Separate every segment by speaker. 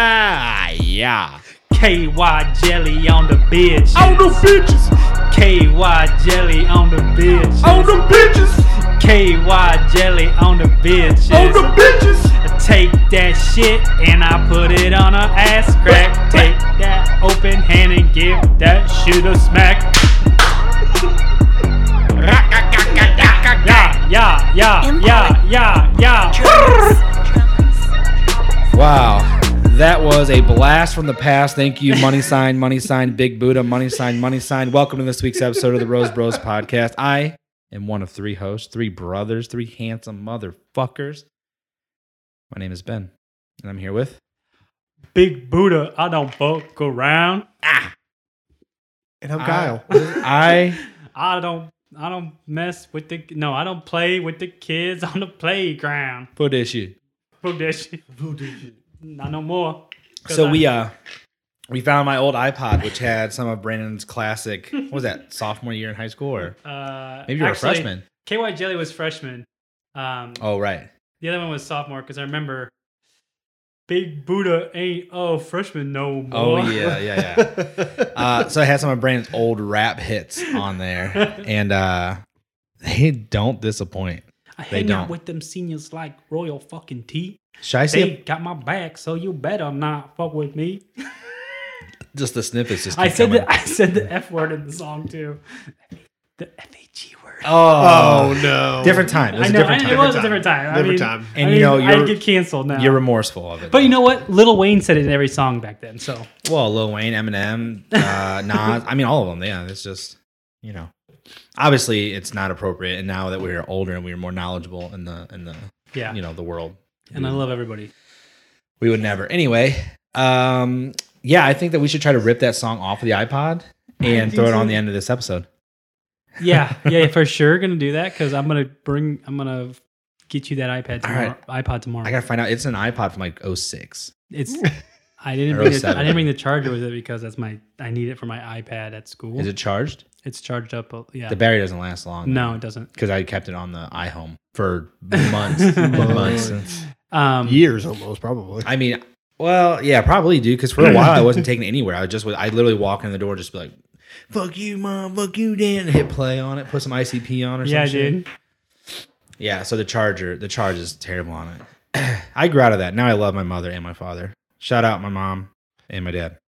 Speaker 1: yeah. Oh.
Speaker 2: KY jelly on the bitch.
Speaker 1: On the bitches.
Speaker 2: KY jelly on the bitch.
Speaker 1: On the bitches.
Speaker 2: KY jelly on the bitch.
Speaker 1: On the bitches.
Speaker 2: Take that shit and I put it on her ass crack. Take that open hand and give that shit a smack. Yeah, yeah, yeah, yeah, yeah, yeah.
Speaker 1: Wow. That was a blast from the past. Thank you, money sign, money sign, big Buddha, money sign, money sign. Welcome to this week's episode of the Rose Bros podcast. I am one of three hosts, three brothers, three handsome motherfuckers. My name is Ben, and I'm here with
Speaker 2: Big Buddha, I don't fuck around.
Speaker 3: And I'm Guile.
Speaker 1: I.
Speaker 2: I don't I don't mess with the no, I don't play with the kids on the playground.
Speaker 1: Foot issue.
Speaker 2: Fuck that shit. Not no more. 'Cause
Speaker 1: So
Speaker 2: I-
Speaker 1: we uh we found my old iPod, which had some of Brandon's classic. What was that sophomore year in high school, or
Speaker 2: uh
Speaker 1: maybe you were
Speaker 2: actually,
Speaker 1: a freshman?
Speaker 2: KY Jelly was freshman. Um
Speaker 1: Oh right.
Speaker 2: the other one was sophomore because I remember Big Buddha ain't oh freshman no
Speaker 1: Oh
Speaker 2: more.
Speaker 1: yeah, yeah, yeah. uh, so I had some of Brandon's old rap hits on there, and uh, they don't disappoint.
Speaker 2: I
Speaker 1: They
Speaker 2: hang out
Speaker 1: don't.
Speaker 2: with them seniors like royal fucking tea.
Speaker 1: Should I
Speaker 2: They
Speaker 1: say
Speaker 2: got my back, so you better not fuck with me.
Speaker 1: just the snippets? Just
Speaker 2: I
Speaker 1: keep
Speaker 2: said
Speaker 1: coming.
Speaker 2: the I said the F word in the song too. The F A G word.
Speaker 1: Oh,
Speaker 3: oh no.
Speaker 1: different time. It was
Speaker 2: I
Speaker 1: a
Speaker 2: know
Speaker 1: different
Speaker 2: I-
Speaker 1: time.
Speaker 2: it was a
Speaker 3: Different
Speaker 2: different time. I
Speaker 3: Different
Speaker 2: mean,
Speaker 3: time.
Speaker 1: And
Speaker 2: I
Speaker 1: you know,
Speaker 2: mean,
Speaker 1: you're-
Speaker 2: I'd get canceled now.
Speaker 1: You're remorseful of it.
Speaker 2: but you know what? Lil Wayne said it in every song back then. So
Speaker 1: well, Lil Wayne, Eminem, uh, Nas. I mean, all of them. Yeah, it's just you know, obviously it's not appropriate. And now that we're older and we're more knowledgeable in the in the
Speaker 2: yeah,
Speaker 1: you know the world,
Speaker 2: and I love everybody.
Speaker 1: we would never. Anyway, um, yeah, I think that we should try to rip that song off of the iPod and throw it on the end of this episode.
Speaker 2: Yeah, yeah, for sure. Gonna do that because I'm gonna bring. I'm gonna get you that iPad
Speaker 1: All
Speaker 2: tomorrow. iPod tomorrow.
Speaker 1: I gotta find out. It's an iPod from like 06.
Speaker 2: it's. I didn't bring. The, I
Speaker 1: 07.
Speaker 2: didn't bring the charger with it because that's my. I need it for my iPad at school.
Speaker 1: Is it charged?
Speaker 2: it's charged up. uh, Yeah.
Speaker 1: The battery doesn't last long.
Speaker 2: no, it doesn't.
Speaker 1: because I kept it on the iHome for months, and months.
Speaker 2: Um,
Speaker 3: Years almost, probably.
Speaker 1: I mean, well, yeah, probably, dude. Because for a while, I wasn't taking it anywhere. I just would. I literally walk in the door, just be like, "Fuck you, mom. Fuck you, dad." and hit play on it, put some ICP on or
Speaker 2: Yeah,
Speaker 1: some shit.
Speaker 2: dude.
Speaker 1: Yeah, so the charger, the charge is terrible on it. I grew out of that. Now I love my mother and my father. Shout out my mom and my dad.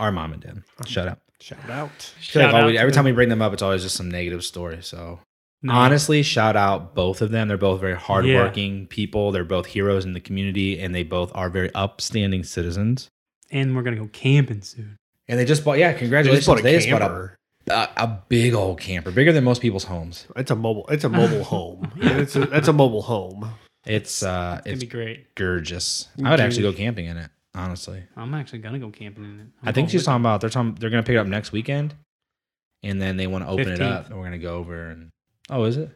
Speaker 1: Our mom and dad. Shout out.
Speaker 3: Shout out.
Speaker 1: I feel like
Speaker 2: Shout
Speaker 1: all
Speaker 2: out
Speaker 1: we-
Speaker 2: to
Speaker 1: every
Speaker 2: the-
Speaker 1: time we bring them up, it's always just some negative story. So
Speaker 2: No.
Speaker 1: honestly, shout out both of them. They're both very hardworking people. They're both heroes in the community, and they both are very upstanding citizens.
Speaker 2: And we're gonna go camping soon.
Speaker 1: And they just bought, yeah, congratulations.
Speaker 3: bought a
Speaker 1: They just bought a,
Speaker 3: camper.
Speaker 1: a, a big old camper, bigger than most people's homes.
Speaker 3: It's a mobile. It's a mobile home. It's a, it's a mobile home.
Speaker 1: It's uh,
Speaker 2: It's gonna
Speaker 1: it's
Speaker 2: be great.
Speaker 1: gorgeous. I would actually go
Speaker 2: Gorgeous.
Speaker 1: camping in it, honestly.
Speaker 2: I'm actually gonna go camping in it. I'm
Speaker 1: I think
Speaker 2: going
Speaker 1: she's
Speaker 2: with-
Speaker 1: talking about they're talking, they're gonna pick it up next weekend, and then they want to open it
Speaker 2: 15th.
Speaker 1: up, and we're gonna go over and oh, is it?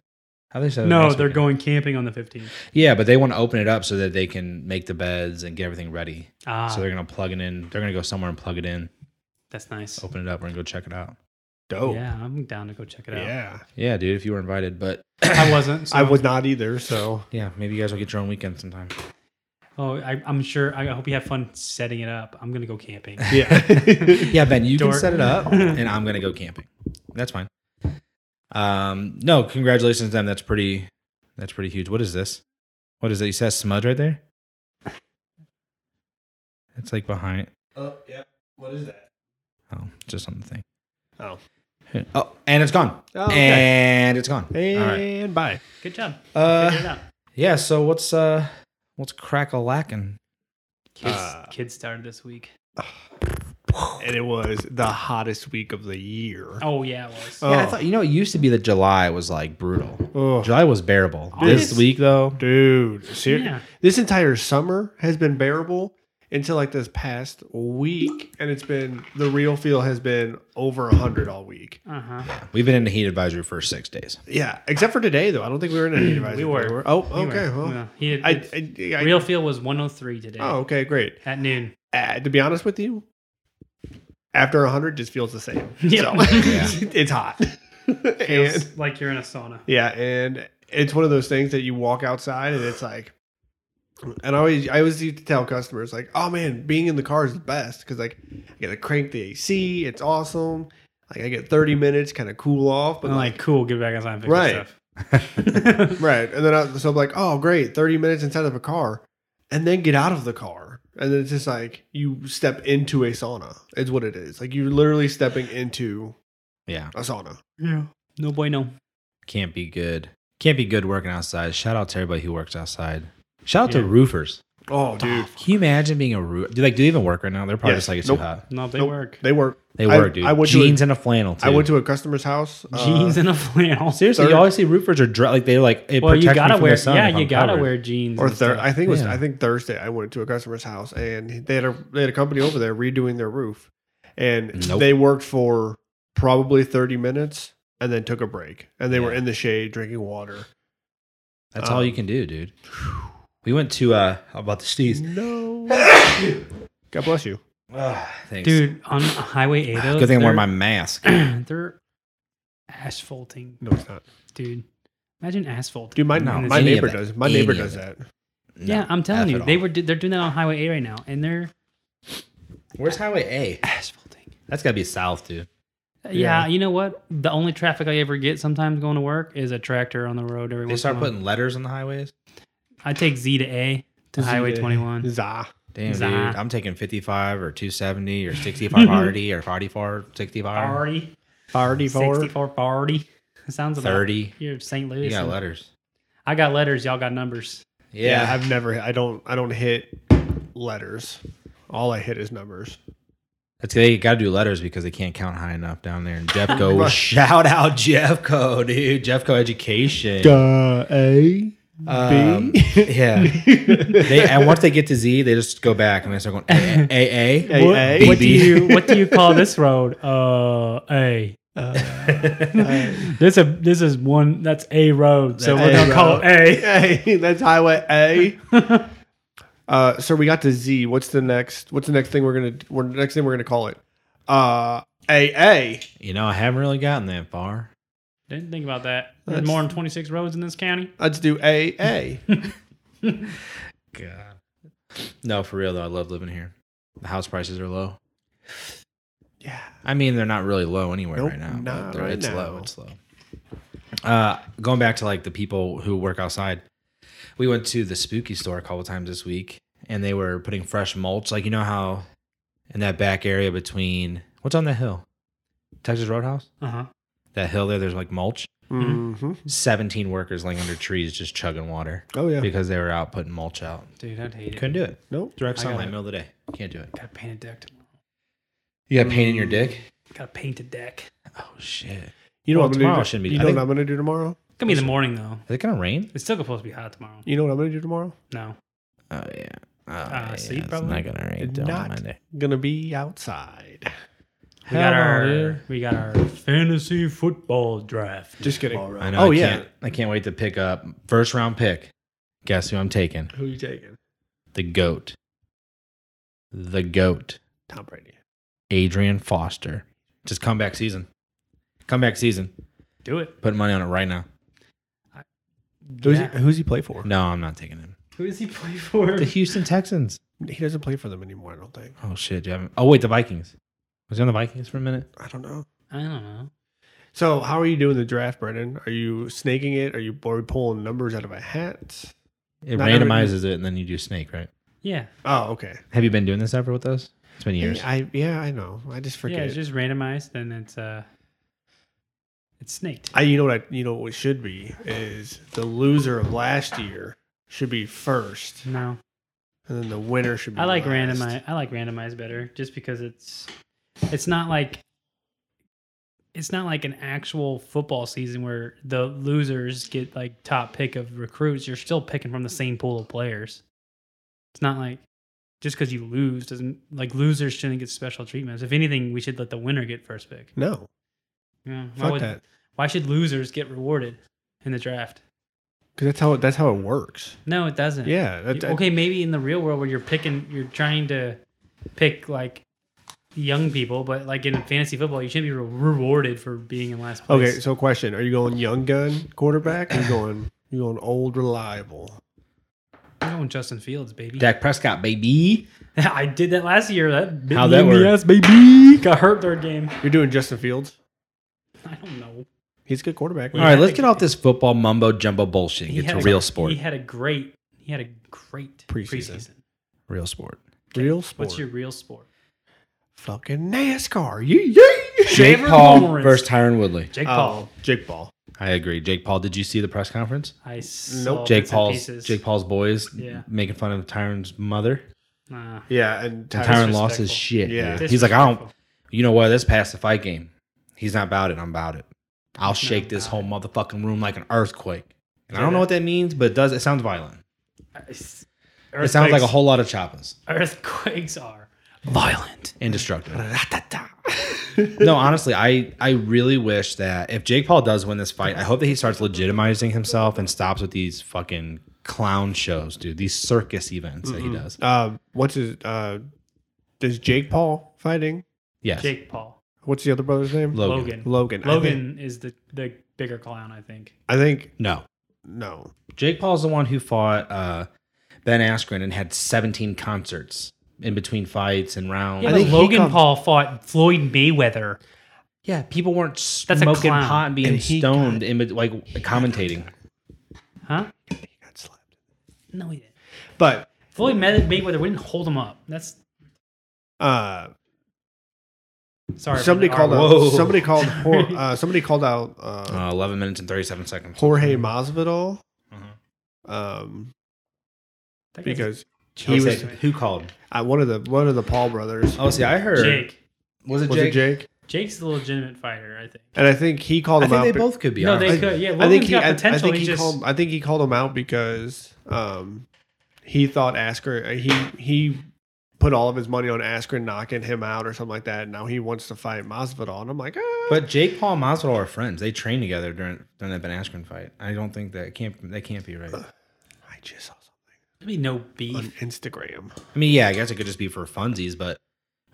Speaker 1: How they said it
Speaker 2: No,
Speaker 1: next
Speaker 2: they're
Speaker 1: weekend.
Speaker 2: going camping on the 15th.
Speaker 1: Yeah, but they want to open it up so that they can make the beds and get everything ready.
Speaker 2: Ah,
Speaker 1: So they're gonna plug it in. They're gonna go somewhere and plug it in,
Speaker 2: that's nice.
Speaker 3: Oh,
Speaker 1: open it up, and go check it out.
Speaker 3: Dope. Yeah.
Speaker 2: Yeah, I'm down to go check it out.
Speaker 1: Yeah, dude, if you were invited, but
Speaker 2: I wasn't. So,
Speaker 3: I would not either. So
Speaker 1: yeah, maybe you guys will get your own weekend sometime.
Speaker 2: Oh, I, I'm sure. I hope you have fun setting it up. I'm gonna go camping.
Speaker 3: yeah.
Speaker 1: Yeah, Ben, you
Speaker 2: Dork.
Speaker 1: can set it up, and I'm gonna go camping. That's fine. Um, no, congratulations to them. That's pretty. That's pretty huge. What is this? What is it? You said smudge right there. It's like behind.
Speaker 3: oh yeah. What is that?
Speaker 1: Oh, just on the thing.
Speaker 3: Oh.
Speaker 1: Oh, and it's gone.
Speaker 3: Oh, okay.
Speaker 1: And it's gone. All right.
Speaker 3: And bye.
Speaker 2: Good job. Figured
Speaker 1: Uh,
Speaker 2: it out.
Speaker 1: yeah. So what's uh, what's crack a lacking?
Speaker 2: Kids,
Speaker 3: uh,
Speaker 2: kids started this week.
Speaker 3: And it was the hottest week of the year.
Speaker 2: Oh yeah, it was.
Speaker 3: Oh.
Speaker 1: Yeah, I thought you know it used to be that July was like brutal.
Speaker 3: Oh,
Speaker 1: July was bearable.
Speaker 2: August-
Speaker 1: This week though,
Speaker 3: dude. Ser-
Speaker 2: Yeah.
Speaker 3: This entire summer has been bearable until like this past week, and it's been the real feel has been over hundred all week.
Speaker 2: Uh huh.
Speaker 1: we've been in a heat advisory for six days.
Speaker 3: Yeah, except for today though. I don't think we were in a heat advisory.
Speaker 2: were.
Speaker 3: Oh, okay. Well,
Speaker 2: he had,
Speaker 3: I,
Speaker 2: it's-
Speaker 3: I, I-
Speaker 2: real feel was 103 today
Speaker 3: Oh, okay, great.
Speaker 2: at noon.
Speaker 3: Uh, to be honest with you, after 100 just feels the same.
Speaker 2: Yeah.
Speaker 3: So it's hot.
Speaker 2: Feels
Speaker 3: and,
Speaker 2: like you're in a sauna.
Speaker 3: yeah, and it's one of those things that you walk outside and it's like And I always, I always used to tell customers like, "Oh man, being in the car is the best because like I get to crank the AC, it's awesome. Like I get 30 minutes, kind of cool off, but
Speaker 2: I'm
Speaker 3: like,
Speaker 2: like, cool, get back inside and fix
Speaker 3: Right.
Speaker 2: this stuff.
Speaker 3: right. And then I, so I'm like, "Oh great, 30 minutes inside of a car, and then get out of the car, and then it's just like you step into a sauna. It's what it is. Like you're literally stepping into
Speaker 1: Yeah,
Speaker 3: a sauna.
Speaker 2: yeah. No boy, no.
Speaker 1: can't be good. Can't be good working outside. Shout out to everybody who works outside. Shout out to
Speaker 2: Yeah.
Speaker 1: roofers.
Speaker 3: Oh dude,
Speaker 2: Ah,
Speaker 1: Can you imagine being a roof? Do like do they even work right now? They're probably
Speaker 3: Yes.
Speaker 1: just like it's
Speaker 3: Nope.
Speaker 1: too hot.
Speaker 2: No, they
Speaker 3: Nope.
Speaker 2: work.
Speaker 3: they work.
Speaker 1: They
Speaker 3: I-
Speaker 1: were, dude.
Speaker 3: I went to
Speaker 1: Jeans and a flannel. Too.
Speaker 3: I went to a customer's house. uh,
Speaker 2: Jeans and a flannel.
Speaker 1: Seriously,
Speaker 3: third-
Speaker 1: you always see roofers are dry. Like they like it
Speaker 2: well, you
Speaker 1: protects me
Speaker 2: gotta
Speaker 1: from
Speaker 2: wear.
Speaker 1: the sun.
Speaker 2: yeah,
Speaker 1: if
Speaker 2: you
Speaker 1: I'm
Speaker 2: gotta
Speaker 1: covered.
Speaker 2: wear jeans
Speaker 3: or
Speaker 2: and
Speaker 3: thir-
Speaker 2: stuff.
Speaker 3: I think it was
Speaker 1: Yeah.
Speaker 3: I think Thursday I went to a customer's house and they had a they had a company over there redoing their roof and
Speaker 1: Nope.
Speaker 3: they worked for probably 30 minutes and then took a break and they were
Speaker 1: Yeah.
Speaker 3: in the shade drinking water.
Speaker 2: uh,
Speaker 1: That's all you can do, dude. We went to uh I'm about to sneeze.
Speaker 3: No. God bless you.
Speaker 1: Ugh, thanks.
Speaker 2: dude on Highway 80.
Speaker 1: Good thing I'm wearing my mask.
Speaker 2: my. they're asphalting,
Speaker 3: No, it's not.
Speaker 2: dude. Imagine asphalt.
Speaker 3: Dude, my
Speaker 1: No,
Speaker 3: my
Speaker 1: any
Speaker 3: neighbor
Speaker 1: of it.
Speaker 3: does. My
Speaker 1: Any
Speaker 3: neighbor
Speaker 1: of
Speaker 3: does that.
Speaker 1: it. No,
Speaker 2: yeah, I'm telling
Speaker 1: F
Speaker 2: you,
Speaker 1: it
Speaker 2: they
Speaker 1: all.
Speaker 2: were they're doing that on Highway 8 right now, and they're
Speaker 1: Where's Highway A?
Speaker 2: asphalting.
Speaker 1: That's gotta be south, dude.
Speaker 2: Yeah,
Speaker 3: Yeah.
Speaker 2: you know what? The only traffic I ever get sometimes going to work is a tractor on the road. Every
Speaker 1: They
Speaker 2: once in
Speaker 1: start
Speaker 2: a while.
Speaker 1: putting letters on the highways.
Speaker 2: I take Z to A to Highway 21.
Speaker 3: Zah.
Speaker 1: Damn, dude.
Speaker 2: Zah.
Speaker 1: I'm taking 55 or 270 or 65 already or 44, 65,
Speaker 2: Party,
Speaker 3: 34.
Speaker 2: 64 party. It sounds about
Speaker 1: 30.
Speaker 2: You're St. Louis.
Speaker 1: You got
Speaker 2: and-
Speaker 1: letters.
Speaker 2: I got letters. Y'all got numbers.
Speaker 3: Yeah.
Speaker 1: Yeah.
Speaker 3: I've never I don't I don't hit letters. All I hit is numbers.
Speaker 1: That's, they got to do letters because they can't count high enough down there. And Jeffco,
Speaker 3: Right.
Speaker 1: shout out Jeffco, dude. Jeffco Education.
Speaker 3: Duh, A.
Speaker 1: Um,
Speaker 3: B.
Speaker 1: yeah. They, and once they get to Z, they just go back and they start going A A A.
Speaker 3: A, A.
Speaker 2: What do
Speaker 1: BB.
Speaker 2: you What do you call this road? Uh, a. This a this is one that's a road, so
Speaker 1: That's
Speaker 2: we're
Speaker 3: a
Speaker 2: gonna call it a.
Speaker 3: Hey, that's highway A. uh, so we got to Z. What's the next? What's the next thing we're gonna? We're, next thing we're gonna call it. Uh, AA.
Speaker 1: You know, I haven't really gotten that far.
Speaker 2: Didn't think about that.
Speaker 3: That's-
Speaker 2: There's more than 26 roads in this county.
Speaker 3: Let's do AA.
Speaker 1: God. No, for real though, I love living here. The house prices are low.
Speaker 3: yeah.
Speaker 1: I mean, they're not really low anywhere
Speaker 3: Nope,
Speaker 1: right now. but
Speaker 3: not
Speaker 1: they're-
Speaker 3: right
Speaker 1: it's low.
Speaker 3: now.
Speaker 1: It's low. Uh, going back to like the people who work outside, we went to the spooky store a couple times this week, and they were putting fresh mulch. Like you know how in that back area between what's on the hill, Texas Roadhouse,
Speaker 2: Uh huh.
Speaker 1: that hill there. There's like mulch.
Speaker 3: hmm
Speaker 1: Seventeen workers laying under trees just chugging water
Speaker 3: Oh yeah.
Speaker 1: because they were out putting mulch out.
Speaker 2: Dude, I'd hate
Speaker 1: Couldn't do it.
Speaker 3: Nope.
Speaker 1: Direct
Speaker 2: I got
Speaker 1: sunlight,
Speaker 2: it.
Speaker 1: middle of the day. Can't do it.
Speaker 2: Got to paint a deck tomorrow.
Speaker 1: You got pain in your dick.
Speaker 2: Got to paint a deck.
Speaker 1: Oh shit.
Speaker 3: You know
Speaker 1: Well,
Speaker 3: what I'm gonna
Speaker 1: tomorrow
Speaker 3: do?
Speaker 1: shouldn't be-
Speaker 3: You
Speaker 1: I
Speaker 3: know
Speaker 1: think-
Speaker 3: what I'm gonna do tomorrow?
Speaker 2: It's gonna be in the morning though.
Speaker 1: Is it gonna rain?
Speaker 2: It's still supposed to be hot tomorrow.
Speaker 3: You know what I'm gonna do tomorrow?
Speaker 2: No.
Speaker 1: Oh yeah. Oh,
Speaker 2: yeah, sleep, it's Uh, probably? not
Speaker 1: gonna
Speaker 3: It's not gonna be outside.
Speaker 2: We got our we got our fantasy football draft.
Speaker 3: Just kidding.
Speaker 1: I know.
Speaker 3: Oh
Speaker 1: I
Speaker 3: yeah.
Speaker 1: Can't, I can't wait to pick up first round pick. Guess who I'm taking?
Speaker 3: Who you taking?
Speaker 1: The goat. The goat.
Speaker 3: Tom Brady.
Speaker 1: Adrian Foster. Just comeback season. Comeback season.
Speaker 2: Do it.
Speaker 1: Putting money on it right now.
Speaker 3: Who's,
Speaker 2: Yeah.
Speaker 3: he, who's he play for?
Speaker 1: No, I'm not taking him.
Speaker 2: Who does he play for?
Speaker 1: The Houston Texans.
Speaker 3: He doesn't play for them anymore. I don't think.
Speaker 1: Oh shit! do you have- Oh wait, the Vikings. Was he on the Vikings for a minute?
Speaker 3: I don't know.
Speaker 2: I don't know.
Speaker 3: So, how are you doing the draft, Brendan? Are you snaking it? Are you, are we pulling numbers out of a hat?
Speaker 1: It
Speaker 3: Not under-
Speaker 1: randomizes it, and then you do snake, right?
Speaker 2: Yeah.
Speaker 3: Oh, okay.
Speaker 1: Have you been doing this ever with us? It's been years.
Speaker 3: I yeah, I know. I just
Speaker 2: Yeah,
Speaker 3: forget.
Speaker 2: it's just randomized and it's uh it's snaked.
Speaker 3: I you know what I, you know what should be is the loser of last year should be first,
Speaker 2: No.
Speaker 3: and then the winner should be.
Speaker 2: I like
Speaker 3: last.
Speaker 2: randomize I like randomized better just because it's it's not like it's not like an actual football season where the losers get like top pick of recruits. You're still picking from the same pool of players. It's not like just because you lose doesn't like losers shouldn't get special treatments. If anything, we should let the winner get first pick.
Speaker 3: No,
Speaker 2: Yeah, why,
Speaker 3: fuck
Speaker 2: would,
Speaker 3: that.
Speaker 2: why should losers get rewarded in the draft?
Speaker 3: Because that's how that's how it works.
Speaker 2: No, it doesn't.
Speaker 3: Yeah. That, that-
Speaker 2: okay, maybe in the real world where you're picking, you're trying to pick like young people, but like in fantasy football, you shouldn't be re- rewarded for being in last place.
Speaker 3: Okay. So, question: Are you going young gun quarterback? Or are you going you going old reliable?
Speaker 2: I'm going Justin Fields, baby.
Speaker 1: Dak Prescott, baby.
Speaker 2: I did that last year. That bit
Speaker 1: How'd
Speaker 2: me
Speaker 1: that
Speaker 2: in the
Speaker 1: work?
Speaker 2: ass, baby. Got hurt third game.
Speaker 3: You're doing Justin Fields.
Speaker 2: I don't know.
Speaker 3: He's a good quarterback.
Speaker 1: All right,
Speaker 2: had
Speaker 1: let's
Speaker 2: a-
Speaker 1: get off this football mumbo jumbo bullshit and
Speaker 2: He
Speaker 1: get to
Speaker 2: had a-
Speaker 1: real sport.
Speaker 2: He had a great. He had a great
Speaker 3: Preseason.
Speaker 2: preseason.
Speaker 1: Real sport.
Speaker 3: Real sport.
Speaker 2: What's your real sport?
Speaker 3: fucking NASCAR? Yeah, yeah.
Speaker 1: Jake
Speaker 2: Trevor
Speaker 1: Paul
Speaker 2: Lawrence.
Speaker 1: versus Tyron Woodley.
Speaker 2: Jake
Speaker 3: Oh,
Speaker 2: Paul.
Speaker 3: Jake Paul.
Speaker 1: I agree. Jake Paul. Did you see the press conference?
Speaker 2: I saw
Speaker 1: Jake
Speaker 2: bits and
Speaker 1: Paul's
Speaker 2: pieces.
Speaker 1: Jake Paul's boys
Speaker 2: Yeah.
Speaker 1: making fun of Tyron's mother.
Speaker 2: Nah.
Speaker 3: Yeah, and
Speaker 1: And
Speaker 3: Tyron,
Speaker 1: Tyron lost his
Speaker 2: disrespectful.
Speaker 1: shit.
Speaker 3: Yeah.
Speaker 1: dude. He's like, I don't.
Speaker 2: Disrespectful.
Speaker 1: You know what? Let's pass the fight game. He's not about it. I'm about it. I'll
Speaker 2: He's not
Speaker 1: shake this
Speaker 2: about
Speaker 1: whole motherfucking room like an earthquake. And I
Speaker 2: Yeah.
Speaker 1: don't know what that means, but it does. It sounds violent.
Speaker 2: Earthquakes,
Speaker 1: It sounds like a whole lot of choppers
Speaker 2: Earthquakes are violent.
Speaker 1: and destructive.
Speaker 3: Ra-ta-ta.
Speaker 1: no, honestly, I I really wish that if Jake Paul does win this fight, I hope that he starts legitimizing himself and stops with these fucking clown shows, dude. These circus events that he does.
Speaker 3: Uh, what's his? Uh, is Jake Paul fighting?
Speaker 1: Yes,
Speaker 2: Jake Paul.
Speaker 3: What's the other brother's name?
Speaker 1: Logan.
Speaker 2: Logan.
Speaker 3: Logan. I think-
Speaker 2: Logan is the, the bigger clown, I think.
Speaker 3: I think,
Speaker 1: No,
Speaker 3: no.
Speaker 1: Jake Paul's the one who fought uh, Ben Askren and had 17 concerts in between fights and rounds.
Speaker 2: Yeah,
Speaker 3: I
Speaker 2: but
Speaker 3: think he
Speaker 2: Logan
Speaker 3: come-
Speaker 2: Paul fought Floyd Mayweather.
Speaker 1: Yeah, people weren't
Speaker 2: a
Speaker 1: smoking
Speaker 2: clown.
Speaker 1: pot and being
Speaker 3: And he got-
Speaker 1: stoned in bet- like commentating.
Speaker 2: Huh?
Speaker 3: He got slapped.
Speaker 2: No, he didn't.
Speaker 3: But
Speaker 2: Floyd May- Mayweather, we didn't hold him up. That's
Speaker 3: uh,
Speaker 2: sorry. for
Speaker 3: somebody
Speaker 2: the
Speaker 3: called
Speaker 2: R
Speaker 1: our-
Speaker 3: out.
Speaker 2: word.
Speaker 1: Whoa.
Speaker 3: Somebody called. Hor-
Speaker 2: Sorry.
Speaker 3: uh, somebody called out uh,
Speaker 1: Uh, 11 minutes and 37 seconds.
Speaker 3: Jorge Masvidal
Speaker 1: Uh-huh.
Speaker 3: um,
Speaker 2: That guy's
Speaker 3: because
Speaker 1: Who
Speaker 3: he was
Speaker 1: said- who called?
Speaker 3: uh, one of the one of the Paul brothers.
Speaker 1: Oh, see, I heard.
Speaker 2: Jake.
Speaker 1: Was it
Speaker 3: Was
Speaker 1: Jake?
Speaker 3: it Jake?
Speaker 2: Jake's the legitimate fighter, I think.
Speaker 3: And I think he called
Speaker 1: I
Speaker 3: him
Speaker 1: think
Speaker 3: out.
Speaker 1: they
Speaker 3: be-
Speaker 1: both could be.
Speaker 2: No,
Speaker 1: honest.
Speaker 2: they could. Yeah,
Speaker 3: I
Speaker 2: Logan's
Speaker 3: think he.
Speaker 2: got
Speaker 3: I, I
Speaker 2: potential.
Speaker 3: think he,
Speaker 2: just,
Speaker 3: called. I think he called him out because um, he thought Asker. He he put all of his money on Asker knocking him out or something like that. And now he wants to fight Masvidal, and I'm like, ah.
Speaker 1: But Jake Paul and Masvidal are friends. They trained together during during that Ben Askren fight. I don't think that can't that can't be right.
Speaker 3: I just saw something
Speaker 2: There'd be no beef.
Speaker 3: on Instagram.
Speaker 1: I mean, yeah, I guess it could just be for funsies. But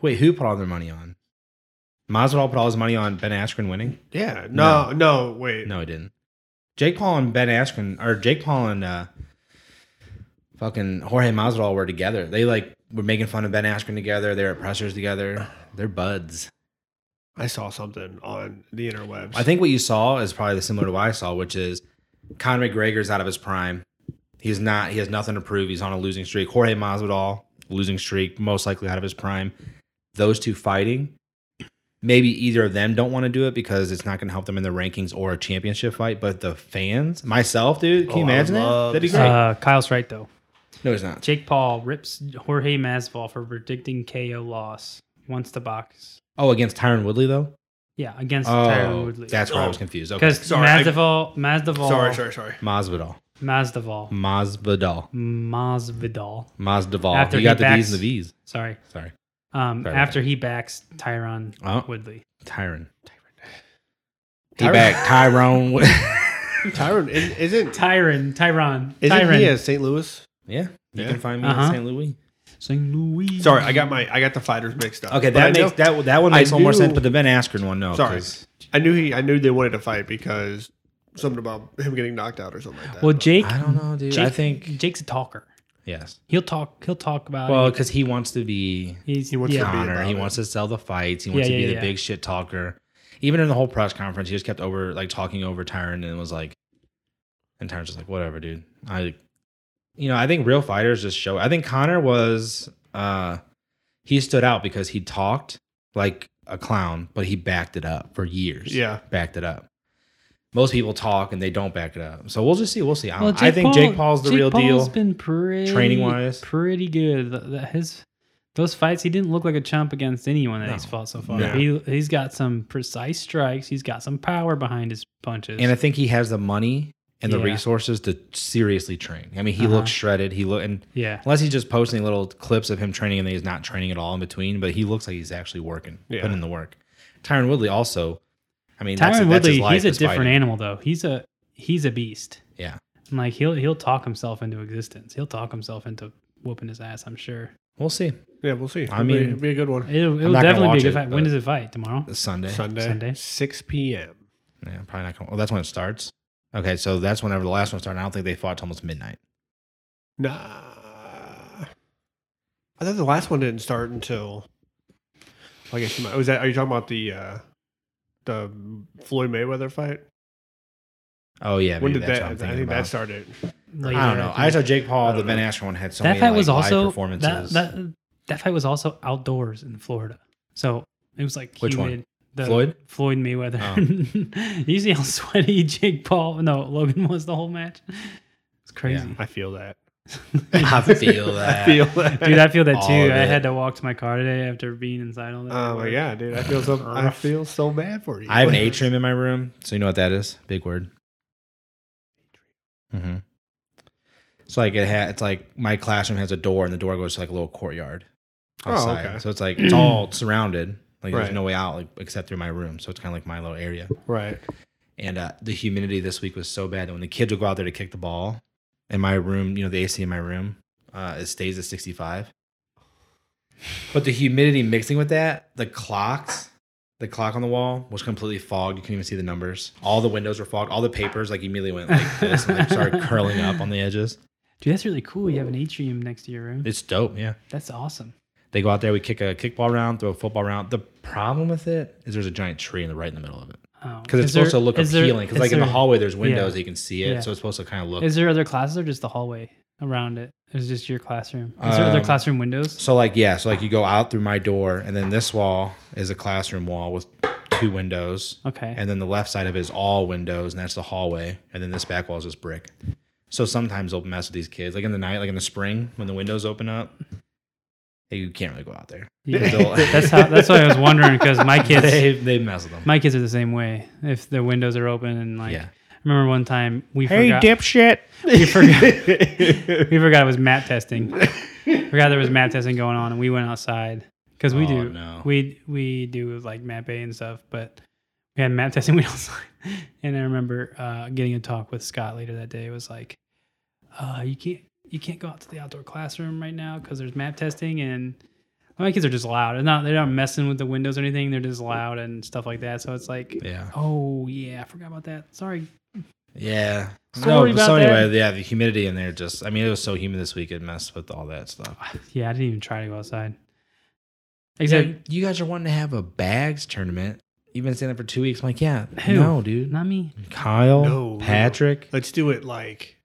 Speaker 1: wait, who put all their money on? Masvidal put all his money on Ben Askren winning.
Speaker 3: Yeah. No. No. wait.
Speaker 1: No, he didn't. Jake Paul and Ben Askren, or Jake Paul and uh, fucking Jorge Masvidal were together. They like were making fun of Ben Askren together. They were at pressers together. They're buds.
Speaker 3: I saw something on the interwebs.
Speaker 1: I think what you saw is probably similar to what I saw, which is Conor McGregor's out of his prime. He's not. He has nothing to prove. He's on a losing streak. Jorge Masvidal losing streak, most likely out of his prime. Those two fighting, maybe either of them don't want to do it because it's not going to help them in the rankings or a championship fight. But the fans, myself, dude, can
Speaker 3: Oh,
Speaker 1: you
Speaker 3: I
Speaker 1: imagine that?
Speaker 3: love
Speaker 1: That'd be
Speaker 3: to
Speaker 1: great.
Speaker 2: Uh, Kyle's right though.
Speaker 1: no, it's not.
Speaker 2: Jake Paul rips Jorge Masvidal for predicting KO loss. Wants the box.
Speaker 1: Oh, against Tyron Woodley though.
Speaker 2: Yeah, against Tyron
Speaker 1: Oh,
Speaker 2: Woodley.
Speaker 1: that's where I was confused. Okay,
Speaker 2: because
Speaker 3: Sorry, I-
Speaker 2: Masvidal, Masvidal,
Speaker 3: Sorry. Sorry. Sorry.
Speaker 1: Masvidal,
Speaker 2: Masvidal,
Speaker 1: Masvidal,
Speaker 2: Masvidal.
Speaker 1: Masvidal.
Speaker 2: After
Speaker 1: you
Speaker 2: he
Speaker 1: got the
Speaker 2: backs-
Speaker 1: D's and the V's.
Speaker 2: Sorry.
Speaker 1: Sorry,
Speaker 2: Um,
Speaker 1: Sorry.
Speaker 2: after he backs Tyron
Speaker 1: Oh.
Speaker 2: Woodley.
Speaker 1: Tyron. He
Speaker 3: Tyron.
Speaker 1: back Tyrone.
Speaker 3: Tyron i- isn't.
Speaker 2: Tyron, Tyron,
Speaker 3: Isn't
Speaker 2: Tyron.
Speaker 3: he at St. Louis?
Speaker 1: yeah, you
Speaker 3: Yeah.
Speaker 1: can find me
Speaker 2: Uh-huh.
Speaker 1: in St. Louis.
Speaker 2: St. Louis.
Speaker 3: Sorry, I got my I got the fighters mixed up.
Speaker 1: Okay,
Speaker 3: But I
Speaker 1: that
Speaker 3: know-
Speaker 1: makes that that one
Speaker 3: I
Speaker 1: makes a little more
Speaker 3: knew-
Speaker 1: sense. But the Ben Askren one, no.
Speaker 3: Sorry.
Speaker 1: 'cause
Speaker 3: I knew he. I knew they wanted to fight because something about him getting knocked out or something like that.
Speaker 2: Well,
Speaker 3: but-
Speaker 2: Jake.
Speaker 1: I don't know, dude.
Speaker 2: Jake,
Speaker 1: I think
Speaker 2: Jake's a talker.
Speaker 1: yes.
Speaker 2: He'll talk. He'll talk about.
Speaker 1: Well,
Speaker 2: it.
Speaker 1: because he wants to be
Speaker 2: he's
Speaker 3: he wants to
Speaker 2: yeah.
Speaker 3: be-
Speaker 1: Connor.
Speaker 3: about
Speaker 1: He
Speaker 3: it.
Speaker 1: wants to sell the fights. He wants
Speaker 2: Yeah,
Speaker 1: to be
Speaker 2: yeah,
Speaker 1: the
Speaker 2: yeah.
Speaker 1: big shit talker. Even in the whole press conference, he just kept over like talking over Tyron and was like, and Tyron's just like, whatever, dude. I, you know, I think real fighters just show. I think Connor was, uh, he stood out because he talked like a clown, but he backed it up for years.
Speaker 3: yeah,
Speaker 1: backed it up. Most people talk and they don't back it up. So we'll just see. We'll see. I,
Speaker 2: Well,
Speaker 1: don't- I think Jake Paul's the
Speaker 2: Jake
Speaker 1: real
Speaker 2: Paul's
Speaker 1: deal.
Speaker 2: Been pretty
Speaker 1: Training-wise.
Speaker 2: pretty good. Th- th- His those fights, he didn't look like a chump against anyone that
Speaker 1: No.
Speaker 2: he's fought so far.
Speaker 1: No.
Speaker 2: He he's got some precise strikes. He's got some power behind his punches.
Speaker 1: and I think he has the money and the
Speaker 2: Yeah.
Speaker 1: resources to seriously train. I mean, he
Speaker 2: Uh-huh.
Speaker 1: looks shredded. He look and
Speaker 2: yeah,
Speaker 1: unless he's just posting little clips of him training and then he's not training at all in between, but he looks like he's actually working,
Speaker 3: Yeah.
Speaker 1: putting in the work. Tyron Woodley also. I mean, that's,
Speaker 2: Tyron
Speaker 1: that's his
Speaker 2: Woodley,
Speaker 1: life
Speaker 2: he's a
Speaker 1: is
Speaker 2: different
Speaker 1: fighting.
Speaker 2: animal though. He's a he's a beast.
Speaker 1: Yeah.
Speaker 2: And like he'll he'll talk himself into existence. He'll talk himself into whooping his ass. I'm sure.
Speaker 1: We'll see.
Speaker 3: yeah, we'll see.
Speaker 1: I
Speaker 3: It'll be-
Speaker 1: mean-
Speaker 3: it'll be a good one.
Speaker 2: It'll, it'll
Speaker 1: not gonna
Speaker 2: definitely be a
Speaker 1: watch
Speaker 2: good
Speaker 1: it,
Speaker 2: fight.
Speaker 1: but-
Speaker 2: When does it fight? Tomorrow?
Speaker 1: This Sunday.
Speaker 3: Sunday,
Speaker 2: Sunday.
Speaker 3: six p.m.
Speaker 1: Yeah, probably not. Gonna, oh, that's when it starts. Okay, so that's whenever the last one started. I don't think they fought till almost midnight.
Speaker 3: Nah. I thought the last one didn't start until. I guess you might. Was that? Are you talking about the uh, the Floyd Mayweather fight?
Speaker 1: Oh yeah,
Speaker 3: when
Speaker 1: maybe
Speaker 3: did
Speaker 1: that's
Speaker 3: that?
Speaker 1: what I'm
Speaker 3: I
Speaker 1: thinking
Speaker 3: think that
Speaker 1: about.
Speaker 3: started.
Speaker 2: Later,
Speaker 1: I don't know. I
Speaker 2: think.
Speaker 1: saw Jake Paul.
Speaker 3: I
Speaker 1: The
Speaker 3: don't
Speaker 1: Ben
Speaker 3: know.
Speaker 1: Ash one had so
Speaker 2: that
Speaker 1: many
Speaker 2: fight
Speaker 1: like,
Speaker 2: was
Speaker 1: live
Speaker 2: also that,
Speaker 1: performances.
Speaker 2: that that fight was also outdoors in Florida, so it was like
Speaker 1: Which one?
Speaker 2: humid. The
Speaker 1: Floyd? Oh.
Speaker 2: Floyd Mayweather. you see how sweaty Jake Paul? No, Logan was the whole match. It's crazy,
Speaker 3: I feel that.
Speaker 1: I feel that.
Speaker 3: I feel that.
Speaker 2: dude. I feel that
Speaker 1: All
Speaker 2: too.
Speaker 1: of
Speaker 2: I
Speaker 1: it.
Speaker 2: had to walk to my car today after being inside all day.
Speaker 3: Oh my god, dude! I feel so. I feel so bad for you.
Speaker 1: I have an atrium in my room, so you know what that is. Big word. Mm-hmm. It's like it ha- It's like my classroom has a door, and the door goes to like a little courtyard
Speaker 3: Oh,
Speaker 1: outside.
Speaker 3: okay.
Speaker 1: So it's like it's all surrounded. Like
Speaker 3: Right.
Speaker 1: there's no way out, like except through my room. So it's kind of like my little area.
Speaker 3: Right.
Speaker 1: And uh, the humidity this week was so bad that when the kids would go out there to kick the ball, in my room, you know, the AC in my room, uh, it stays at 65. But the humidity mixing with that, the clocks, the clock on the wall was completely fogged. You couldn't even see the numbers. All the windows were fogged. All the papers like immediately went like this and like started curling up on the edges.
Speaker 2: dude, that's really cool. You have an atrium next to your room.
Speaker 1: It's dope. Yeah.
Speaker 2: That's awesome.
Speaker 1: They go out there, we kick a kickball round, throw a football round. The problem with it is there's a giant tree in the right in the middle of it.
Speaker 2: Oh,
Speaker 1: Because it's
Speaker 2: Is there-
Speaker 1: supposed to look
Speaker 2: is there-
Speaker 1: appealing. Because
Speaker 2: is
Speaker 1: like in the
Speaker 2: there-
Speaker 1: hallway, there's windows that
Speaker 2: yeah.
Speaker 1: you can see it.
Speaker 2: Yeah.
Speaker 1: So it's supposed to kind of look
Speaker 2: Is there other classes or just the hallway around it? Is just your classroom? Is there other
Speaker 1: Um,
Speaker 2: classroom windows?
Speaker 1: So like yeah, so like you go out through my door, and then this wall is a classroom wall with two windows,
Speaker 2: Okay.
Speaker 1: and then the left side of it is all windows, and that's the hallway, and then this back wall is just brick. So sometimes they'll mess with these kids, like in the night, like in the spring when the windows open up. You can't really go out there.
Speaker 2: Yeah.
Speaker 1: they'll-
Speaker 2: that's how. That's why I was wondering because my kids,
Speaker 1: they they mess with them.
Speaker 2: my kids are the same way. If the windows are open and like,
Speaker 1: yeah,
Speaker 2: I remember one time we forgot
Speaker 3: dipshit!
Speaker 2: we forgot we forgot it was mat testing. forgot there was mat testing going on, and we went outside because we
Speaker 1: Oh,
Speaker 2: do
Speaker 1: no.
Speaker 2: we we do like mat bay and stuff, but we had mat testing. We went outside, and I remember uh, getting a talk with Scott later that day. It was like, uh, you can't you can't go out to the outdoor classroom right now because there's map testing and my kids are just loud. They're not they're not messing with the windows or anything. They're just loud and stuff like that. So it's like,
Speaker 1: yeah,
Speaker 2: oh yeah, I forgot about that. Sorry.
Speaker 1: yeah.
Speaker 2: Sorry
Speaker 1: no, but so
Speaker 2: about that.
Speaker 1: anyway, yeah, the humidity in there just—I mean, it was so humid this week; it messed with all that stuff.
Speaker 2: Yeah, I didn't even try to go outside.
Speaker 1: Yeah,
Speaker 2: Except
Speaker 1: you guys are wanting to have a bags tournament. You've been saying that for two weeks. I'm like, yeah,
Speaker 2: Who?
Speaker 1: no, dude.
Speaker 2: not me.
Speaker 1: Kyle,
Speaker 3: No.
Speaker 1: Patrick
Speaker 3: Let's do it like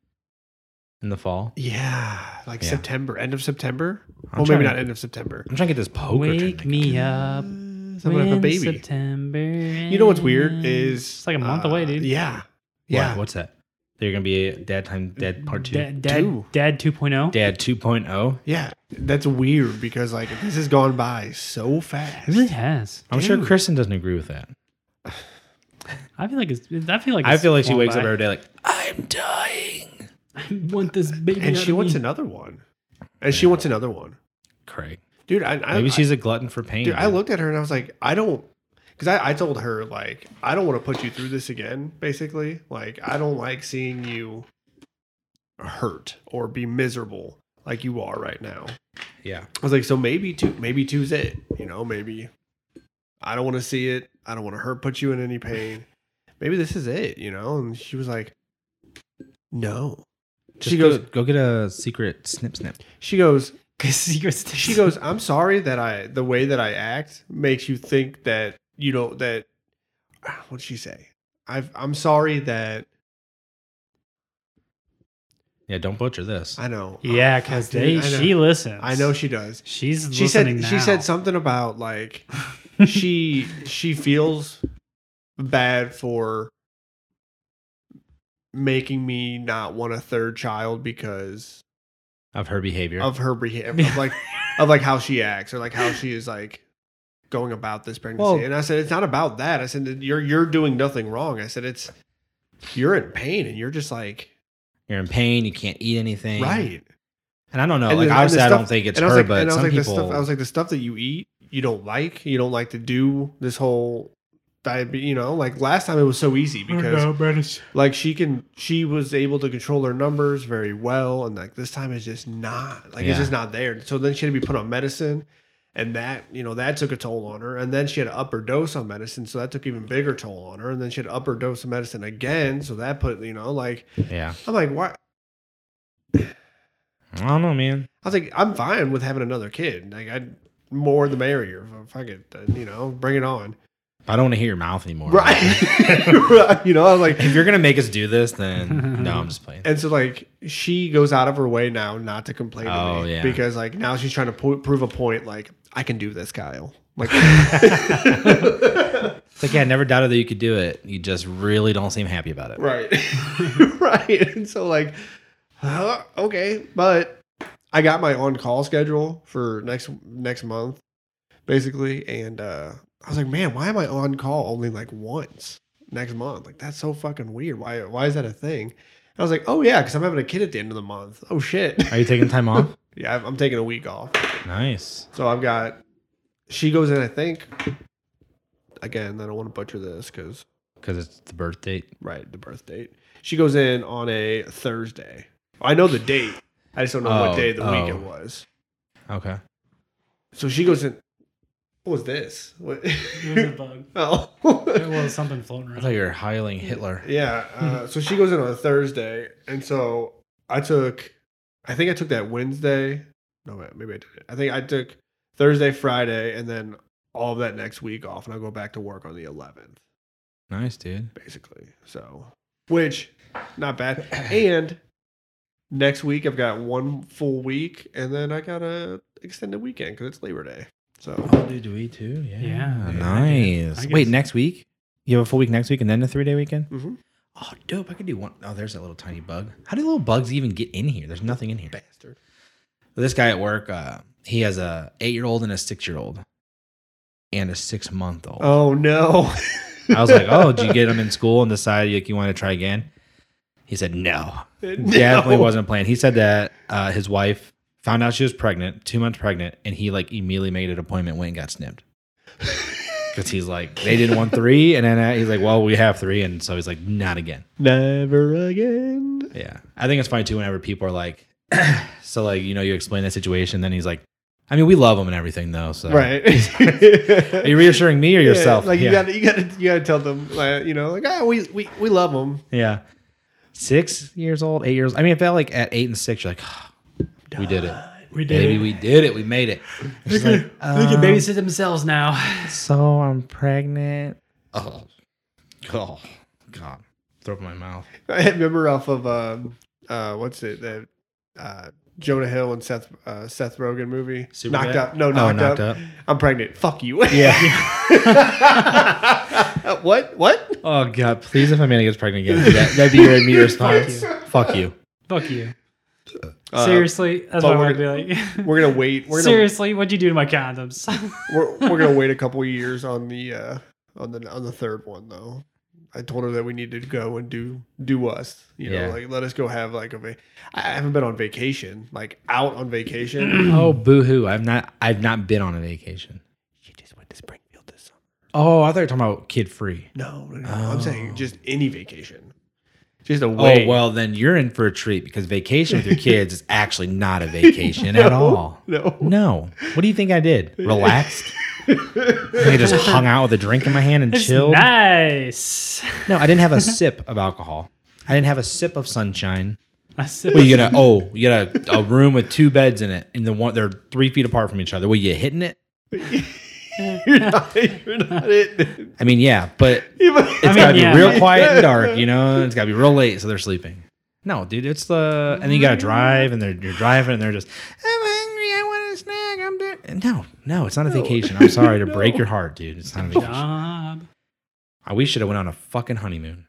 Speaker 1: in the fall.
Speaker 3: yeah, like
Speaker 1: Yeah.
Speaker 3: September, end of September.
Speaker 1: I'm
Speaker 3: well, maybe
Speaker 1: trying
Speaker 3: not
Speaker 1: to-
Speaker 3: end of September.
Speaker 1: I'm trying to get this poker.
Speaker 2: Wake
Speaker 1: tournament.
Speaker 2: me up.
Speaker 3: Uh, so I'm gonna have a
Speaker 2: when
Speaker 3: baby.
Speaker 2: September.
Speaker 3: You know what's weird
Speaker 2: ends.
Speaker 3: is
Speaker 2: Mm, it's like a month away,
Speaker 3: uh,
Speaker 2: dude.
Speaker 3: Yeah,
Speaker 1: Yeah,
Speaker 3: yeah.
Speaker 1: what's that? They're gonna be dad time, dad part two, dad,
Speaker 2: Dad, dad,
Speaker 3: Two.
Speaker 2: dad oh? 2.0.
Speaker 1: 2.0.
Speaker 3: Yeah, that's weird because like this has gone by so fast.
Speaker 2: It really has.
Speaker 1: I'm sure
Speaker 3: Dude.
Speaker 1: Kristen doesn't agree with that.
Speaker 2: I feel like it's. I feel like
Speaker 1: I
Speaker 2: it's
Speaker 1: feel like she
Speaker 2: flown
Speaker 1: wakes
Speaker 2: by.
Speaker 1: up every day like I'm dying.
Speaker 2: I want this baby.
Speaker 3: And
Speaker 2: out
Speaker 3: she
Speaker 2: of
Speaker 3: wants
Speaker 2: me.
Speaker 3: another one, and she wants another one,
Speaker 1: Craig,
Speaker 3: dude. I, I,
Speaker 1: maybe
Speaker 3: I,
Speaker 1: she's a glutton for pain.
Speaker 3: dude, I looked at her and I was like, I don't, because I, I told her like I don't want to put you through this again. Basically, like I don't like seeing you hurt or be miserable like you are right now.
Speaker 1: Yeah,
Speaker 3: I was like, so maybe two, maybe two's it. You know, maybe I don't want to see it. I don't want to hurt, put you in any pain. Maybe this is it. You know. And she was like, no.
Speaker 1: Just
Speaker 3: she
Speaker 1: go-
Speaker 3: goes.
Speaker 1: go get a secret snip snip.
Speaker 3: She goes.
Speaker 2: 'Cause secrets.
Speaker 3: She goes. I'm sorry that I the way that I act makes you think that you don't that. What'd she say? I've, I'm sorry that
Speaker 1: Yeah, don't butcher this.
Speaker 3: I know.
Speaker 2: Yeah,
Speaker 3: Oh, fuck,
Speaker 2: because
Speaker 3: dude,
Speaker 2: they.
Speaker 3: I know.
Speaker 2: She listens.
Speaker 3: I know she does.
Speaker 2: She's.
Speaker 3: She said.
Speaker 2: listening
Speaker 3: She
Speaker 2: now.
Speaker 3: said something about like she she feels bad for making me not want a third child because
Speaker 1: of her behavior.
Speaker 3: of her behavior of like of like how she acts or like how she is like going about this pregnancy
Speaker 1: Well-
Speaker 3: and i said it's not about that i said you're you're doing nothing wrong i said it's you're in pain and you're just like
Speaker 1: You're in pain. You can't eat anything.
Speaker 3: right
Speaker 1: And I don't know.
Speaker 3: And
Speaker 1: like
Speaker 3: the- and
Speaker 1: obviously,
Speaker 3: the
Speaker 1: I don't
Speaker 3: stuff-
Speaker 1: think it's
Speaker 3: and
Speaker 1: her,
Speaker 3: I was like, and
Speaker 1: but
Speaker 3: I was
Speaker 1: some
Speaker 3: like,
Speaker 1: people.
Speaker 3: the stuff, I was like, the stuff that you eat, you don't like, you don't like to do this whole diabetes, you know, like last time it was so easy
Speaker 1: Oh,
Speaker 3: because like she can, she was able to control her numbers very well. And like this time it's just not like,
Speaker 1: Yeah.
Speaker 3: it's just not there. So then she had to be put on medicine and that, you know, that took a toll on her. And then she had an upper dose on medicine. So that took even bigger toll on her. And then she had an upper dose of medicine again. So that put, you know, like,
Speaker 1: yeah.
Speaker 3: I'm like, why?
Speaker 1: I don't know, man.
Speaker 3: I think I'm fine with having another kid. Like I more the merrier. If I could, uh, you know, bring it on.
Speaker 1: I don't want to hear your mouth anymore.
Speaker 3: Right. you know, I was like
Speaker 1: if you're gonna make us do this, then no, I'm just playing.
Speaker 3: and so like she goes out of her way now not to complain
Speaker 1: Oh,
Speaker 3: to me
Speaker 1: yeah.
Speaker 3: because like now she's trying to po- prove a point like I can do this, Kyle. Like
Speaker 1: It's like, yeah, I never doubted that you could do it. You just really don't seem happy about it.
Speaker 3: Right. right. And so like huh, okay, but I got my on call schedule for next next month basically and uh I was like, "Man, why am I on call only like once next month? Like that's so fucking weird. Why why is that a thing?" And I was like, "Oh yeah, cuz I'm having a kid at the end of the month." Oh shit.
Speaker 1: Are you taking time off?
Speaker 3: yeah, I'm- I'm taking a week off.
Speaker 1: Nice.
Speaker 3: So I've got she goes in, I think. Again, I don't want to butcher this cuz
Speaker 1: Because it's the birth date.
Speaker 3: Right, the birth date. She goes in on a Thursday. I know the date. I just don't know
Speaker 1: Oh,
Speaker 3: what day of the week
Speaker 1: oh.
Speaker 3: it was.
Speaker 1: Okay.
Speaker 3: So she goes in. What was this? What?
Speaker 2: It was a bug.
Speaker 3: oh.
Speaker 2: Mm-hmm. It was Mm-hmm. something floating
Speaker 1: I
Speaker 2: around.
Speaker 1: thought you were hiling Hitler.
Speaker 3: yeah. Uh, so she goes in on a Thursday. And so I took, I think I took that Wednesday. No, wait, maybe I did it. I think I took Thursday, Friday, and then all of that next week off. And I'll go back to work on the 11th.
Speaker 1: Nice, dude.
Speaker 3: basically. So, which not bad. And next week I've got one full week, and then I got a extended weekend because it's Labor Day. So
Speaker 1: Oh, dude, do we too? Yeah.
Speaker 2: Yeah. I
Speaker 1: Nice.
Speaker 2: guess-
Speaker 1: Wait, next week? You have a full week next week and then a three day weekend?
Speaker 3: Mhm.
Speaker 1: Oh, dope. I could do one. Oh, there's that little tiny bug. How do little bugs even get in here? There's nothing in here.
Speaker 3: bastard.
Speaker 1: this guy at work, uh, he has a eight year old and a six year old and a six month old.
Speaker 3: Oh no.
Speaker 1: I was like, oh, did you get him in school and decide like, you want to try again? He said, no. Definitely wasn't planned. He said that uh, his wife found out she was pregnant, two months pregnant, and he like immediately made an appointment, went and got snipped. Because he's like, they didn't want three. And then uh, he's like, well, we have three. And so he's like, not again.
Speaker 3: Never again.
Speaker 1: Yeah. I think it's funny too whenever people are like, so like, you know, you explain the situation, then he's like, I mean, we love him and everything though. So
Speaker 3: Right.
Speaker 1: Are you reassuring me or
Speaker 3: Yeah,
Speaker 1: yourself?
Speaker 3: like you
Speaker 1: Yeah.
Speaker 3: gotta, you gotta, you gotta tell them, like, you know, like ah, we, we, we love them.
Speaker 1: Yeah. Six years old, eight years. I mean, I felt like at eight and six, you're like, we did it.
Speaker 2: We did
Speaker 1: Baby,
Speaker 2: it.
Speaker 1: we did it. We made it.
Speaker 2: They
Speaker 1: She's
Speaker 2: can,
Speaker 1: like,
Speaker 2: they can
Speaker 1: um,
Speaker 2: babysit themselves now.
Speaker 1: so I'm pregnant. Oh. Oh, God. Throw up in my mouth.
Speaker 3: I remember off of um, uh, what's it that uh, Jonah Hill and Seth uh, Seth Rogen movie?
Speaker 1: Superbad?
Speaker 3: knocked up. No,
Speaker 1: Oh,
Speaker 3: knocked,
Speaker 1: Knocked
Speaker 3: up.
Speaker 1: Up.
Speaker 3: I'm pregnant. Fuck you.
Speaker 1: Yeah.
Speaker 3: what? What?
Speaker 1: oh, God. Please, if Amanda gets pregnant again, that, that'd be your immediate response. Fuck you.
Speaker 2: Fuck you.
Speaker 3: Uh,
Speaker 2: Seriously, that's
Speaker 3: but
Speaker 2: what I'm
Speaker 3: we're-
Speaker 2: gonna be like.
Speaker 3: We're gonna wait. We're gonna,
Speaker 2: Seriously, what'd you do to my condoms?
Speaker 3: we're, we're gonna wait a couple years on the uh, on the on the third one though. I told her that we needed to go and do do us. You
Speaker 1: Yeah.
Speaker 3: know, like let us go have like a. Va- I haven't been on vacation, like out on vacation.
Speaker 1: Oh, boo hoo. I've not, I've not been on a vacation.
Speaker 3: she just went to Springfield this summer.
Speaker 1: Oh, I thought you were talking about kid free.
Speaker 3: No, no, no. I'm
Speaker 1: Oh.
Speaker 3: saying just any vacation. Just a
Speaker 1: Oh
Speaker 3: way.
Speaker 1: well, then you're in for a treat because vacation with your kids is actually not a vacation at all.
Speaker 3: No.
Speaker 1: No, what do you think I did? Relaxed? I just hung out with a drink in my hand and
Speaker 2: It's
Speaker 1: chilled.
Speaker 2: nice.
Speaker 1: no, I didn't have a sip of alcohol. I didn't have a sip of sunshine.
Speaker 2: I said,
Speaker 1: Well, you get a oh, you get a, a room with two beds in it, and the one they're three feet apart from each other. Were you hitting it?
Speaker 3: you're not, you're not it.
Speaker 1: I mean, yeah, but
Speaker 3: Even-
Speaker 1: It's
Speaker 2: I mean,
Speaker 1: gotta
Speaker 2: yeah.
Speaker 1: be real quiet and dark, you know. and It's gotta be real late, so they're sleeping. No, dude, it's the and then you gotta drive, and they're you're driving, and they're just I'm hungry, I want a snack, I'm there. And No, no, it's not a vacation. I'm sorry to break your heart, dude. It's not a vacation.
Speaker 2: job.
Speaker 1: I- We should have went on a fucking honeymoon.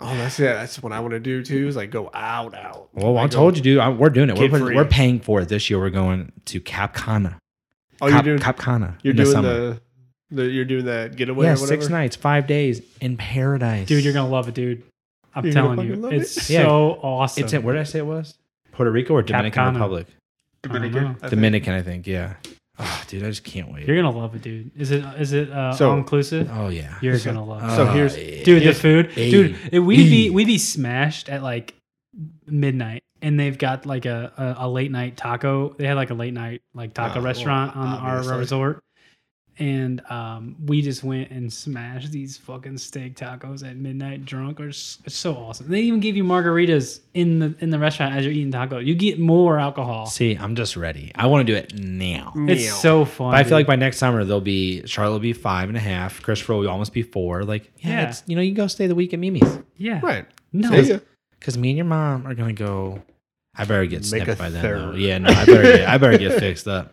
Speaker 3: Oh, that's it. That's what I want to do too. Is like go out, out.
Speaker 1: Well, I
Speaker 3: Like, go-
Speaker 1: told you, dude. I, we're doing it. We're, putting-
Speaker 3: Kid-free.
Speaker 1: we're paying for it this year. We're going to Capcana.
Speaker 3: Oh, you're
Speaker 1: Cap-
Speaker 3: doing.
Speaker 1: Capcana.
Speaker 3: you're
Speaker 1: in the
Speaker 3: doing
Speaker 1: summer.
Speaker 3: the, the. You're doing that getaway.
Speaker 1: yeah,
Speaker 3: or whatever.
Speaker 1: six nights, five days in paradise,
Speaker 2: Dude, you're gonna love it, dude. I'm
Speaker 3: You're gonna
Speaker 2: telling
Speaker 3: fucking
Speaker 2: you.
Speaker 3: love
Speaker 2: It's
Speaker 3: it.
Speaker 1: Yeah.
Speaker 2: so awesome.
Speaker 1: It's in, where did I say it was? Puerto Rico or Dominican
Speaker 2: Capcana.
Speaker 1: Republic?
Speaker 2: I don't know.
Speaker 3: I think.
Speaker 1: Dominican, I think. Yeah. Oh, dude, I just can't wait.
Speaker 2: You're gonna love it, dude. Is it is it uh,
Speaker 3: So-
Speaker 2: all inclusive?
Speaker 1: Oh yeah. Oh,
Speaker 2: You're
Speaker 3: so-
Speaker 2: gonna love
Speaker 1: uh,
Speaker 2: it.
Speaker 3: so here's-
Speaker 2: dude
Speaker 3: Yeah.
Speaker 2: the food
Speaker 1: Hey.
Speaker 2: dude it- we'd
Speaker 1: Hey.
Speaker 2: be we'd be smashed at like midnight and they've got like a, a, a late night taco they had like a late night like taco
Speaker 3: Oh, well,
Speaker 2: restaurant on our
Speaker 3: obviously.
Speaker 2: resort and um, we just went and smashed these fucking steak tacos at midnight drunk. Or it's so awesome. They even give you margaritas in the in the restaurant as you're eating taco. You get more alcohol.
Speaker 1: See, I'm just ready. I want to do it now.
Speaker 2: It's so fun.
Speaker 1: But I feel
Speaker 2: dude.
Speaker 1: like by next summer they'll be Charlotte will be five and a half. Christopher will almost be four. Like, yeah,
Speaker 2: Yeah.
Speaker 1: It's, you know, you can go stay the week at Mimi's
Speaker 2: yeah,
Speaker 3: right.
Speaker 2: No,
Speaker 3: See ya.
Speaker 1: because me and your mom are gonna go. I better get
Speaker 3: Make
Speaker 1: snipped
Speaker 3: a
Speaker 1: by then.
Speaker 3: third.
Speaker 1: Though. Yeah, no, I better get I better get fixed up.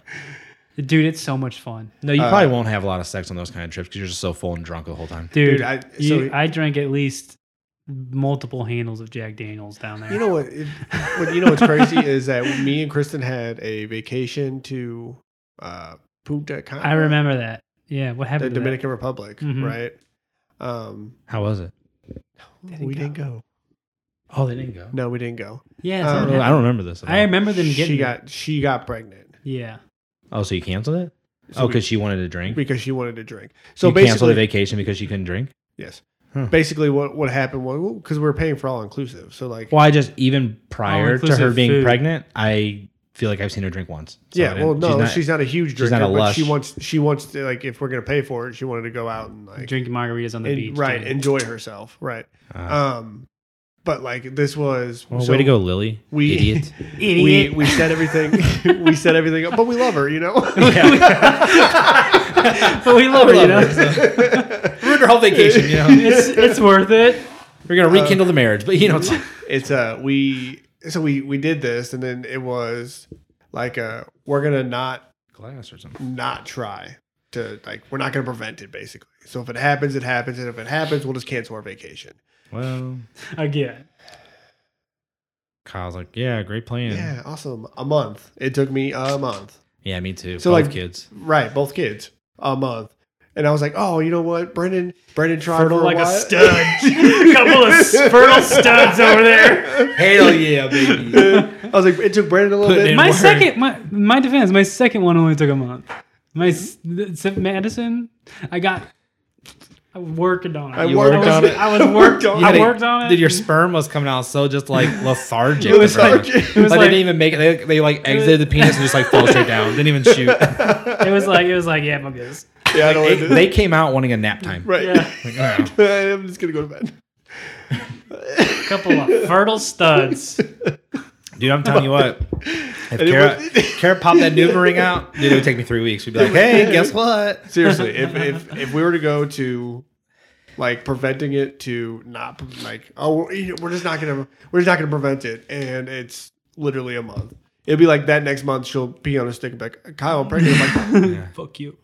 Speaker 2: dude, it's so much fun,
Speaker 1: No, you
Speaker 3: Uh,
Speaker 1: probably won't have a lot of sex on those kind of trips because you're just so full and drunk the whole time.
Speaker 2: dude.
Speaker 3: Dude, I- so
Speaker 2: you,
Speaker 3: it-
Speaker 2: I drank at least multiple handles of Jack Daniels down there.
Speaker 3: You know what? It, what you know what's crazy is that me and Kristen had a vacation to uh, Punta Cana,
Speaker 2: I remember that. Yeah, what
Speaker 3: the
Speaker 2: happened? to that?
Speaker 3: Dominican Republic,
Speaker 2: Mhm.
Speaker 3: right? Um,
Speaker 1: How was it?
Speaker 2: Didn't
Speaker 3: we
Speaker 2: go.
Speaker 3: didn't go.
Speaker 1: Oh, they didn't go.
Speaker 3: No, we didn't go.
Speaker 2: Yeah,
Speaker 3: Uh,
Speaker 1: I
Speaker 2: something
Speaker 1: don't, I
Speaker 2: happened.
Speaker 1: don't remember this. At all.
Speaker 2: I remember them getting.
Speaker 3: she
Speaker 2: it.
Speaker 3: got she got pregnant
Speaker 2: yeah.
Speaker 1: oh, so you canceled it?
Speaker 3: So
Speaker 1: oh,
Speaker 3: we-
Speaker 1: because she wanted to drink.
Speaker 3: because she wanted to drink. So
Speaker 1: So you canceled
Speaker 3: basically,
Speaker 1: the vacation because she couldn't drink.
Speaker 3: yes.
Speaker 1: Huh.
Speaker 3: Basically, what what happened was because we were paying for all inclusive, so like
Speaker 1: Well, I just even prior to her
Speaker 2: All-inclusive
Speaker 1: being
Speaker 2: food.
Speaker 1: pregnant, I feel like I've seen her drink once. So I
Speaker 3: yeah,
Speaker 1: didn't-
Speaker 3: well, no, she's not, a huge
Speaker 1: she's
Speaker 3: drinker,
Speaker 1: not a
Speaker 3: but she
Speaker 1: lush.
Speaker 3: wants she wants to like if we're gonna pay for it, she wanted to go out and like
Speaker 2: drinking margaritas on the
Speaker 3: and-
Speaker 2: beach.
Speaker 3: right,
Speaker 2: dude.
Speaker 3: enjoy herself, right.
Speaker 1: Uh,
Speaker 3: Um, but like this was
Speaker 1: well,
Speaker 3: so
Speaker 1: way to go, Lily.
Speaker 3: we-
Speaker 1: Idiot.
Speaker 3: We we said everything. we said everything, up, but we love her, you know.
Speaker 2: we love her, you know.
Speaker 1: Ruined her whole vacation. You know,
Speaker 2: it's it's worth it.
Speaker 1: we're gonna
Speaker 3: Uh,
Speaker 1: rekindle the marriage, but you know, it's,
Speaker 3: it's uh we so we we did this, and then it was like uh we're gonna not
Speaker 1: glass or something.
Speaker 3: not try to like we're not gonna prevent it basically. So if it happens, it happens, and if it happens, we'll just cancel our vacation.
Speaker 1: Well,
Speaker 2: Again,
Speaker 1: Kyle's like, yeah, great plan. Yeah,
Speaker 3: Yeah, awesome. A month. It took me a month.
Speaker 1: me too.
Speaker 3: So,
Speaker 1: Both
Speaker 3: like,
Speaker 1: kids.
Speaker 3: Right, both kids. A month. And I was like, oh, you know what? Brendan Brendan tried
Speaker 2: fertile
Speaker 3: for a
Speaker 2: like a
Speaker 3: while.
Speaker 2: stud. Couple of s- fertile studs over there.
Speaker 1: Hell yeah, baby.
Speaker 3: I was like, it took Brendan a little
Speaker 1: Put
Speaker 3: bit.
Speaker 1: in
Speaker 2: My
Speaker 1: Word.
Speaker 2: second, my my defense, my second one only took a month. My s- th- s- Madison, I got. I worked on it.
Speaker 3: I
Speaker 1: You
Speaker 3: worked
Speaker 1: worked
Speaker 2: I
Speaker 1: on
Speaker 2: was,
Speaker 1: it.
Speaker 2: I was worked on.
Speaker 3: You
Speaker 2: I worked on it.
Speaker 1: Dude, your sperm was coming out so just like lethargic.
Speaker 2: It was
Speaker 1: right?
Speaker 3: like-
Speaker 2: was
Speaker 3: it
Speaker 1: Like, they
Speaker 2: like-
Speaker 1: didn't even make it. They, they like exited the penis and just like fell straight down. Didn't even shoot.
Speaker 2: it was like it was like yeah, my goodness.
Speaker 3: yeah, I don't
Speaker 1: They,
Speaker 3: want to
Speaker 1: they came out wanting a nap time.
Speaker 3: Right.
Speaker 2: Yeah,
Speaker 1: Like, oh.
Speaker 3: I'm just gonna go to bed.
Speaker 2: a couple of fertile studs.
Speaker 1: Dude, I'm telling you what. If
Speaker 3: it
Speaker 1: Kara,
Speaker 3: was-
Speaker 1: Kara popped that new ring out, dude, it would take me three weeks. We'd be like, hey, guess what?
Speaker 3: Seriously, if if if we were to go to like preventing it to not like oh we're, we're just not gonna we're just not gonna prevent it and it's literally a month. It'd be like that next month she'll pee on a stick and be like Kyle I'm pregnant. I'm like
Speaker 2: Fuck you.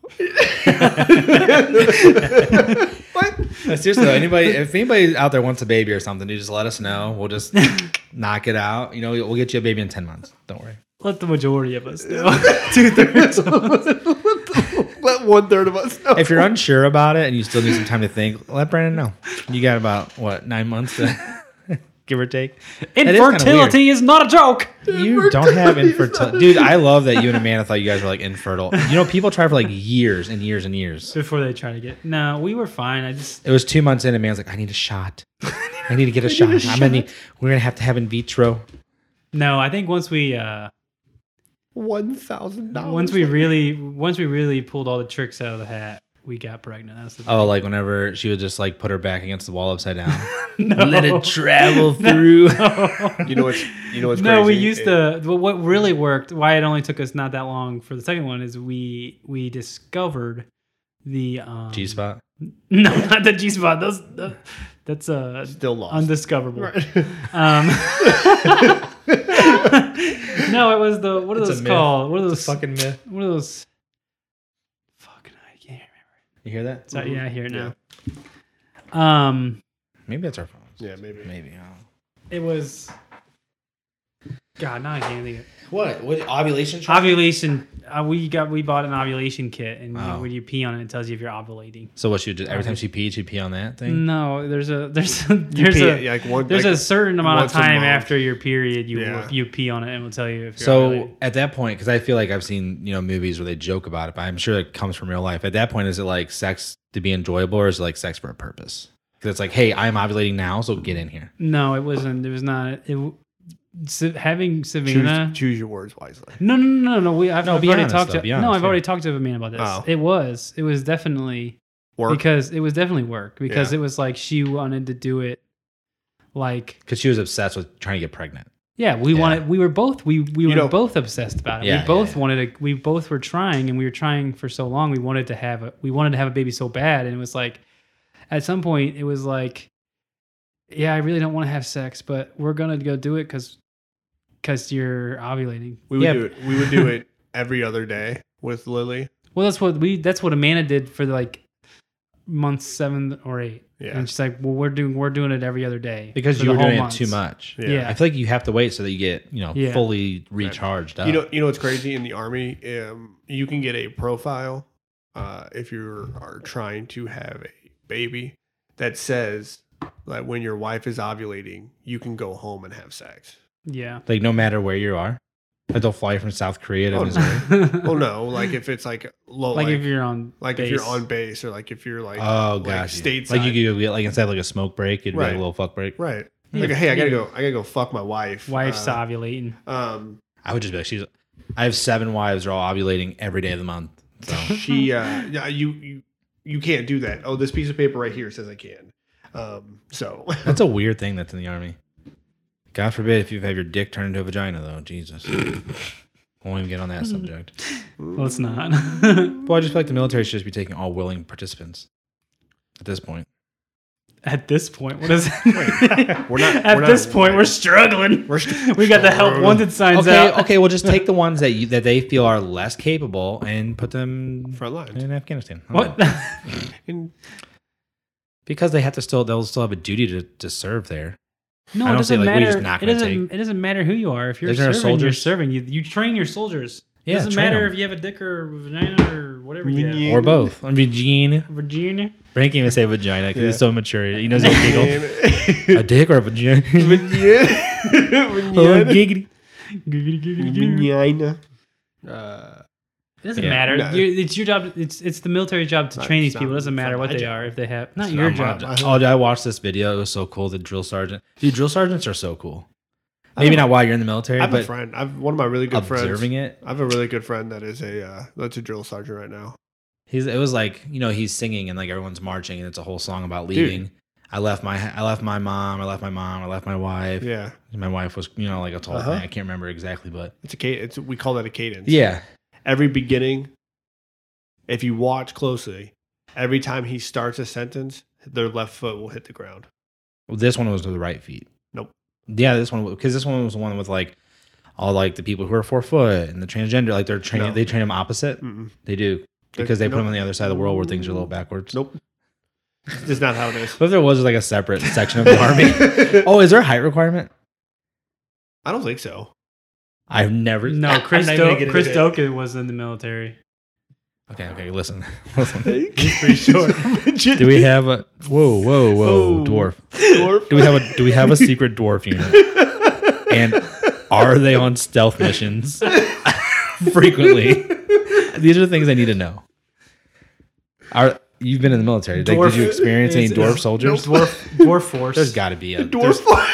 Speaker 3: what?
Speaker 1: Seriously, though, anybody, if anybody out there wants a baby or something, dude, just let us know. We'll just knock it out. You know, we'll get you a baby in 10 months. Don't worry.
Speaker 2: Let the majority of us know. Two thirds.
Speaker 3: Let one third of us know.
Speaker 1: If you're unsure about it and you still need some time to think, let Brandon know. You got about, what, nine months to give or take? That is kinda weird.
Speaker 2: Infertility is not a joke.
Speaker 1: You don't have infertility. Dude, I love that you and Amanda thought you guys were like infertile. You know, people try for like years and years and years.
Speaker 2: Before they try to get. No, we were fine. I just.
Speaker 1: It was two months in, and man's like, I need a shot. I need to get a shot. I'm gonna need, we're gonna have to have in vitro.
Speaker 2: No, I think once we uh
Speaker 3: One thousand
Speaker 1: Oh,
Speaker 3: dollars.
Speaker 2: once we really once we really pulled all the tricks out of the hat, we got pregnant. That's the
Speaker 1: Oh, like whenever she would just like put her back against the wall upside down,
Speaker 2: no.
Speaker 1: let it travel through.
Speaker 3: you know what's you know what's
Speaker 2: no, we
Speaker 3: crazy?
Speaker 2: used to. What what really worked, why it only took us not that long for the second one, is we we discovered the um,
Speaker 1: G spot.
Speaker 2: No, not the G spot. Those the, that's uh
Speaker 3: still lost.
Speaker 2: undiscoverable. Um, no, it was the what are
Speaker 1: It's a
Speaker 2: those
Speaker 1: myth.
Speaker 2: called? What are those
Speaker 1: Fucking myth.
Speaker 2: What are those? Fucking I can't remember.
Speaker 1: You hear that?
Speaker 2: So yeah, I hear it
Speaker 3: Yeah.
Speaker 2: now. Um,
Speaker 1: Maybe that's our phones.
Speaker 3: Yeah, maybe.
Speaker 1: Maybe. I don't know.
Speaker 2: it was. God, now I can't think of it.
Speaker 1: What? What ovulation?
Speaker 2: Ovulation. Uh, we got we bought an ovulation kit, and you-
Speaker 3: Oh.
Speaker 1: Wow.
Speaker 2: when you pee on it, it tells you if you're ovulating.
Speaker 1: so what? She would just every time she peed, she would pee on that thing.
Speaker 2: No, there's a there's a, there's
Speaker 3: Pee
Speaker 2: a
Speaker 3: it, like one,
Speaker 2: there's
Speaker 3: like,
Speaker 2: a certain amount of
Speaker 3: once a
Speaker 2: time
Speaker 3: month.
Speaker 2: after your period you
Speaker 3: Yeah.
Speaker 2: you pee on it and will tell you if you're
Speaker 1: So
Speaker 2: ovulating.
Speaker 1: at that point, because I feel like I've seen you know movies where they joke about it, but I'm sure it comes from real life. At that point, is it like sex to be enjoyable, or is it like sex for a purpose? Because it's like, hey, I'm ovulating now, so get in here.
Speaker 2: No, it wasn't. It was not. It, w- Se- having Savannah.
Speaker 3: Choose, choose your words wisely.
Speaker 2: No, no, no, no, no. We I've,
Speaker 1: No,
Speaker 2: I've
Speaker 1: be
Speaker 2: already
Speaker 1: honest,
Speaker 2: talked
Speaker 1: though,
Speaker 2: to.
Speaker 1: be
Speaker 2: no,
Speaker 1: honest,
Speaker 2: I've already
Speaker 1: yeah.
Speaker 2: talked to Amin about this.
Speaker 3: Oh.
Speaker 2: It was. It was definitely
Speaker 3: Work.
Speaker 2: because it was definitely work because
Speaker 3: Yeah.
Speaker 2: it was like she wanted to do it. Like
Speaker 1: because she was obsessed with trying to get pregnant.
Speaker 2: yeah, we
Speaker 1: Yeah.
Speaker 2: wanted. We were both. We we
Speaker 3: You
Speaker 2: were
Speaker 3: know-
Speaker 2: both obsessed about it.
Speaker 1: Yeah, yeah,
Speaker 2: we both
Speaker 1: yeah.
Speaker 2: wanted. A, we both were trying, and we were trying for so long. We wanted to have a. We wanted to have a baby so bad, and it was like, at some point, it was like, yeah, I really don't want to have sex, but we're gonna go do it because, because you're ovulating.
Speaker 3: We would
Speaker 1: Yeah,
Speaker 3: do it. We would do it every other day with Lily.
Speaker 2: Well, that's what we that's what Amanda did for like month seven or eight.
Speaker 3: Yeah.
Speaker 2: And she's like, well, we're doing we're doing it every other day
Speaker 1: Because
Speaker 2: for
Speaker 1: you
Speaker 2: the
Speaker 1: were
Speaker 2: whole
Speaker 1: doing
Speaker 2: months.
Speaker 1: it too much.
Speaker 3: Yeah.
Speaker 2: Yeah.
Speaker 1: I feel like you have to wait so that you get you know
Speaker 2: Yeah.
Speaker 1: fully recharged up.
Speaker 3: You know, you know what's crazy in the army? Um, you can get a profile uh, if you are trying to have a baby that says that when your wife is ovulating, you can go home and have sex.
Speaker 2: Yeah.
Speaker 1: like no matter where you are, like they'll fly you from South Korea to
Speaker 3: Oh, no.
Speaker 1: Missouri.
Speaker 3: Well, no, like if it's like low,
Speaker 2: like, if you're on
Speaker 3: like if
Speaker 2: base.
Speaker 3: you're on base or like if you're like
Speaker 1: oh
Speaker 3: like
Speaker 1: gosh,
Speaker 3: stateside.
Speaker 1: like you could get like instead of like a smoke break, it'd be like
Speaker 3: Right.
Speaker 1: a little fuck break.
Speaker 3: right.
Speaker 2: Yeah,
Speaker 3: Like, hey, I gotta
Speaker 2: yeah.
Speaker 3: go. I gotta go fuck my wife.
Speaker 2: wife's
Speaker 3: Uh,
Speaker 2: ovulating.
Speaker 3: Um,
Speaker 1: I would just be like, she's. I have seven wives. They're all ovulating every day of the month. So
Speaker 3: she uh yeah you you you can't do that oh this piece of paper right here says i can um so
Speaker 1: that's a weird thing that's in the army. God forbid if you have your dick turned into a vagina, though. Jesus, won't even get on that subject.
Speaker 2: Well, it's not.
Speaker 1: Well, I just feel like the military should just be taking all willing participants at this point.
Speaker 2: At this point, what is that?
Speaker 3: we're not
Speaker 2: At
Speaker 3: we're not-
Speaker 2: this point, we're struggling.
Speaker 3: we're st-
Speaker 2: we got the help wanted signs
Speaker 1: Okay,
Speaker 2: out.
Speaker 1: okay. We'll just take the ones that you, that they feel are less capable and put them
Speaker 3: front line
Speaker 1: in Afghanistan. I don't
Speaker 2: What?
Speaker 1: know.
Speaker 3: And
Speaker 1: Because they have to still, they'll still have a duty to, to serve there.
Speaker 2: No,
Speaker 1: I
Speaker 2: it
Speaker 1: don't see,
Speaker 2: doesn't
Speaker 1: like, we're
Speaker 2: matter.
Speaker 1: just not
Speaker 2: it
Speaker 1: gonna
Speaker 2: doesn't. It doesn't matter who you are. If you're
Speaker 1: Isn't there
Speaker 2: serving, you're
Speaker 1: soldiers?
Speaker 2: serving. You you train your soldiers. It
Speaker 1: Yeah,
Speaker 2: doesn't
Speaker 1: train
Speaker 2: matter
Speaker 1: 'em.
Speaker 2: if you have a dick or a vagina or whatever you have.
Speaker 3: Yeah.
Speaker 1: Or both. I mean, Gene.
Speaker 2: Virginia.
Speaker 1: Frank can't even say vagina because
Speaker 3: Yeah.
Speaker 1: he's so mature. He knows he'll giggle.
Speaker 3: and-
Speaker 1: a dick or a vagina? oh,
Speaker 3: Vagina.
Speaker 1: giggity.
Speaker 2: Giggity, giggity, giggity.
Speaker 3: Vagina. uh
Speaker 2: It doesn't
Speaker 1: Yeah.
Speaker 2: matter.
Speaker 3: No.
Speaker 2: You're, it's your job. It's it's the military job to
Speaker 3: Not-
Speaker 2: train these
Speaker 3: it's
Speaker 2: people. It
Speaker 3: not-
Speaker 2: doesn't
Speaker 3: it's
Speaker 2: matter
Speaker 3: not
Speaker 2: what
Speaker 3: my
Speaker 2: they
Speaker 3: job.
Speaker 2: are if they have. Not
Speaker 1: It's
Speaker 2: your
Speaker 1: not my
Speaker 2: job.
Speaker 1: Oh, dude, I watched this video. It was so cool. The drill sergeant. Dude, drill sergeants are so cool. Maybe not while you're in the military,
Speaker 3: i have a
Speaker 1: but
Speaker 3: friend i've one of my really good
Speaker 1: observing
Speaker 3: friends
Speaker 1: it.
Speaker 3: i have a really good friend that is a uh that's a drill sergeant right now
Speaker 1: He's, it was like, you know, he's singing and like everyone's marching and it's a whole song about
Speaker 3: Dude.
Speaker 1: leaving. I left my I left my mom. I left my mom. I left my wife.
Speaker 3: yeah
Speaker 1: My wife was, you know, like a tall
Speaker 3: Uh-huh.
Speaker 1: thing. I can't remember exactly, but
Speaker 3: it's a ca- it's we call that a cadence
Speaker 1: yeah,
Speaker 3: every beginning, if you watch closely, every time he starts a sentence, their left foot will hit the ground.
Speaker 1: Well, this one was with the right feet.
Speaker 3: Nope.
Speaker 1: Yeah, this one because this one was the one with like all like the people who are four foot and the transgender. Like they're training,
Speaker 3: No.
Speaker 1: they train them opposite.
Speaker 3: Mm-mm.
Speaker 1: They do because they put
Speaker 3: Nope.
Speaker 1: them on the other side of the world where things are a little backwards.
Speaker 3: Nope. That's not how it is.
Speaker 1: What if there was like a separate section of the army? Oh, is there a height requirement?
Speaker 3: I don't think so.
Speaker 1: I've never.
Speaker 2: No, Chris,
Speaker 3: not even
Speaker 2: Do-
Speaker 3: gonna get
Speaker 2: Chris
Speaker 3: into it.
Speaker 2: Doken was in the military.
Speaker 1: Okay, okay, listen. listen.
Speaker 3: He's pretty short.
Speaker 1: Do we have a whoa, whoa, whoa,
Speaker 3: Oh.
Speaker 1: dwarf?
Speaker 3: Dwarf.
Speaker 1: Do we have a do we have a secret dwarf unit? And are they on stealth missions frequently? These are the things I need to know. Are you've been in the military? Did, did
Speaker 2: Dwarf-
Speaker 1: you experience any
Speaker 2: it's-
Speaker 1: dwarf
Speaker 2: it's-
Speaker 1: soldiers?
Speaker 2: Dwarf Dwarf Force.
Speaker 1: There's got to be a
Speaker 3: Dwarf.
Speaker 1: there's-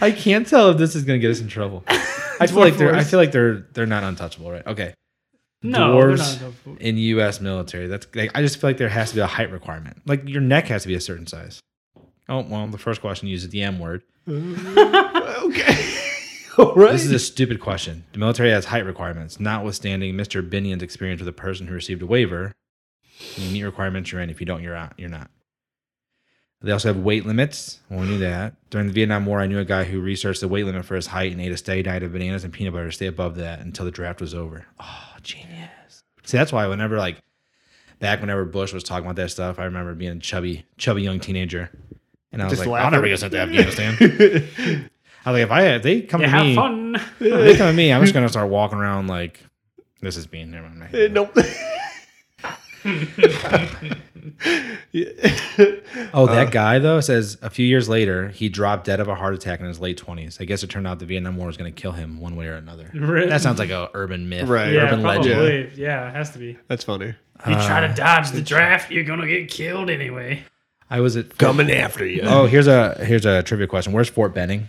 Speaker 1: I can't tell if this is gonna get us in trouble. I feel
Speaker 2: Dwarf
Speaker 1: like they're I
Speaker 2: force.
Speaker 1: feel like they're they're not untouchable, right? Okay,
Speaker 2: no they're
Speaker 1: dwarves.
Speaker 2: not dwarf-
Speaker 1: in U.S. military, that's like, I just feel like there has to be a height requirement. Like your neck has to be a certain size. Oh well, the first question uses the M word.
Speaker 3: okay. All right.
Speaker 1: This is a stupid question. The military has height requirements, notwithstanding Mr. Binion's experience with a person who received a waiver. You meet requirements, you're in. If you don't, you're out. You're not. They also have weight limits. Well, we knew that. During the Vietnam War, I knew a guy who researched the weight limit for his height and ate a steady diet of bananas and peanut butter to stay above that until the draft was over. Oh, genius. See, that's why whenever, like, back whenever Bush was talking about that stuff, I remember being a chubby, chubby young teenager. And I was
Speaker 3: Just
Speaker 1: like,
Speaker 3: laugh
Speaker 1: I'll never
Speaker 3: at-
Speaker 1: get sent to Afghanistan. I was like, if I if they come
Speaker 2: Yeah,
Speaker 1: to
Speaker 2: have
Speaker 1: me,
Speaker 2: fun.
Speaker 1: if they come at me, I'm just gonna start walking around like this is being never mind.
Speaker 3: Eh, Nope.
Speaker 1: Oh, that guy though says a few years later he dropped dead of a heart attack in his late twenties. I guess it turned out the Vietnam War was gonna kill him one way or another.
Speaker 2: Right.
Speaker 1: That sounds like a urban myth,
Speaker 3: Right.
Speaker 2: yeah,
Speaker 1: Urban
Speaker 2: probably.
Speaker 1: legend. Uh,
Speaker 2: Yeah, it has to be.
Speaker 3: That's funny.
Speaker 2: You try to dodge the draft, you're gonna get killed anyway.
Speaker 1: I was at
Speaker 3: coming after you.
Speaker 1: Oh, here's a here's a trivia question. Where's Fort Benning,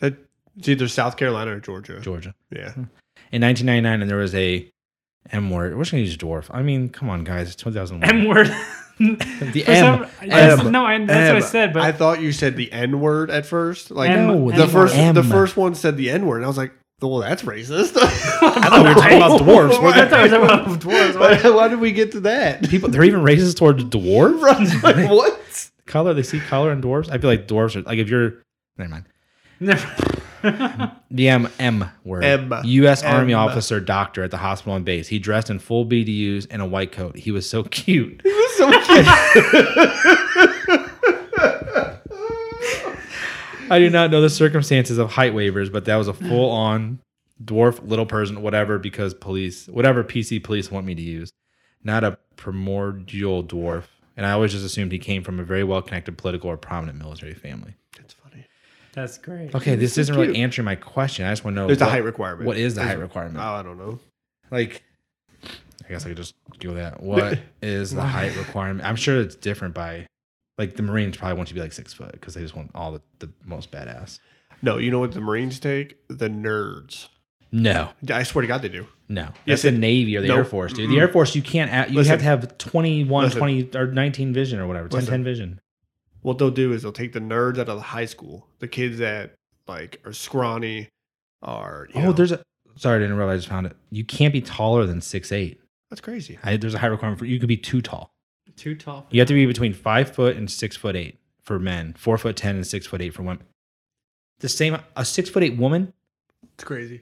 Speaker 3: That, it's either South Carolina or Georgia.
Speaker 1: Georgia?
Speaker 3: Yeah.
Speaker 1: In 1999, and there was a M word. We're just gonna use dwarf. I mean, come on, guys. It's 2001.
Speaker 2: M word.
Speaker 1: The
Speaker 2: For
Speaker 1: M.
Speaker 2: that's-
Speaker 3: M.
Speaker 2: No, I, that's what I
Speaker 3: M.
Speaker 2: said, but
Speaker 3: I thought you said the N word at first. Like
Speaker 2: M.
Speaker 1: No,
Speaker 3: the
Speaker 2: M
Speaker 3: first
Speaker 1: word.
Speaker 3: the
Speaker 1: M.
Speaker 3: first one said the N word. I was like, well, that's racist.
Speaker 1: I thought we were talking about dwarves. We're
Speaker 2: I thought we were talking about dwarves. Why-
Speaker 3: Why, why did we get to that?
Speaker 1: people they're even racist towards dwarves.
Speaker 3: like, what?
Speaker 1: color. They see color in dwarves. I feel like dwarves are like if you're never mind.
Speaker 2: Never-
Speaker 1: The M M word.
Speaker 3: M.
Speaker 1: U.S. Army
Speaker 3: M.
Speaker 1: officer doctor at the hospital on base. He dressed in full BDUs and a white coat. He was so cute.
Speaker 3: It was so cute.
Speaker 1: I do not know the circumstances of height waivers, but that was a full on dwarf, little person, whatever, because police, whatever PC police want me to use, not a primordial dwarf. And I always just assumed he came from a very well connected political or prominent military family.
Speaker 3: That's funny.
Speaker 2: That's great.
Speaker 1: Okay, this
Speaker 3: so
Speaker 1: isn't really
Speaker 3: cute.
Speaker 1: answering my question. I just want to know
Speaker 3: There's a
Speaker 1: what-
Speaker 3: height requirement.
Speaker 1: What is the height
Speaker 3: There's-
Speaker 1: requirement?
Speaker 3: Oh, I don't know.
Speaker 1: like i guess i could just do that what is the height requirement i'm sure it's different by like the marines probably want you to be like six foot because they just want all the, the most badass
Speaker 3: No, you know what the Marines take? The nerds.
Speaker 1: no
Speaker 3: I swear to God, they do.
Speaker 1: no that's
Speaker 3: Yes,
Speaker 1: the
Speaker 3: it-
Speaker 1: navy or the
Speaker 3: no.
Speaker 1: air force dude the air force you can't add, you
Speaker 3: Listen.
Speaker 1: have to have 21
Speaker 3: Listen.
Speaker 1: 20 or 19 vision or whatever 10
Speaker 3: Listen.
Speaker 1: 10 vision
Speaker 3: What they'll do is they'll take the nerds out of the high school, the kids that like are scrawny, are you
Speaker 1: oh
Speaker 3: know-
Speaker 1: there's a sorry i didn't realize i just found it you can't be taller than six eight
Speaker 3: that's crazy.
Speaker 1: I, there's a high requirement for you could be too tall
Speaker 2: Too tall.
Speaker 1: you have to be between five foot and six foot eight for men four foot ten and six foot eight for women the same a six foot eight woman
Speaker 3: It's crazy.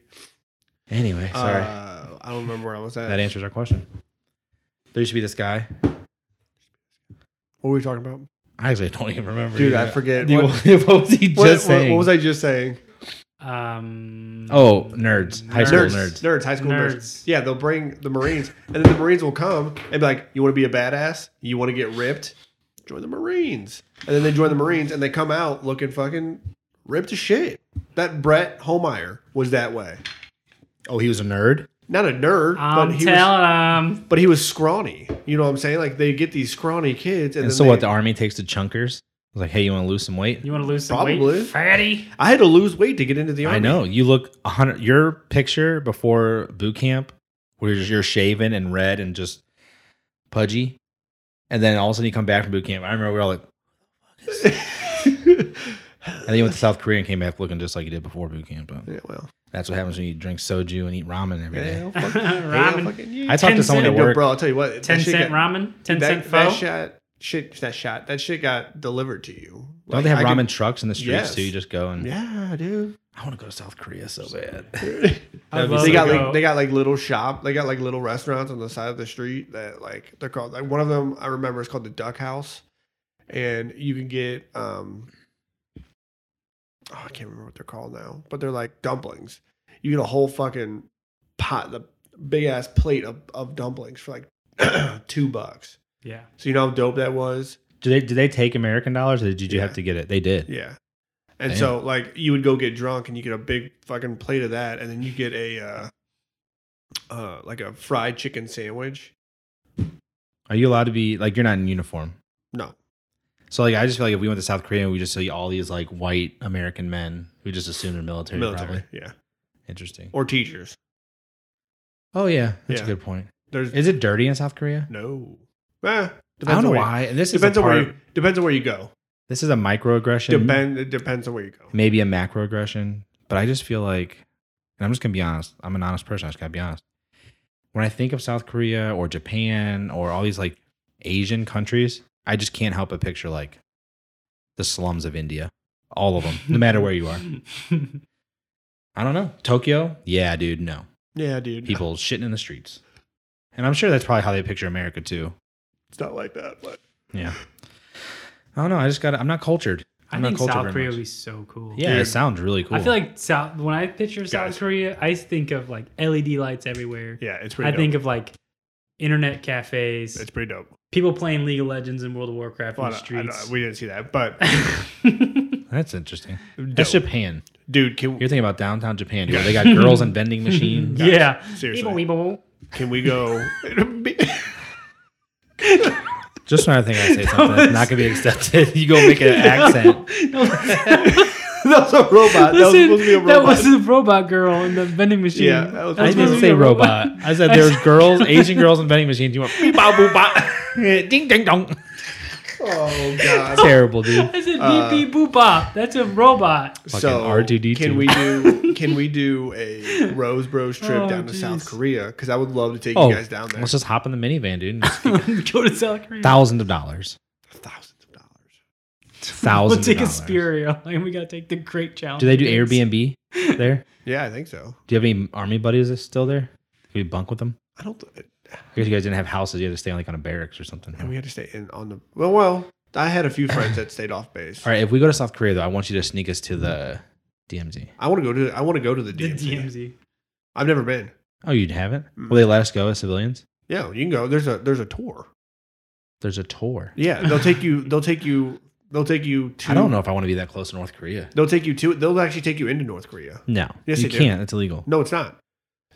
Speaker 1: Anyway, sorry.
Speaker 3: Uh, I don't remember where I was at.
Speaker 1: that answers our question. There used to be this guy.
Speaker 3: What were we talking about,
Speaker 1: I actually don't even remember.
Speaker 3: dude? I
Speaker 1: either.
Speaker 3: forget.
Speaker 1: Dude,
Speaker 3: what,
Speaker 1: What, what was he just
Speaker 3: what- what-
Speaker 1: saying?
Speaker 3: what was I just saying?
Speaker 2: Um.
Speaker 1: Oh, nerds. High school
Speaker 3: Nerds,
Speaker 1: nerds.
Speaker 3: nerds, high school nerds.
Speaker 2: Nerds.
Speaker 3: Yeah, they'll bring the Marines, and then the Marines will come and be like, "You want to be a badass? You want to get ripped? Join the Marines." And then they join the Marines, and they come out looking fucking ripped as shit. That Brett Holmeyer was that way.
Speaker 1: Oh, he was a nerd.
Speaker 3: Not a nerd,
Speaker 2: I'm
Speaker 3: but he was,
Speaker 2: telling 'em.
Speaker 3: but he was scrawny. You know what I'm saying? Like they get these scrawny kids, and,
Speaker 1: And
Speaker 3: then
Speaker 1: so
Speaker 3: they-
Speaker 1: what? The army takes the chunkers. I was like, hey, you want to lose some weight?
Speaker 2: You want to lose some
Speaker 3: Probably.
Speaker 2: weight, fatty?
Speaker 3: I had to lose weight to get into the army.
Speaker 1: I know. You look a hundred. Your picture before boot camp, where you're you're shaven and red and just pudgy, and then all of a sudden you come back from boot camp. I remember we were all like, and then you went to South Korea and came back looking just like you did before boot camp. But
Speaker 3: yeah, well,
Speaker 1: That's what happens when you drink soju and eat ramen every day.
Speaker 3: yeah, fuck- yeah,
Speaker 2: ramen.
Speaker 3: fucking yeah.
Speaker 1: I talked to someone at
Speaker 2: Tencent.
Speaker 3: Yo,
Speaker 1: work.
Speaker 3: bro, I'll tell you what. that
Speaker 2: Ten
Speaker 3: shit
Speaker 2: cent
Speaker 3: got-
Speaker 2: ramen. Ten
Speaker 3: that,
Speaker 2: cent
Speaker 3: that
Speaker 2: pho.
Speaker 3: shot, shit, that shot, that shit got delivered to you.
Speaker 1: Don't
Speaker 3: Like,
Speaker 1: they have
Speaker 3: I
Speaker 1: ramen
Speaker 3: could-
Speaker 1: trucks in the streets
Speaker 3: Yes.
Speaker 1: too? You just go and
Speaker 3: yeah, dude.
Speaker 1: I want to go to South Korea so bad.
Speaker 2: I
Speaker 1: That'd be
Speaker 2: love
Speaker 1: so
Speaker 3: They got
Speaker 1: good.
Speaker 2: go-
Speaker 3: like they got like little shop. They got like little restaurants on the side of the street that like they're called. Like one of them I remember is called the Duck House, and you can get um. Oh, I can't remember what they're called now, but they're like dumplings. You get a whole fucking pot, the big ass plate of, of dumplings for like two bucks.
Speaker 2: Yeah.
Speaker 3: So you know how dope that was.
Speaker 1: Do they do they take American dollars or did you
Speaker 3: Yeah.
Speaker 1: have to get it? They did.
Speaker 3: Yeah. And
Speaker 1: Damn.
Speaker 3: so like you would go get drunk and you get a big fucking plate of that and then you get a uh uh like a fried chicken sandwich.
Speaker 1: Are you allowed to be like you're not in uniform?
Speaker 3: No.
Speaker 1: So like I just feel like if we went to South Korea and we just see all these like white American men, we just assume they're military,
Speaker 3: Military.
Speaker 1: probably.
Speaker 3: Yeah.
Speaker 1: Interesting.
Speaker 3: Or teachers.
Speaker 1: Oh yeah, that's a
Speaker 3: Yeah.
Speaker 1: good point.
Speaker 3: There's
Speaker 1: Is it dirty in South Korea?
Speaker 3: no eh,
Speaker 1: I don't
Speaker 3: on
Speaker 1: know
Speaker 3: where you-
Speaker 1: why. And this
Speaker 3: Depends
Speaker 1: is a
Speaker 3: on
Speaker 1: part,
Speaker 3: where you depends on where you go.
Speaker 1: this is a microaggression.
Speaker 3: Depend it depends on where you go.
Speaker 1: maybe a macroaggression, but I just feel like, and I'm just gonna be honest. I'm an honest person. I just gotta be honest. When I think of South Korea or Japan or all these like Asian countries, I just can't help but picture like the slums of India, all of them, no matter where you are. I don't know. Tokyo, yeah, dude, no
Speaker 3: Yeah, dude.
Speaker 1: people shitting in the streets, and I'm sure that's probably how they picture America too.
Speaker 3: It's not like that, but
Speaker 1: Yeah, I don't know. I just got. to I'm not cultured.
Speaker 2: I
Speaker 1: I'm
Speaker 2: think
Speaker 1: cultured
Speaker 2: South
Speaker 1: very
Speaker 2: Korea
Speaker 1: much.
Speaker 2: would be so cool.
Speaker 1: Yeah, it
Speaker 3: Dude.
Speaker 1: sounds really cool.
Speaker 2: I feel like South. When I picture South
Speaker 3: Guys.
Speaker 2: Korea, I think of like LED lights everywhere.
Speaker 3: yeah, it's pretty
Speaker 2: I
Speaker 3: dope.
Speaker 2: think of like internet cafes,
Speaker 3: it's pretty dope.
Speaker 2: people playing League of Legends and World of Warcraft
Speaker 3: Well,
Speaker 2: in
Speaker 3: I
Speaker 2: the
Speaker 3: don't- I don't-
Speaker 2: streets.
Speaker 3: we didn't see that, but
Speaker 1: that's interesting.
Speaker 3: dope.
Speaker 1: That's Japan.
Speaker 3: dude, can
Speaker 1: You're thinking about downtown Japan, dude. Where they got girls and vending machines.
Speaker 2: yeah.
Speaker 3: seriously.
Speaker 2: Eebo, eebo.
Speaker 3: Can we go?
Speaker 1: Just when I think I say
Speaker 2: That
Speaker 1: something that's
Speaker 2: was-
Speaker 1: not gonna be accepted, you go make an accent.
Speaker 2: No,
Speaker 3: That's a robot. that was
Speaker 2: Listen,
Speaker 3: supposed to be a
Speaker 2: that
Speaker 3: robot.
Speaker 2: was the robot girl in the vending machine.
Speaker 3: Yeah, that was
Speaker 1: I
Speaker 3: supposed to
Speaker 1: didn't
Speaker 3: be
Speaker 1: say
Speaker 2: a
Speaker 1: robot. I said
Speaker 2: I
Speaker 1: there's
Speaker 2: said-
Speaker 1: girls, Asian girls in vending machines. You went beep bow boop bop, ding ding dong.
Speaker 3: Oh god.
Speaker 1: Terrible, dude.
Speaker 2: I said
Speaker 3: Uh,
Speaker 2: beep beep boop bop. That's a robot.
Speaker 1: Fucking
Speaker 3: so
Speaker 1: R2D2.
Speaker 3: can we do can we do a Rose Bros trip
Speaker 2: Oh,
Speaker 3: down to South
Speaker 2: jeez.
Speaker 3: Korea? Because I would love to take
Speaker 1: Oh,
Speaker 3: you guys down there.
Speaker 1: Let's just hop in the minivan, dude. and just-
Speaker 2: Go to South Korea.
Speaker 1: Thousands of dollars.
Speaker 3: Thousands of dollars.
Speaker 1: Thousands.
Speaker 2: We'll take
Speaker 1: of
Speaker 2: a
Speaker 1: dollars.
Speaker 2: Spirio, and we gotta take the Great Challenge.
Speaker 1: Do they do Airbnb there?
Speaker 3: Yeah, I think so.
Speaker 1: Do you have any army buddies that's still there? Can we bunk with them?
Speaker 3: I don't. Th-
Speaker 1: I guess you guys didn't have houses. You had to stay on like on a barracks or something.
Speaker 3: and we had to stay in on the well. Well, I had a few friends that stayed off base.
Speaker 1: All right, if we go to South Korea though, I want you to sneak us to the DMZ.
Speaker 3: I want to go to. I want to go to the
Speaker 2: The
Speaker 3: DMZ.
Speaker 2: DMZ.
Speaker 3: I've never been.
Speaker 1: Oh, you haven't?
Speaker 3: Mm.
Speaker 1: Will they let us go as civilians?
Speaker 3: Yeah, you can go. There's a there's a tour.
Speaker 1: There's a tour.
Speaker 3: Yeah, they'll take you. They'll take you. They'll take you to.
Speaker 1: I don't know if I want to be that close to North Korea.
Speaker 3: They'll take you to. They'll actually take you into North Korea.
Speaker 1: No,
Speaker 3: Yes,
Speaker 1: you
Speaker 3: they do.
Speaker 1: can't. It's illegal.
Speaker 3: No, it's not.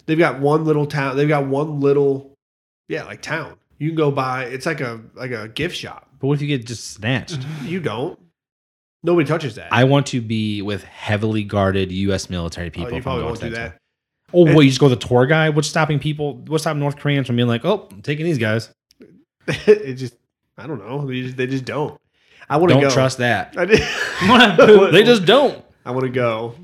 Speaker 3: They've got one little town. They've got one little, yeah, like town. You can go by. It's like a like a gift shop.
Speaker 1: But what if you get just snatched?
Speaker 3: You don't. Nobody touches that.
Speaker 1: I want to be with heavily guarded U.S. military people.
Speaker 3: Oh, you
Speaker 1: if I'm
Speaker 3: probably
Speaker 1: going
Speaker 3: won't
Speaker 1: to
Speaker 3: do that.
Speaker 1: town. Oh,
Speaker 3: And-
Speaker 1: wait, you just go with the tour guide? What's stopping people? What's stopping North Koreans from being like, oh, I'm taking these guys?
Speaker 3: it just. I don't know. They just, they just don't. I want to
Speaker 1: Don't
Speaker 3: go.
Speaker 1: trust that.
Speaker 3: I did-
Speaker 1: They just don't.
Speaker 3: I want to go.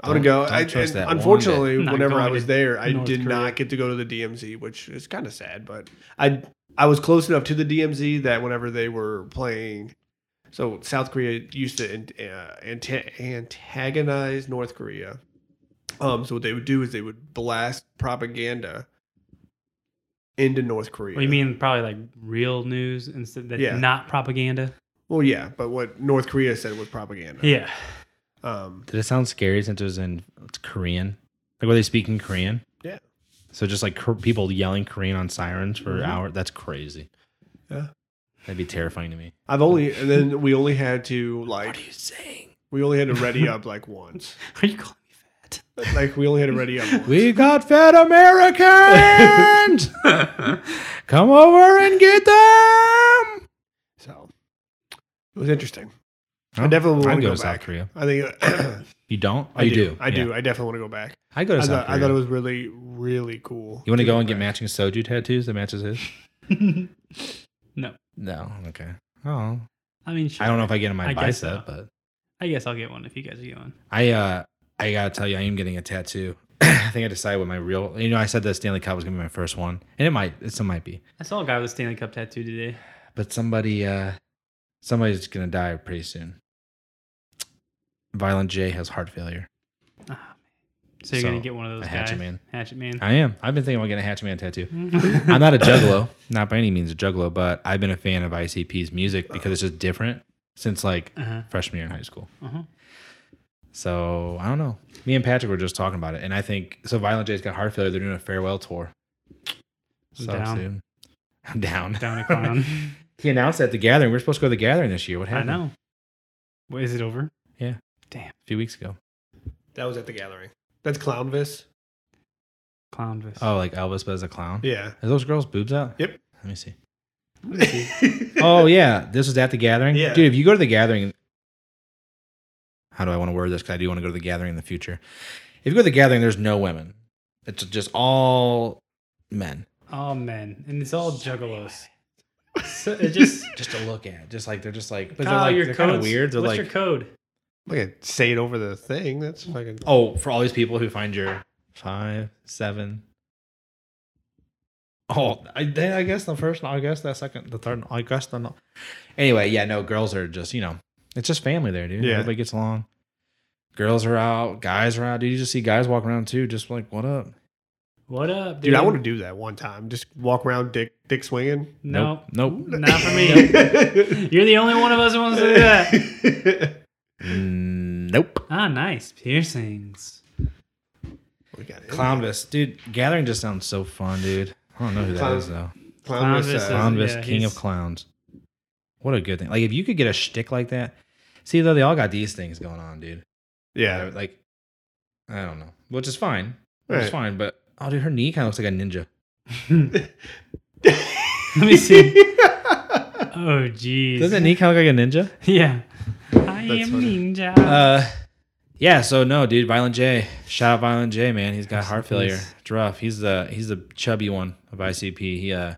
Speaker 3: I want to
Speaker 1: Don't-
Speaker 3: go.
Speaker 1: don't
Speaker 3: I,
Speaker 1: trust
Speaker 3: and
Speaker 1: that one
Speaker 3: unfortunately,
Speaker 2: bit. Not
Speaker 3: whenever I
Speaker 2: going
Speaker 3: was
Speaker 2: to
Speaker 3: there, I
Speaker 2: North
Speaker 3: did
Speaker 2: Korea.
Speaker 3: not get to go to the DMZ, which is kind of sad. But I I was close enough to the DMZ that whenever they were playing, so South Korea used to an- uh, anta- antagonize North Korea. Um, so what they would do is they would blast propaganda into North Korea.
Speaker 2: Well, you mean probably like real news instead that
Speaker 3: Yeah.
Speaker 2: not propaganda?
Speaker 3: Well, yeah, but what North Korea said was propaganda.
Speaker 2: Yeah.
Speaker 3: Um,
Speaker 1: Did it sound scary since it was in it's Korean? Like, were they speaking Korean?
Speaker 3: Yeah.
Speaker 1: So just like Kor- people yelling Korean on sirens for
Speaker 3: Mhm.
Speaker 1: hours. That's crazy.
Speaker 3: Yeah.
Speaker 1: That'd be terrifying to me.
Speaker 3: I've only and then we only had to like
Speaker 1: you saying?
Speaker 3: We only had to ready up like once.
Speaker 2: Are you calling me fat?
Speaker 3: Like we only had to ready up once.
Speaker 1: We got fat Americans. Come over and get them.
Speaker 3: So it was interesting.
Speaker 1: Oh,
Speaker 3: I definitely
Speaker 1: I'd
Speaker 3: want to
Speaker 1: go
Speaker 3: go,
Speaker 1: to South
Speaker 3: back.
Speaker 1: Korea.
Speaker 3: I think
Speaker 1: You don't? Oh,
Speaker 3: I
Speaker 1: you
Speaker 3: do.
Speaker 1: do.
Speaker 3: I do.
Speaker 1: Yeah.
Speaker 3: I definitely want to go back.
Speaker 1: I go to
Speaker 3: I
Speaker 1: South
Speaker 3: thought,
Speaker 1: Korea.
Speaker 3: I thought it was really, really cool.
Speaker 1: you want to go and get
Speaker 3: back.
Speaker 1: matching soju tattoos that matches his?
Speaker 2: no.
Speaker 1: No. Okay. Oh,
Speaker 2: I mean, sure.
Speaker 1: I don't know if I get in my
Speaker 2: I guess so.
Speaker 1: bicep, but
Speaker 2: I guess I'll get one if you guys get one.
Speaker 1: I uh I gotta tell you, I am getting a tattoo. I think I decided what my real you know, I said the Stanley Cup was gonna be my first one. And it might it still might be.
Speaker 2: I saw a guy with a Stanley Cup tattoo today.
Speaker 1: But somebody uh somebody's gonna die pretty soon. Violent J has heart failure.
Speaker 2: So you're
Speaker 1: So,
Speaker 2: gonna get one of
Speaker 1: A
Speaker 2: those
Speaker 1: hatchet
Speaker 2: guys.
Speaker 1: man.
Speaker 2: Hatchet man.
Speaker 1: I am. I've been thinking about getting a Hatchet Man tattoo. I'm not a juggalo, not by any means a juggalo, but I've been a fan of ICP's music because it's just different since like
Speaker 2: uh-huh.
Speaker 1: freshman year in high school.
Speaker 2: Uh-huh.
Speaker 1: So I don't know. Me and Patrick were just talking about it, and I think so. Violent J's got heart failure. They're doing a farewell tour.
Speaker 2: I'm
Speaker 1: Sucks,
Speaker 2: down.
Speaker 1: dude. I'm down.
Speaker 2: Down a clown.
Speaker 1: He announced at the gathering. We are supposed to go to the gathering this year. What
Speaker 2: I
Speaker 1: happened?
Speaker 2: know. Wait, is it over?
Speaker 1: A few weeks ago.
Speaker 3: That was at the gathering. That's Clownvis.
Speaker 2: Clownvis.
Speaker 1: Oh, like Elvis, but as a clown.
Speaker 3: Yeah.
Speaker 1: Are those girls' boobs out?
Speaker 3: Yep.
Speaker 1: Let me see.
Speaker 3: oh,
Speaker 1: Oh yeah, this was at the gathering.
Speaker 3: Yeah.
Speaker 1: dude. If you go to the gathering, how do I want to word this? Because I do want to go to the gathering in the future. If you go to the gathering, there's no women. It's just all men.
Speaker 2: Oh man, and it's all juggalos. So it just
Speaker 1: just to look at. Just like they're just like, but
Speaker 2: Kyle,
Speaker 1: they're like
Speaker 2: Oh, your
Speaker 1: they're kind of
Speaker 2: code's-
Speaker 1: weird. They're
Speaker 2: What's
Speaker 1: like,
Speaker 2: your code?
Speaker 3: okay. Say it over the thing. That's fucking.
Speaker 1: oh, for all these people who find your five, seven. Oh, I, then I guess the first, I guess that second, the third, I guess the. no- Anyway, yeah, no, girls are just you know, it's just family there, dude.
Speaker 3: Yeah.
Speaker 1: everybody gets along. Girls are out, guys are out, dude. You just see guys walking around too, just like what up?
Speaker 2: What up, dude?
Speaker 3: Dude, I want to do that one time. Just walk around, dick, dick swinging.
Speaker 2: Nope.
Speaker 1: nope, nope.
Speaker 2: Not for me. You're the only one of us who wants to do that.
Speaker 1: Mm, nope.
Speaker 2: Ah, nice piercings.
Speaker 3: We got it.
Speaker 1: Clownvis, dude. Gathering just sounds so fun, dude. I don't know who that
Speaker 3: Clown-
Speaker 1: is though.
Speaker 3: Clownvis.
Speaker 2: Clownvis
Speaker 3: uh,
Speaker 2: is-
Speaker 1: Clownvis,
Speaker 2: yeah,
Speaker 1: king of
Speaker 2: he's-
Speaker 1: clowns. What a good thing. Like if you could get a shtick like that. See though, they all got these things going on, dude.
Speaker 3: yeah.
Speaker 1: Like, I don't know, which is fine. Which is
Speaker 3: Right.
Speaker 1: fine, but oh, dude, her knee kind of looks like a ninja.
Speaker 2: Let me see.
Speaker 1: that?
Speaker 2: Oh, jeez.
Speaker 1: Doesn't Nick look like a ninja?
Speaker 2: Yeah. I
Speaker 3: That's
Speaker 2: am
Speaker 3: funny.
Speaker 2: ninja.
Speaker 1: Uh, yeah. So no, dude. Violent J. Shout out Violent J, man. He's got
Speaker 2: Rest in
Speaker 1: heart failure.
Speaker 2: peace.
Speaker 1: It's rough. He's the he's the chubby one of ICP. He uh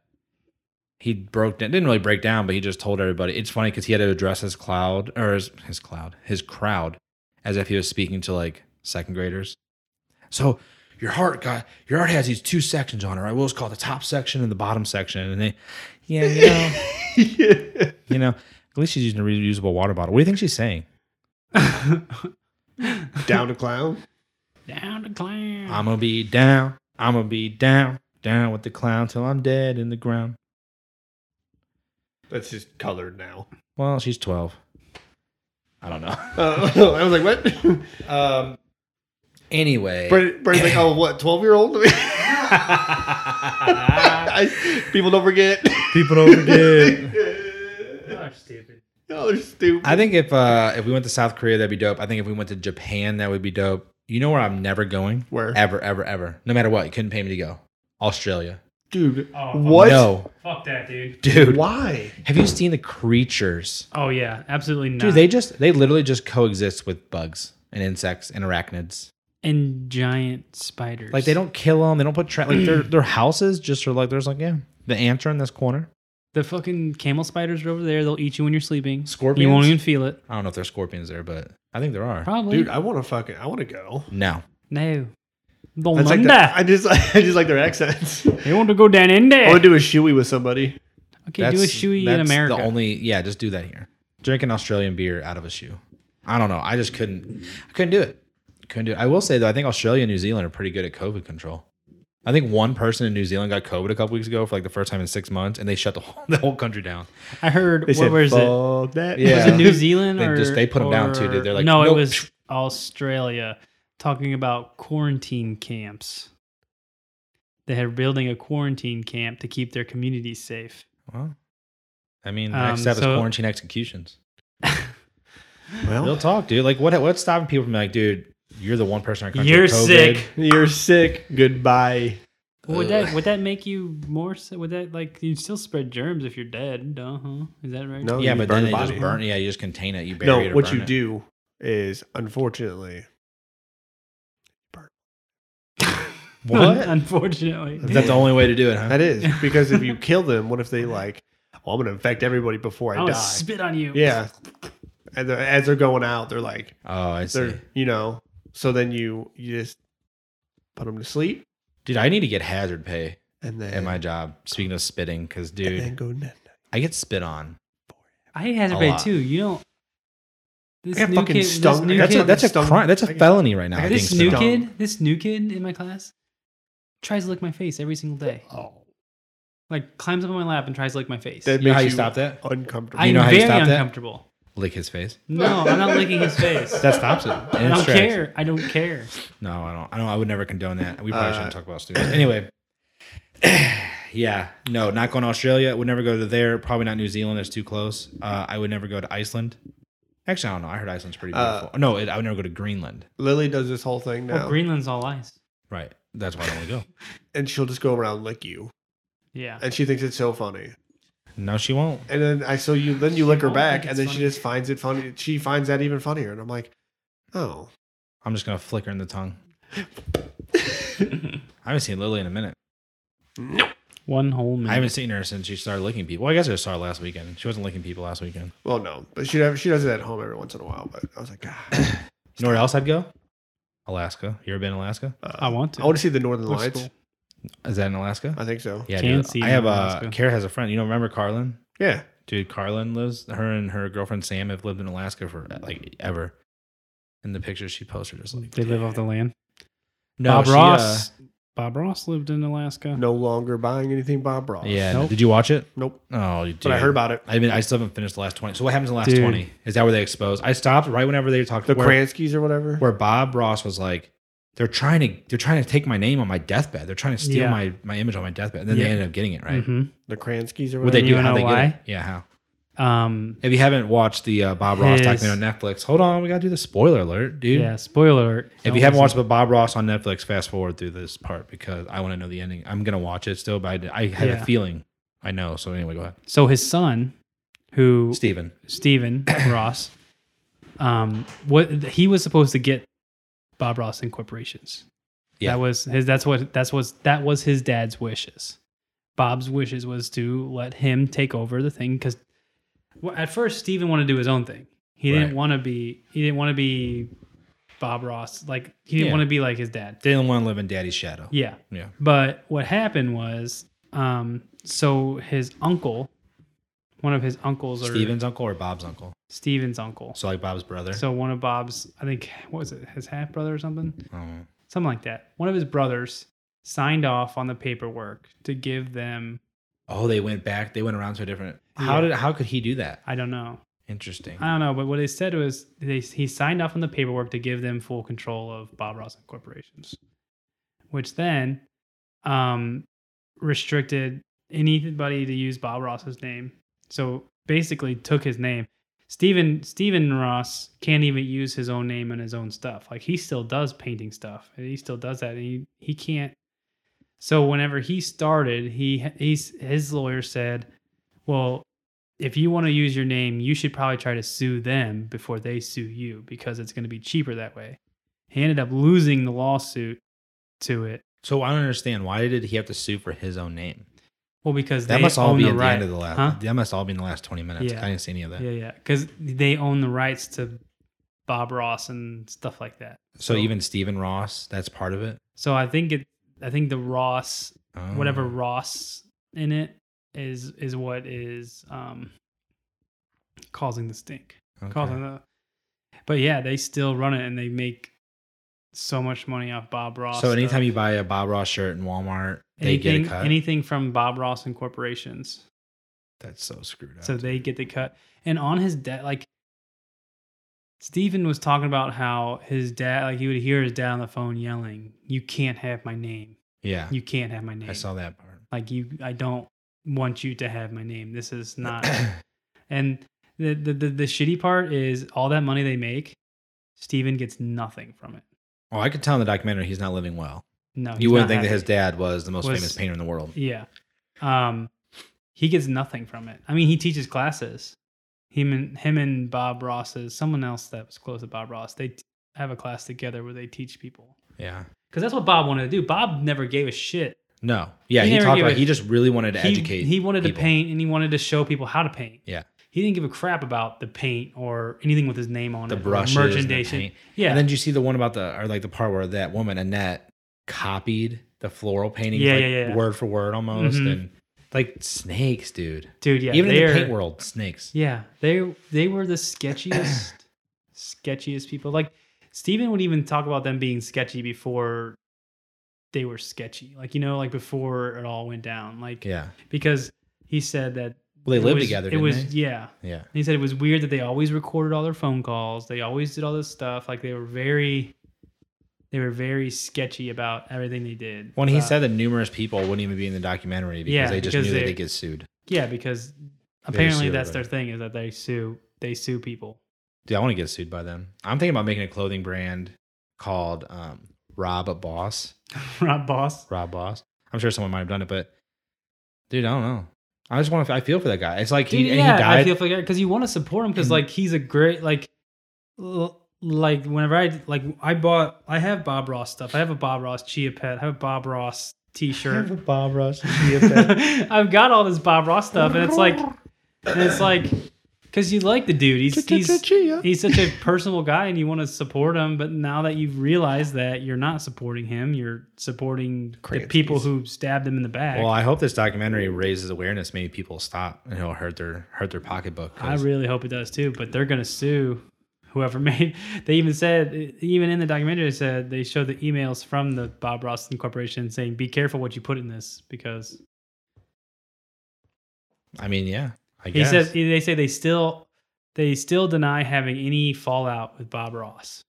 Speaker 1: he broke down. Didn't really break down, but he just told everybody. It's funny because he had to address his cloud or his, his cloud his crowd as if he was speaking to like second graders. So your heart got your heart has these two sections on it, right? We'll just call it the top section and the bottom section. And they, yeah, you know, you know. At least she's using a reusable water bottle. What do you think she's saying?
Speaker 3: Down to clown.
Speaker 2: Down to clown.
Speaker 1: I'm gonna be down. I'm gonna be down, down with the clown till I'm dead in the ground.
Speaker 3: That's just colored now.
Speaker 1: Well, she's 12. I don't know.
Speaker 3: Uh, I was like, what?
Speaker 1: Um. Anyway,
Speaker 3: Brent, Brent's like, oh, what? Twelve year old? I- People don't forget.
Speaker 1: people don't
Speaker 2: Y'all are stupid.
Speaker 3: Y'all are stupid.
Speaker 1: I think if uh if we went to South Korea, that'd be dope. I think if we went to Japan, that would be dope. You know where I'm never going?
Speaker 3: Where?
Speaker 1: Ever, ever, ever. No matter what, you couldn't pay me to go. Australia.
Speaker 3: Dude,
Speaker 2: Oh, fuck.
Speaker 3: what?
Speaker 1: No,
Speaker 2: Fuck that, dude.
Speaker 1: dude.
Speaker 3: Why?
Speaker 1: Have you seen the creatures?
Speaker 2: Oh, yeah. Absolutely not.
Speaker 1: Dude, they just they literally just coexist with bugs and insects and arachnids.
Speaker 2: and giant spiders.
Speaker 1: Like they don't kill them. They don't put trap. Like their their houses just are like there's like yeah the ants are in this corner.
Speaker 2: The fucking camel spiders are over there. They'll eat you when you're sleeping. You
Speaker 1: Scorpions?
Speaker 2: won't even feel it.
Speaker 1: I don't know if there's scorpions there, but I think there are.
Speaker 2: Probably.
Speaker 3: Dude, I want to fucking, I want to go.
Speaker 1: No,
Speaker 2: no. Don't
Speaker 3: That's like
Speaker 2: mind
Speaker 3: the,
Speaker 2: that.
Speaker 3: I just, I just like their accents.
Speaker 2: They want to go down in
Speaker 3: I
Speaker 2: there.
Speaker 3: want to do a shoey with somebody.
Speaker 2: okay, do a shoey in
Speaker 1: Oh, that's
Speaker 2: America.
Speaker 1: The only yeah, just do that here. Drink an Australian beer out of a shoe. I don't know. I just couldn't. I couldn't do it. Couldn't do. It. I will say though, I think Australia and New Zealand are pretty good at COVID control. I think one person in New Zealand got COVID a couple weeks ago for like the first time in six months, and they shut the whole, the whole country down.
Speaker 2: I heard. What, where is it?
Speaker 3: Fuck that.
Speaker 1: Yeah.
Speaker 2: Was it New Zealand
Speaker 1: They
Speaker 2: or
Speaker 1: just- they put 'em down too,
Speaker 2: or-
Speaker 1: dude. They're like,
Speaker 2: no,
Speaker 1: nope.
Speaker 2: it was Australia. Talking about quarantine camps. They are building a quarantine camp to keep their communities safe.
Speaker 1: Well, I mean,
Speaker 2: Um,
Speaker 1: next step
Speaker 2: so-
Speaker 1: is quarantine executions. Real
Speaker 3: Well,
Speaker 1: talk, dude. Like, what what's stopping people from like, dude, you're the one person. in our country
Speaker 2: You're
Speaker 1: with COVID. Uh,
Speaker 2: sick.
Speaker 3: you're sick. Goodbye.
Speaker 2: Would that would that make you more? si- Would that like you still spread germs if you're dead? Uh huh. Is that right?
Speaker 3: No,
Speaker 1: Yeah,
Speaker 3: you
Speaker 1: but
Speaker 3: burn
Speaker 1: then
Speaker 3: the
Speaker 1: they just
Speaker 3: body.
Speaker 1: burn. Yeah, you just contain it. You bury it.
Speaker 3: No,
Speaker 1: or
Speaker 3: what
Speaker 1: burn
Speaker 3: you
Speaker 1: it.
Speaker 3: do is, unfortunately,
Speaker 1: What?
Speaker 2: Unfortunately.
Speaker 1: Is that the only way to do it, huh?
Speaker 3: that is because if you kill them, what if they like? Well, I'm gonna infect everybody before
Speaker 2: I
Speaker 3: I
Speaker 2: would
Speaker 3: die.
Speaker 2: spit on you.
Speaker 3: yeah, and they're- as they're going out, they're like,
Speaker 1: Oh, I see.
Speaker 3: they're you know. So then you you just put them to sleep,
Speaker 1: Dude, I need to get hazard pay
Speaker 3: and then
Speaker 1: at my job. Speaking of spitting, because
Speaker 3: and then
Speaker 1: dude,
Speaker 3: go. Nah,
Speaker 1: I get spit on.
Speaker 2: I had
Speaker 1: A
Speaker 2: to pay
Speaker 1: lot.
Speaker 2: too. You don't. This
Speaker 3: got
Speaker 2: new
Speaker 3: fucking
Speaker 2: kid. This
Speaker 3: stung.
Speaker 2: new
Speaker 1: That's
Speaker 2: kid.
Speaker 1: a
Speaker 3: can't-
Speaker 1: that's a
Speaker 3: Stung-
Speaker 1: crime. That's a
Speaker 3: I-
Speaker 1: felony right now.
Speaker 3: I
Speaker 1: I
Speaker 3: got
Speaker 1: think
Speaker 2: this
Speaker 3: stung.
Speaker 1: spit
Speaker 2: new
Speaker 1: on.
Speaker 2: kid. This new kid in my class tries to lick my face every single day.
Speaker 3: Oh,
Speaker 2: Like climbs up on my lap and tries to lick my face.
Speaker 3: that
Speaker 1: You know
Speaker 3: makes
Speaker 1: how
Speaker 3: you,
Speaker 1: you stop that?
Speaker 3: uncomfortable.
Speaker 2: I'm
Speaker 1: know how you
Speaker 2: very
Speaker 1: stop that?
Speaker 2: uncomfortable.
Speaker 1: Lick his face.
Speaker 2: No, I'm not licking his face.
Speaker 1: That stops it. in
Speaker 2: I
Speaker 1: its
Speaker 2: don't
Speaker 1: tracks.
Speaker 2: care. I don't care.
Speaker 1: No, I don't. I don't. I would never condone that. We probably
Speaker 3: Uh,
Speaker 1: shouldn't talk about students. Anyway, yeah, no, not going to Australia. Would never go to there. Probably not New Zealand. It's too close. Uh, I would never go to Iceland. Actually, I don't know. I heard Iceland's pretty
Speaker 3: Uh,
Speaker 1: beautiful. no, it, I would never go to Greenland.
Speaker 3: Lily does this whole thing now,
Speaker 2: Well, Greenland's all ice.
Speaker 1: Right. That's why I don't want to go.
Speaker 3: and she'll just go around lick you,
Speaker 2: Yeah.
Speaker 3: and she thinks it's so funny.
Speaker 1: No, she won't.
Speaker 3: And then I so you then you lick her
Speaker 2: I don't
Speaker 3: back,
Speaker 2: think it's
Speaker 3: and then she
Speaker 2: funny.
Speaker 3: just finds it funny. She finds that even funnier, and I'm like, oh,
Speaker 1: I'm just gonna flick her in the tongue. I haven't seen Lily in a minute.
Speaker 3: mm,
Speaker 2: One whole minute.
Speaker 1: I haven't seen her since she started licking people. Well, I guess I just saw her last weekend. She wasn't licking people last weekend.
Speaker 3: well, no, but she she does it at home every once in a while. But I was like, God,
Speaker 1: You know where else I'd go? Alaska. You ever been in Alaska?
Speaker 3: uh,
Speaker 2: I want to.
Speaker 3: I want to see the Northern
Speaker 2: Looks
Speaker 3: Lights.
Speaker 2: cool.
Speaker 1: Is that in Alaska?
Speaker 3: I think so.
Speaker 1: Yeah,
Speaker 2: Can
Speaker 1: dude.
Speaker 2: see
Speaker 1: I have
Speaker 2: Alaska.
Speaker 1: a. Kara has a friend. You know, remember Carlin?
Speaker 3: Yeah,
Speaker 1: Dude, Carlin lives. Her and her girlfriend Sam have lived in Alaska for like ever. And the pictures she posted just like
Speaker 2: They live off the land.
Speaker 1: No,
Speaker 2: Bob
Speaker 1: she, uh,
Speaker 2: Ross. Bob Ross lived in Alaska.
Speaker 3: no longer buying anything Bob
Speaker 1: uh,
Speaker 3: Ross.
Speaker 1: yeah.
Speaker 2: Nope.
Speaker 1: Did you watch it?
Speaker 3: nope.
Speaker 1: Oh, dude.
Speaker 3: But I heard about it.
Speaker 1: I mean, I still haven't finished the last twenty. So what happens in the last
Speaker 2: Dude.
Speaker 1: twenty? Is that where they expose? I stopped right whenever they talked.
Speaker 3: The
Speaker 1: where-
Speaker 3: Kranskys or whatever.
Speaker 1: where Bob Ross was like, they're trying to they're trying to take my name on my deathbed. They're trying to steal
Speaker 2: Yeah.
Speaker 1: my my image on my deathbed. And then
Speaker 2: Yeah.
Speaker 1: they ended up getting it right.
Speaker 2: Mhm.
Speaker 3: The Kranskys or
Speaker 1: What
Speaker 3: whatever.
Speaker 1: they do?
Speaker 2: You
Speaker 1: How
Speaker 2: know
Speaker 1: they get it?
Speaker 2: why?
Speaker 1: Yeah, how?
Speaker 2: Um.
Speaker 1: If you haven't watched the uh, Bob Ross
Speaker 2: His-
Speaker 1: documentary on Netflix, hold on, we gotta do the spoiler alert, dude.
Speaker 2: Yeah. Spoiler alert.
Speaker 1: If you haven't watched the Bob Ross on Netflix, fast forward through this part because I want to know the ending. I'm gonna watch it still, but I, I had
Speaker 2: Yeah.
Speaker 1: a feeling I know. So anyway, go ahead.
Speaker 2: So his son who
Speaker 1: Steven.
Speaker 2: Steven Ross, um, what he was supposed to get Bob Ross and corporations.
Speaker 1: Yeah.
Speaker 2: That was his that's what that's was that was his dad's wishes. Bob's wishes was to let him take over the thing cuz well, at first Steven wanted to do his own thing. He
Speaker 1: Right.
Speaker 2: didn't want to be he didn't want to be Bob Ross like he didn't
Speaker 1: Yeah.
Speaker 2: want to be like his dad.
Speaker 1: Didn't want to live in daddy's shadow.
Speaker 2: Yeah.
Speaker 1: Yeah.
Speaker 2: But what happened was um so his uncle one of his uncles or
Speaker 1: Steven's uncle or Bob's uncle?
Speaker 2: Steven's uncle.
Speaker 1: So like Bob's brother.
Speaker 2: So one of Bob's, I think, what was it, his half brother or something?
Speaker 1: Um,
Speaker 2: Something like that. One of his brothers signed off on the paperwork to give them,
Speaker 1: oh, they went back. They went around to a different. How
Speaker 2: Yeah. Uh,
Speaker 1: did? How could he do that?
Speaker 2: I don't know.
Speaker 1: Interesting.
Speaker 2: I don't know, but what they said was they, he signed off on the paperwork to give them full control of Bob Ross and corporations, which then um, restricted anybody to use Bob Ross's name. So basically, took his name. Steven Steven Ross can't even use his own name and his own stuff. Like he still does painting stuff. and He still does that. And he he can't. So whenever he started, he he's his lawyer said, "Well, if you want to use your name, you should probably try to sue them before they sue you because it's going to be cheaper that way. He ended up losing the lawsuit to it.
Speaker 1: so I don't understand. Why did he have to sue for his own name?
Speaker 2: Well, because
Speaker 1: That
Speaker 2: they
Speaker 1: must all
Speaker 2: own
Speaker 1: be
Speaker 2: the
Speaker 1: at
Speaker 2: right.
Speaker 1: the end of the last.
Speaker 2: Huh?
Speaker 1: That must all be in the last twenty minutes.
Speaker 2: Yeah.
Speaker 1: I didn't see any of that.
Speaker 2: Yeah, yeah, because they own the rights to Bob Ross and stuff like that.
Speaker 1: So even Steven Ross, that's part of it.
Speaker 2: so I think it, I think the Ross,
Speaker 1: Oh.
Speaker 2: whatever Ross in it is, is what is um causing the stink.
Speaker 1: Okay.
Speaker 2: causing the. But yeah, they still run it and they make so much money off Bob Ross.
Speaker 1: So anytime
Speaker 2: stuff.
Speaker 1: you buy a Bob Ross shirt in Walmart, they
Speaker 2: anything,
Speaker 1: get a cut.
Speaker 2: anything from Bob Ross and corporations,
Speaker 1: that's so screwed up.
Speaker 2: so they get the cut. And on his dad, like Stephen was talking about how his dad, like he would hear his dad on the phone yelling, "You can't have my name.
Speaker 1: yeah,
Speaker 2: You can't have my name.
Speaker 1: I saw that part.
Speaker 2: Like you, I don't want you to have my name. This is not." and the, the the the shitty part is all that money they make, Stephen gets nothing from it.
Speaker 1: oh, I could tell in the documentary he's not living well.
Speaker 2: No, Uh, he's
Speaker 1: You wouldn't
Speaker 2: not
Speaker 1: think that
Speaker 2: happy.
Speaker 1: his dad was the most
Speaker 2: Was-
Speaker 1: famous painter in the world.
Speaker 2: Yeah. Um, he gets nothing from it. I mean, he teaches classes. Him and him and Bob Ross is someone else that was close to Bob Ross. They t- have a class together where they teach people
Speaker 1: Yeah.
Speaker 2: because that's what Bob wanted to do. Bob never gave a shit.
Speaker 1: No. Yeah,
Speaker 2: He
Speaker 1: he,
Speaker 2: never
Speaker 1: talked
Speaker 2: gave
Speaker 1: about
Speaker 2: a-
Speaker 1: he just really wanted to
Speaker 2: he,
Speaker 1: educate.
Speaker 2: He wanted to
Speaker 1: people.
Speaker 2: paint and he wanted to show people how to paint.
Speaker 1: Yeah.
Speaker 2: He didn't give a crap about the paint or anything with his name on
Speaker 1: the
Speaker 2: it. or
Speaker 1: brushes, and the
Speaker 2: merchandise.
Speaker 1: paint.
Speaker 2: Yeah.
Speaker 1: And then did you see the one about the or like the part where that woman Annette copied the floral painting,
Speaker 2: Yeah,
Speaker 1: like,
Speaker 2: yeah, yeah.
Speaker 1: word for word almost,
Speaker 2: Mhm.
Speaker 1: and like snakes, dude.
Speaker 2: Dude, yeah.
Speaker 1: Even in the
Speaker 2: they're-
Speaker 1: paint world, snakes.
Speaker 2: Yeah, they they were the sketchiest, sketchiest people. Like Steven would even talk about them being sketchy before they were sketchy. Like you know, like before it all went down. Like
Speaker 1: Yeah.
Speaker 2: because he said that
Speaker 1: Well, they
Speaker 2: it
Speaker 1: lived
Speaker 2: was-
Speaker 1: together.
Speaker 2: It
Speaker 1: didn't
Speaker 2: was
Speaker 1: they?
Speaker 2: yeah.
Speaker 1: yeah.
Speaker 2: And he said it was weird that they always recorded all their phone calls. They always did all this stuff. Like they were very, they were very sketchy about everything they did.
Speaker 1: When he
Speaker 2: About-
Speaker 1: said that numerous people wouldn't even be in the documentary because
Speaker 2: Uh, Yeah,
Speaker 1: they just
Speaker 2: because
Speaker 1: knew that
Speaker 2: they-
Speaker 1: they get sued.
Speaker 2: yeah, because apparently
Speaker 1: sue
Speaker 2: that's their
Speaker 1: everybody.
Speaker 2: thing is that they sue they sue people.
Speaker 1: Dude, I want to get sued by them. I'm thinking about making a clothing brand called um, Rob Boss.
Speaker 2: Rob Boss.
Speaker 1: Rob Boss. I'm sure someone might have done it, but dude, I don't know. I just want to. I feel for that guy. It's like he,
Speaker 2: Dude,
Speaker 1: and
Speaker 2: yeah,
Speaker 1: he died. Mm-hmm.
Speaker 2: I feel for because you want to support him because
Speaker 1: And-
Speaker 2: like he's a great like l- like whenever I like I bought I have Bob Ross stuff. I have a Bob Ross chia pet. I have a Bob Ross T-shirt.
Speaker 1: Bob Ross.
Speaker 2: I've got all this Bob Ross stuff, and it's like and it's like because you like the dude. He's he's he's such a personal guy, and you want to support him. But now that you've realized that you're not supporting him, you're supporting the
Speaker 1: Crazies.
Speaker 2: people who stabbed him in the back.
Speaker 1: Well, I hope this documentary raises awareness. Maybe people stop and it'll hurt their hurt their pocketbook. 'cause-
Speaker 2: I really hope it does too, but they're going to sue whoever made. They even said, even in the documentary, they said they showed the emails from the Bob Ross Corporation saying, "Be careful what you put in this," because
Speaker 1: I mean, yeah. I
Speaker 2: he
Speaker 1: guess.
Speaker 2: says they say they still they still deny having any fallout with Bob Ross.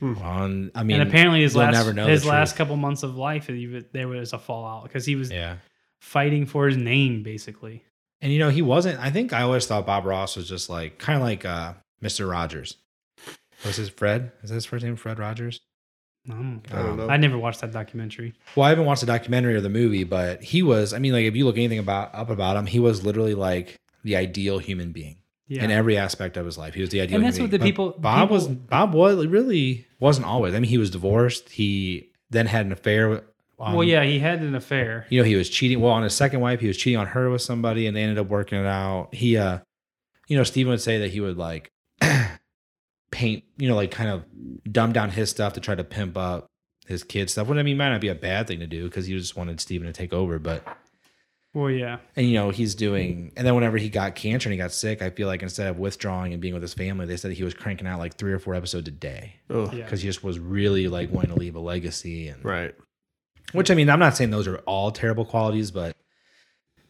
Speaker 1: On. I mean,
Speaker 2: and apparently, his
Speaker 1: you'll
Speaker 2: last
Speaker 1: never know the
Speaker 2: his
Speaker 1: truth.
Speaker 2: last couple months of life, he was- there was a fallout because he was
Speaker 1: yeah.
Speaker 2: fighting for his name, basically.
Speaker 1: And you know, he wasn't. I think I always thought Bob Ross was just like kind of like uh, Mr. Rogers. Was his Fred? Is that his first name? Fred Rogers.
Speaker 2: I don't know.
Speaker 3: I don't
Speaker 1: Oh.
Speaker 3: know.
Speaker 2: I never watched that documentary.
Speaker 1: Well, I haven't watched the documentary or the movie, but he was. I mean, like if you look anything about up about him, he was literally like the ideal human being
Speaker 2: Yeah.
Speaker 1: in
Speaker 2: And,
Speaker 1: every aspect of his life. He was the ideal. human
Speaker 2: that's what
Speaker 1: being.
Speaker 2: the
Speaker 1: But
Speaker 2: people.
Speaker 1: Bob
Speaker 2: people-
Speaker 1: was. Bob was really wasn't always. I mean, he was divorced. He then had an affair. With, um,
Speaker 2: well, yeah, he had an affair.
Speaker 1: You know, he was cheating. Well, on his second wife, he was cheating on her with somebody, and they ended up working it out. He, uh, you know, Steven would say that he would like paint. You know, like kind of dumb down his stuff to try to pimp up his kids stuff. Which I mean, might not be a bad thing to do because he just wanted Steven to take over, but.
Speaker 2: Well, yeah.
Speaker 1: And you know, he's doing and then whenever he got cancer and he got sick, I feel like instead of withdrawing and being with his family, they said he was cranking out like three or four episodes a day.
Speaker 3: Ugh.
Speaker 2: Yeah.
Speaker 1: Because he just was really like wanting to leave a legacy and
Speaker 3: Right.
Speaker 1: which I mean, I'm not saying those are all terrible qualities, but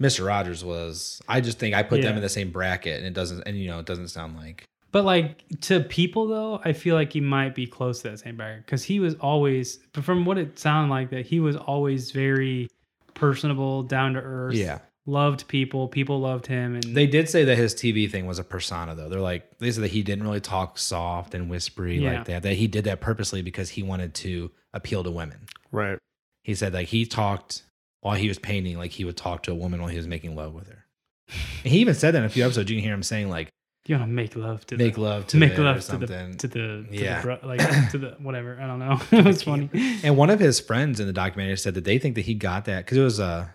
Speaker 1: Mr. Rogers was I just think I put them
Speaker 2: Yeah.
Speaker 1: in the same bracket and it doesn't and you know, it doesn't sound like
Speaker 2: But like to people though, I feel like he might be close to that same bracket because he was always, but from what it sounded like, that he was always very personable, down to earth. loved people. People loved him, and
Speaker 1: They did say that his TV thing was a persona, though. They're like they said that he didn't really talk soft and whispery
Speaker 2: Yeah.
Speaker 1: like that. That he did that purposely because he wanted to appeal to women.
Speaker 3: Right.
Speaker 1: He said like he talked while he was painting, like he would talk to a woman while he was making love with her. And he even said that in a few episodes. You can hear him saying like
Speaker 2: you want to make love to
Speaker 1: "make
Speaker 2: the,
Speaker 1: love to
Speaker 2: make
Speaker 1: it," or
Speaker 2: love to the
Speaker 1: something.
Speaker 2: to the to
Speaker 1: Yeah.
Speaker 2: the, bro- like to the whatever. I don't know. it was funny.
Speaker 1: and one of his friends in the documentary said that they think that he got that because it was uh,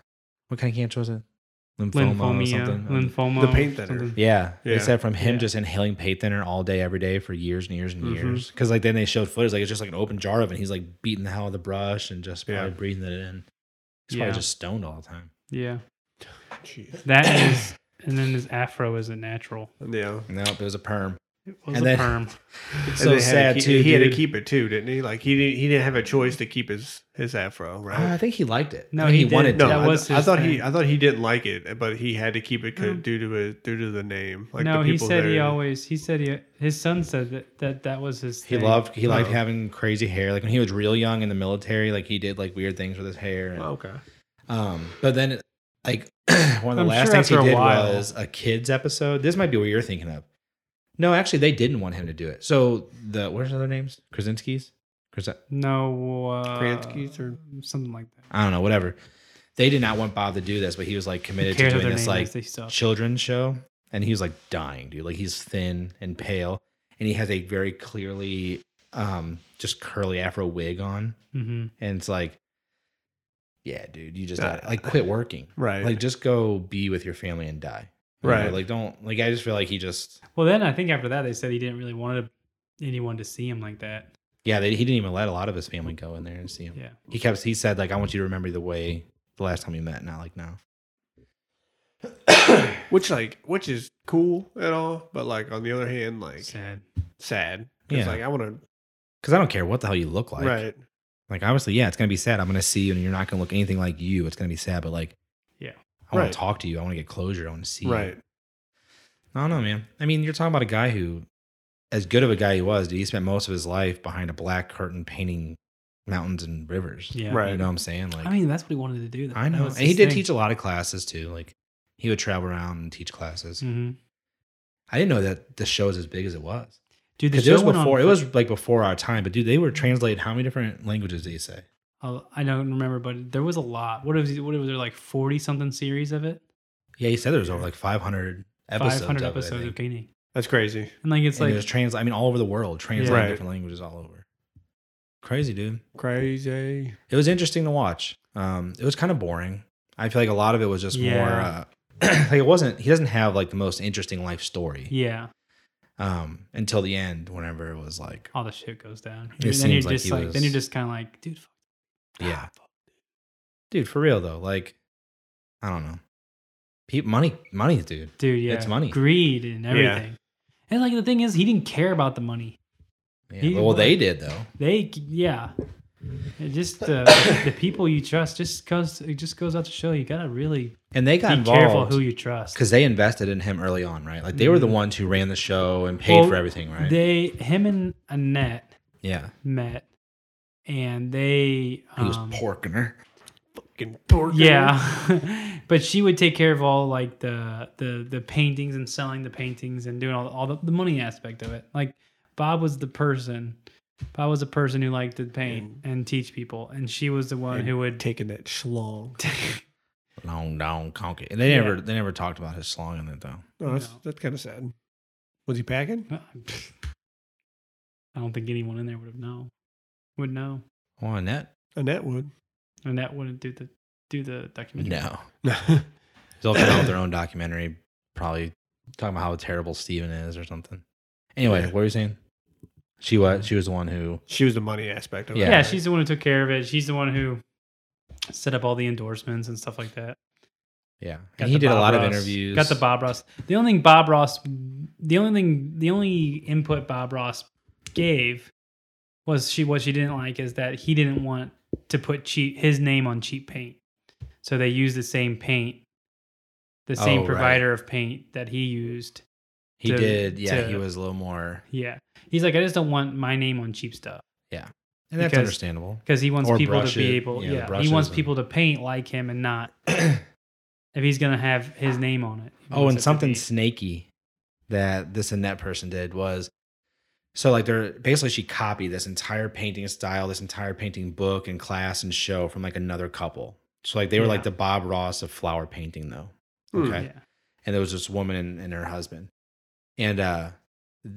Speaker 1: what kind of cancer was it? Lymphoma, or
Speaker 2: Lymphomia,
Speaker 1: something.
Speaker 2: lymphoma,
Speaker 3: The paint thinner.
Speaker 2: something.
Speaker 1: Yeah, they
Speaker 3: Yeah.
Speaker 1: said from him
Speaker 2: Yeah.
Speaker 1: just inhaling paint thinner all day, every day for years and years and
Speaker 3: Mhm.
Speaker 1: years. Because like then they showed footage, like it's just like an open jar of it. And he's like beating the hell out of the brush and just probably
Speaker 3: Yeah.
Speaker 1: breathing it in. He's
Speaker 2: Yeah.
Speaker 1: probably just stoned all the time.
Speaker 2: Yeah,
Speaker 3: Jeez.
Speaker 2: that is, and then his afro isn't natural.
Speaker 3: Yeah.
Speaker 1: Nope, it was a perm.
Speaker 2: It was
Speaker 1: And
Speaker 2: a
Speaker 1: then-
Speaker 2: perm.
Speaker 1: It's
Speaker 3: And
Speaker 1: so
Speaker 3: they had
Speaker 1: sad
Speaker 3: to keep-
Speaker 1: too.
Speaker 3: He had
Speaker 1: dude.
Speaker 3: to keep it too, didn't he? Like he didn't. He didn't have a choice to keep his his afro, right?
Speaker 1: I think he liked it.
Speaker 2: No,
Speaker 1: I think
Speaker 2: he did.
Speaker 1: wanted
Speaker 3: Oh. no,
Speaker 1: to.
Speaker 2: that
Speaker 3: I,
Speaker 2: was
Speaker 3: I
Speaker 2: his
Speaker 3: thought
Speaker 2: thing.
Speaker 3: he. I thought he didn't like it, but he had to keep it 'cause-
Speaker 2: Mm.
Speaker 3: due to it due to the name. Like
Speaker 2: no,
Speaker 3: the
Speaker 2: he
Speaker 3: people
Speaker 2: said he
Speaker 3: there.
Speaker 2: always. He said he. His son said that that, that was his.
Speaker 1: He
Speaker 2: thing.
Speaker 1: loved he liked
Speaker 3: No.
Speaker 1: having crazy hair. Like when he was real young in the military, like he did like weird things with his hair. And,
Speaker 3: Oh, okay.
Speaker 1: Um, but then like one of the
Speaker 2: I'm
Speaker 1: last
Speaker 2: sure
Speaker 1: things he
Speaker 2: after a
Speaker 1: did
Speaker 2: while-
Speaker 1: was a kids episode. This might be what you're thinking of. No, actually, they didn't want him to do it. So the what are their names? Krasinski's. Kras-
Speaker 2: no uh,
Speaker 3: Kransky's or-
Speaker 2: something like that.
Speaker 1: I don't know. Whatever. They did not want Bob to do this, but he was like
Speaker 2: Who
Speaker 1: committed to
Speaker 2: cares what
Speaker 1: doing
Speaker 2: their
Speaker 1: this
Speaker 2: name
Speaker 1: like
Speaker 2: is? They suck.
Speaker 1: children's show and he was like dying dude like he's thin and pale and he has a very clearly um just curly afro wig on
Speaker 2: Mm-hmm.
Speaker 1: and it's like yeah dude you just
Speaker 3: Uh,
Speaker 1: gotta, like quit working
Speaker 3: Right.
Speaker 1: like just go be with your family and die You know,
Speaker 3: Right.
Speaker 1: like don't like i just feel like he just
Speaker 2: Well, then I think after that they said he didn't really want to- anyone to see him like that.
Speaker 1: yeah they, he didn't even let a lot of his family go in there and see him
Speaker 2: Yeah.
Speaker 1: he kept he said like i want you to remember the way the last time we met not like now
Speaker 3: which like which is cool and all, but like on the other hand, like
Speaker 2: Sad.
Speaker 3: sad. It's
Speaker 1: Yeah.
Speaker 3: like I want to.
Speaker 1: because i don't care what the hell you look like
Speaker 3: right.
Speaker 1: Like obviously, yeah, it's gonna be sad. I'm gonna see you, and you're not gonna look anything like you. It's gonna be sad, but like,
Speaker 2: Yeah.
Speaker 1: I want
Speaker 3: Right.
Speaker 1: to talk to you. I want to get closure. I want to see. you.
Speaker 3: Right.
Speaker 1: I don't know, man. I mean, you're talking about a guy who, as good of a guy he was, dude, he spent most of his life behind a black curtain painting mountains and rivers.
Speaker 2: Yeah.
Speaker 3: Right.
Speaker 1: You know what I'm saying? Like,
Speaker 2: I mean, that's what he wanted to do. Though.
Speaker 1: I know, and he did teach a lot of classes too. Like, he would travel around and teach classes.
Speaker 2: hmm
Speaker 1: I didn't know that the show was as big as it was
Speaker 2: Dude, the
Speaker 1: because
Speaker 2: show
Speaker 1: it was
Speaker 2: went on
Speaker 1: before. It
Speaker 2: for-
Speaker 1: was like before our time, but dude, they were translated how many different languages did he say?
Speaker 2: I'll- I don't remember, but there was a lot. What was what was there like forty something series of it?
Speaker 1: Yeah, he said there was over like 500 episodes.
Speaker 2: Five hundred
Speaker 1: of it, I
Speaker 2: episodes
Speaker 1: think.
Speaker 2: of painting,
Speaker 3: That's crazy.
Speaker 2: and like it's
Speaker 1: and
Speaker 2: like
Speaker 1: it was trans. I mean, all over the world, translated
Speaker 3: Right.
Speaker 1: different languages all over. Crazy, dude.
Speaker 3: Crazy.
Speaker 1: It was interesting to watch. Um, it was kind of boring. I feel like a lot of it was just
Speaker 2: Yeah.
Speaker 1: more. Uh, like it wasn't. He doesn't have like the most interesting life story.
Speaker 2: yeah,
Speaker 1: Um, until the end, whenever it was like,
Speaker 2: all the shit goes down. And
Speaker 1: It
Speaker 2: then you're
Speaker 1: seems like
Speaker 2: just
Speaker 1: he
Speaker 2: like, then you're
Speaker 1: was-
Speaker 2: just kind of like, dude, fuck,
Speaker 1: yeah, dude, for real though. Like, I don't know. Pe- money, money, dude.
Speaker 2: dude, yeah,
Speaker 1: It's money.
Speaker 2: greed, and
Speaker 3: Yeah.
Speaker 2: everything. And like the thing is, he didn't care about the money.
Speaker 1: Yeah.
Speaker 2: He
Speaker 1: well,
Speaker 2: was-
Speaker 1: they did though.
Speaker 2: They yeah, it just uh, the people you trust just goes it just goes out to show you gotta really
Speaker 1: And they got
Speaker 2: be careful
Speaker 1: involved
Speaker 2: who you trust.
Speaker 1: because they invested in him early on, right? Like they were the
Speaker 2: Mhm.
Speaker 1: ones who ran the show and paid
Speaker 2: Well,
Speaker 1: for everything, right?
Speaker 2: They him and Annette
Speaker 1: yeah,
Speaker 2: met, and they
Speaker 1: he was
Speaker 2: um,
Speaker 1: porking her.
Speaker 3: Fucking torture.
Speaker 2: Yeah, but she would take care of all like the the the paintings and selling the paintings and doing all all the, the money aspect of it. Like Bob was the person. Bob was a person who liked to paint and teach people, and she was the one
Speaker 3: And
Speaker 2: who would
Speaker 3: Taking that schlong.
Speaker 1: Long down conky. And they never they never talked about his slong in it though.
Speaker 3: No, that's,
Speaker 2: No.
Speaker 3: that's kind of sad. Was he packing?
Speaker 2: I don't think anyone in there would have known. Would know.
Speaker 1: Oh, Annette?
Speaker 3: Annette would.
Speaker 2: Annette wouldn't do the do the documentary.
Speaker 1: No. They'll put out their own documentary, probably talking about how terrible Steven is or something. Anyway,
Speaker 3: Yeah.
Speaker 1: what were you saying? She was she was the one who
Speaker 3: she was the money aspect of
Speaker 1: Yeah.
Speaker 2: Yeah.
Speaker 3: it.
Speaker 2: she's the one who took care of it. She's the one who set up all the endorsements and stuff like that.
Speaker 1: yeah.
Speaker 2: Got
Speaker 1: And he
Speaker 2: the
Speaker 1: did a
Speaker 2: Bob
Speaker 1: lot of
Speaker 2: Ross-
Speaker 1: interviews.
Speaker 2: Got the Bob Ross. The only thing Bob Ross, the only thing, the only input Bob Ross gave was she what she didn't like is that he didn't want to put cheap his name on cheap paint, so they used the same paint, the same
Speaker 1: Oh, right.
Speaker 2: provider of paint that he used.
Speaker 1: he
Speaker 2: to-
Speaker 1: did yeah,
Speaker 2: to-
Speaker 1: he was a little more
Speaker 2: Yeah, he's like, I just don't want my name on cheap stuff
Speaker 1: and that's
Speaker 2: Because-
Speaker 1: understandable.
Speaker 2: because he wants
Speaker 1: Or
Speaker 2: people
Speaker 1: brush
Speaker 2: to be
Speaker 1: it,
Speaker 2: able,
Speaker 1: you know, the
Speaker 2: yeah, he
Speaker 1: brushes
Speaker 2: wants
Speaker 1: and-
Speaker 2: people to paint like him and not if he's gonna have his name on it. He
Speaker 1: Oh,
Speaker 2: wants it
Speaker 1: and
Speaker 2: to
Speaker 1: something
Speaker 2: be-
Speaker 1: snaky that this and that person did was so like they're basically she copied this entire painting style, this entire painting book and class and show from like another couple. So like they were like
Speaker 2: Yeah.
Speaker 1: the Bob Ross of flower painting though.
Speaker 3: Hmm.
Speaker 1: Okay.
Speaker 2: Yeah.
Speaker 1: and there was this woman and, and her husband and uh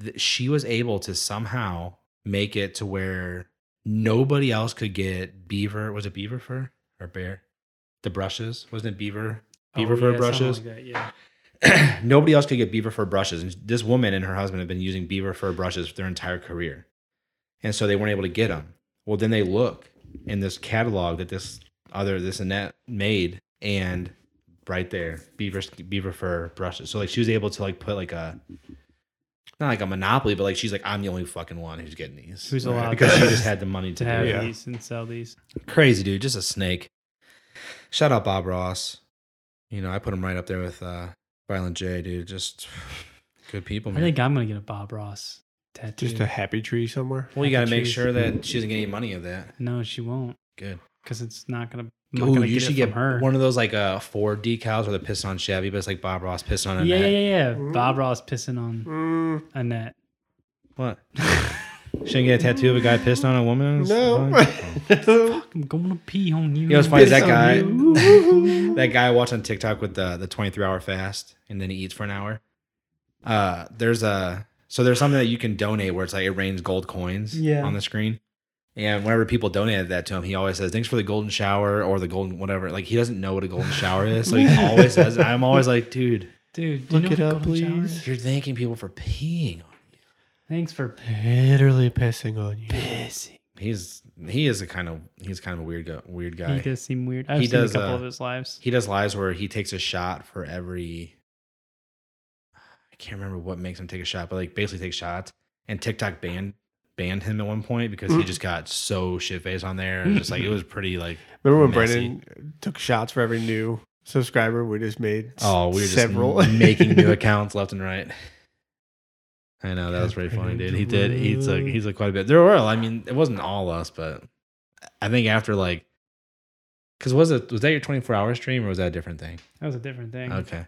Speaker 1: th- she was able to somehow make it to where nobody else could get beaver was it beaver fur or bear the brushes wasn't it beaver beaver
Speaker 2: Oh,
Speaker 1: fur
Speaker 2: yeah, something
Speaker 1: brushes
Speaker 2: like that, yeah.
Speaker 1: nobody else could get beaver fur brushes and this woman and her husband have been using beaver fur brushes their entire career and so they weren't able to get them well then they look in this catalog that this other this and that made and right there beaver beaver fur brushes so like she was able to like put like a not like a monopoly but like she's like i'm the only fucking one who's getting these
Speaker 2: Who's allowed
Speaker 1: because
Speaker 2: to-
Speaker 1: she just had the money
Speaker 2: to
Speaker 1: to
Speaker 2: have
Speaker 1: do it
Speaker 3: Yeah.
Speaker 2: these and sell these.
Speaker 1: crazy dude just a snake shout out bob ross you know i put him right up there with uh violent j dude just good people
Speaker 2: I
Speaker 1: man
Speaker 2: think I'm gonna get a Bob Ross tattoo.
Speaker 3: Just a happy tree somewhere.
Speaker 1: well you gotta make
Speaker 2: Jeez.
Speaker 1: sure that she doesn't get any money of that
Speaker 2: no, she won't,
Speaker 1: good
Speaker 2: because it's not gonna. I'm not
Speaker 1: Ooh,
Speaker 2: gonna
Speaker 1: you
Speaker 2: get
Speaker 1: should
Speaker 2: it
Speaker 1: get
Speaker 2: from her.
Speaker 1: one of those like uh ford decals where the piss on chevy but it's like bob ross pissing on a
Speaker 2: yeah,
Speaker 1: net.
Speaker 2: yeah, yeah, yeah.
Speaker 3: Mm.
Speaker 2: Bob Ross pissing on
Speaker 3: Mm,
Speaker 2: Annette.
Speaker 1: what shouldn't get a tattoo of a guy pissing on a woman
Speaker 3: no.
Speaker 1: Oh.
Speaker 2: I'm going to pee on you.
Speaker 1: You know what's funny is that
Speaker 2: Piss on
Speaker 1: guy-
Speaker 2: you.
Speaker 1: that guy I watch on TikTok with the the 23 hour fast and then he eats for an hour. Uh, there's a so there's something that you can donate where it's like it rains gold coins
Speaker 2: Yeah.
Speaker 1: on the screen. And whenever people donated that to him, he always says, Thanks for the golden shower or the golden whatever. Like he doesn't know what a golden shower is. So he always says, it. I'm always like, dude,
Speaker 2: Dude, do you
Speaker 3: Look
Speaker 2: know
Speaker 3: it
Speaker 2: what
Speaker 3: up,
Speaker 2: golden shower
Speaker 3: please.
Speaker 2: is?
Speaker 1: you're thanking people for peeing.
Speaker 2: Thanks for
Speaker 3: Literally pissing on you.
Speaker 2: pissing.
Speaker 1: He's he is a kind of he's kind of a weird go, weird guy.
Speaker 2: He does seem weird. I've
Speaker 1: He
Speaker 2: seen
Speaker 1: does,
Speaker 2: a couple
Speaker 1: uh,
Speaker 2: of his lives.
Speaker 1: he does lives where he takes a shot for every I can't remember what makes him take a shot, but like basically take shots. And TikTok banned banned him at one point because he just got so shit faced on there. And just like it was pretty like
Speaker 3: Remember when
Speaker 1: Messy.
Speaker 3: Brendan took shots for every new subscriber? We just made s-
Speaker 1: oh, we were just
Speaker 3: several
Speaker 1: making new accounts left and right. I know that was
Speaker 3: God,
Speaker 1: pretty funny,
Speaker 3: Brandon
Speaker 1: dude. He did he took he took quite a bit. There were I mean, it wasn't all us, but I think after like because was it was that your twenty four hour stream or was that a different thing?
Speaker 2: That was a different thing.
Speaker 1: Okay.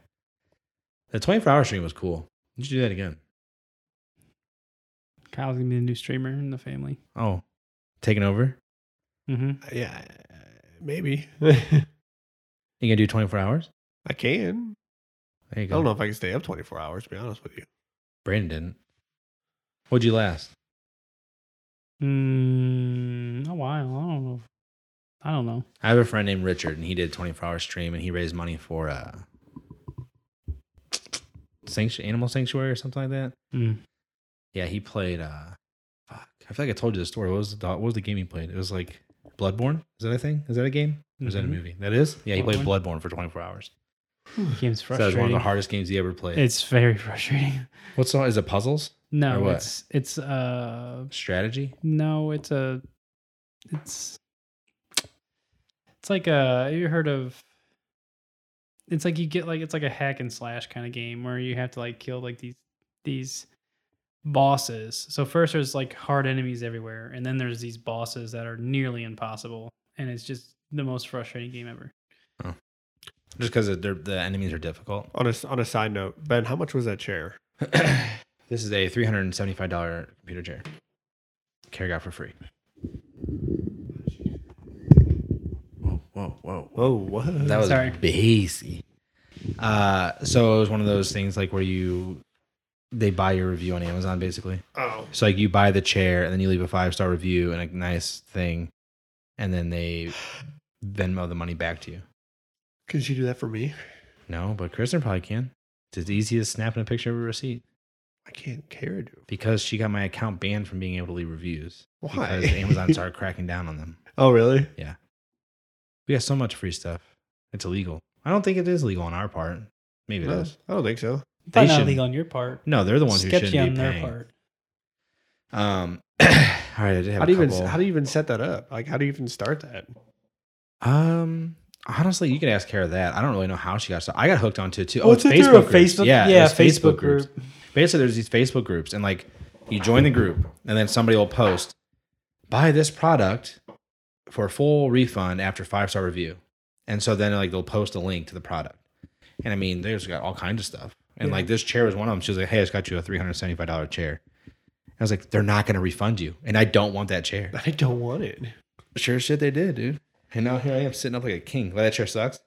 Speaker 1: The 24 hour stream was cool. You should do that again.
Speaker 2: Kyle's gonna be the new streamer in the family.
Speaker 1: Oh, taking over?
Speaker 2: Mm-hmm.
Speaker 3: yeah, uh, maybe
Speaker 1: You gonna do 24 hours?
Speaker 3: I can.
Speaker 1: There
Speaker 3: I
Speaker 1: you go.
Speaker 3: don't know if I can stay up 24 hours. To be honest with you,
Speaker 1: Brandon didn't. What'd you last?
Speaker 2: Mm, a while. I don't know. I don't know.
Speaker 1: I have a friend named Richard, and he did 24 hour stream, and he raised money for uh, sanctu- animal sanctuary or something like that.
Speaker 2: Mm.
Speaker 1: Yeah, he played. uh Fuck, I feel like I told you the story. What was the do- what was the game he played? It was like Bloodborne. Is that a thing? Is that a game? Or is that a
Speaker 2: Mhm.
Speaker 1: movie? That is. Mm-hmm. Yeah, he played Bloodborne for 24 hours.
Speaker 2: Game's
Speaker 1: So that was
Speaker 2: frustrating.
Speaker 1: one of the hardest games he ever played.
Speaker 2: It's very frustrating.
Speaker 1: What's the, is it puzzles? Or
Speaker 2: No,
Speaker 1: what?
Speaker 2: it's it's uh
Speaker 1: Strategy?
Speaker 2: no, it's a it's it's like a have you heard of it's like you get like it's like a hack and slash kind of game where you have to like kill like these these bosses. So first there's like hard enemies everywhere and then there's these bosses that are nearly impossible and it's just the most frustrating game ever.
Speaker 1: Just because the enemies are difficult.
Speaker 3: on a s- on a side note, Ben, how much was that chair?
Speaker 1: this is a three hundred and seventy-five dollar computer chair. Carrie got for free. Whoa, whoa, whoa.
Speaker 3: Whoa, what?
Speaker 1: That was
Speaker 2: Sorry.
Speaker 1: basic. Uh, so it was one of those things like where you they buy your review on Amazon basically.
Speaker 3: oh,
Speaker 1: So like you buy the chair and then you leave a five star review and a nice thing, and then they Venmo the money back to you.
Speaker 3: can she do that for me?
Speaker 1: No, but Kristen probably can. It's as easy as snapping a picture of a receipt
Speaker 3: I can't care do.
Speaker 1: because she got my account banned from being able to leave reviews
Speaker 3: Why?
Speaker 1: because Amazon started cracking down on them.
Speaker 3: oh, really?
Speaker 1: We got so much free stuff. It's illegal. I don't think it is legal on our part. Maybe it is.
Speaker 3: No, I don't think so.
Speaker 1: They
Speaker 2: Probably not
Speaker 1: should-
Speaker 2: illegal on your part.
Speaker 1: No, they're the ones who
Speaker 2: Sketchy
Speaker 1: shouldn't
Speaker 2: on
Speaker 1: be
Speaker 2: their
Speaker 1: paying.
Speaker 2: part.
Speaker 1: Um, all right, I did have
Speaker 3: How do you
Speaker 1: a
Speaker 3: even
Speaker 1: couple.
Speaker 3: how do you even set that up? Like, how do you even start that?
Speaker 1: um, honestly, you can ask Kara that. I don't really know how she got started. I got hooked onto it too. Oh,
Speaker 2: Well,
Speaker 1: it's
Speaker 2: it's
Speaker 1: Facebook.
Speaker 2: through a
Speaker 1: groups.
Speaker 2: Facebook-
Speaker 1: Yeah, it
Speaker 2: yeah,
Speaker 1: was
Speaker 2: Facebook
Speaker 1: groups. Basically, there's these Facebook groups, and like you join the group, and then somebody will post, "Buy this product for a full refund after five star review," and so then like they'll post a link to the product, and I mean, there's got all kinds of stuff, and like this chair was one of them. She was like, "Hey, I just got you a three hundred seventy five dollar chair." I was like, "They're not going to refund you, and I don't want that chair."
Speaker 3: I don't want it.
Speaker 1: Sure as shit they did, dude. And now here I am sitting up like a king. Well, that chair sucks.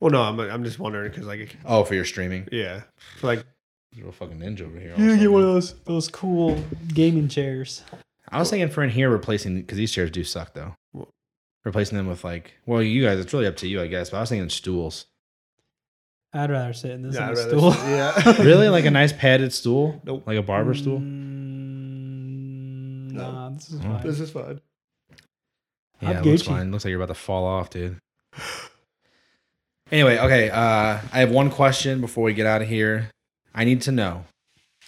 Speaker 3: Well, no, I'm I'm just wondering because like,
Speaker 1: Oh, for your streaming.
Speaker 3: yeah, like
Speaker 1: You're a fucking ninja over here. all
Speaker 2: You
Speaker 1: of a
Speaker 2: get one of
Speaker 1: sudden.
Speaker 2: those those cool gaming chairs.
Speaker 1: I was thinking for in here replacing because these chairs do suck though.
Speaker 3: Well-
Speaker 1: Replacing them with like, well, you guys, it's really up to you, I guess. But I was thinking stools.
Speaker 2: I'd rather sit in this
Speaker 3: Yeah,
Speaker 2: than
Speaker 3: I'd
Speaker 2: a
Speaker 3: rather
Speaker 2: stool.
Speaker 3: sit- yeah.
Speaker 1: really, like a nice padded stool,
Speaker 3: Nope.
Speaker 1: like a barber stool.
Speaker 2: Mm,
Speaker 3: No.
Speaker 2: Nah, this is
Speaker 1: Mm.
Speaker 2: fine.
Speaker 3: this is fun.
Speaker 2: I'd
Speaker 1: Yeah, it looks
Speaker 2: Gucci.
Speaker 1: fine. Looks like you're about to fall off, dude. Anyway, okay. Uh, I have one question before we get out of here. I need to know: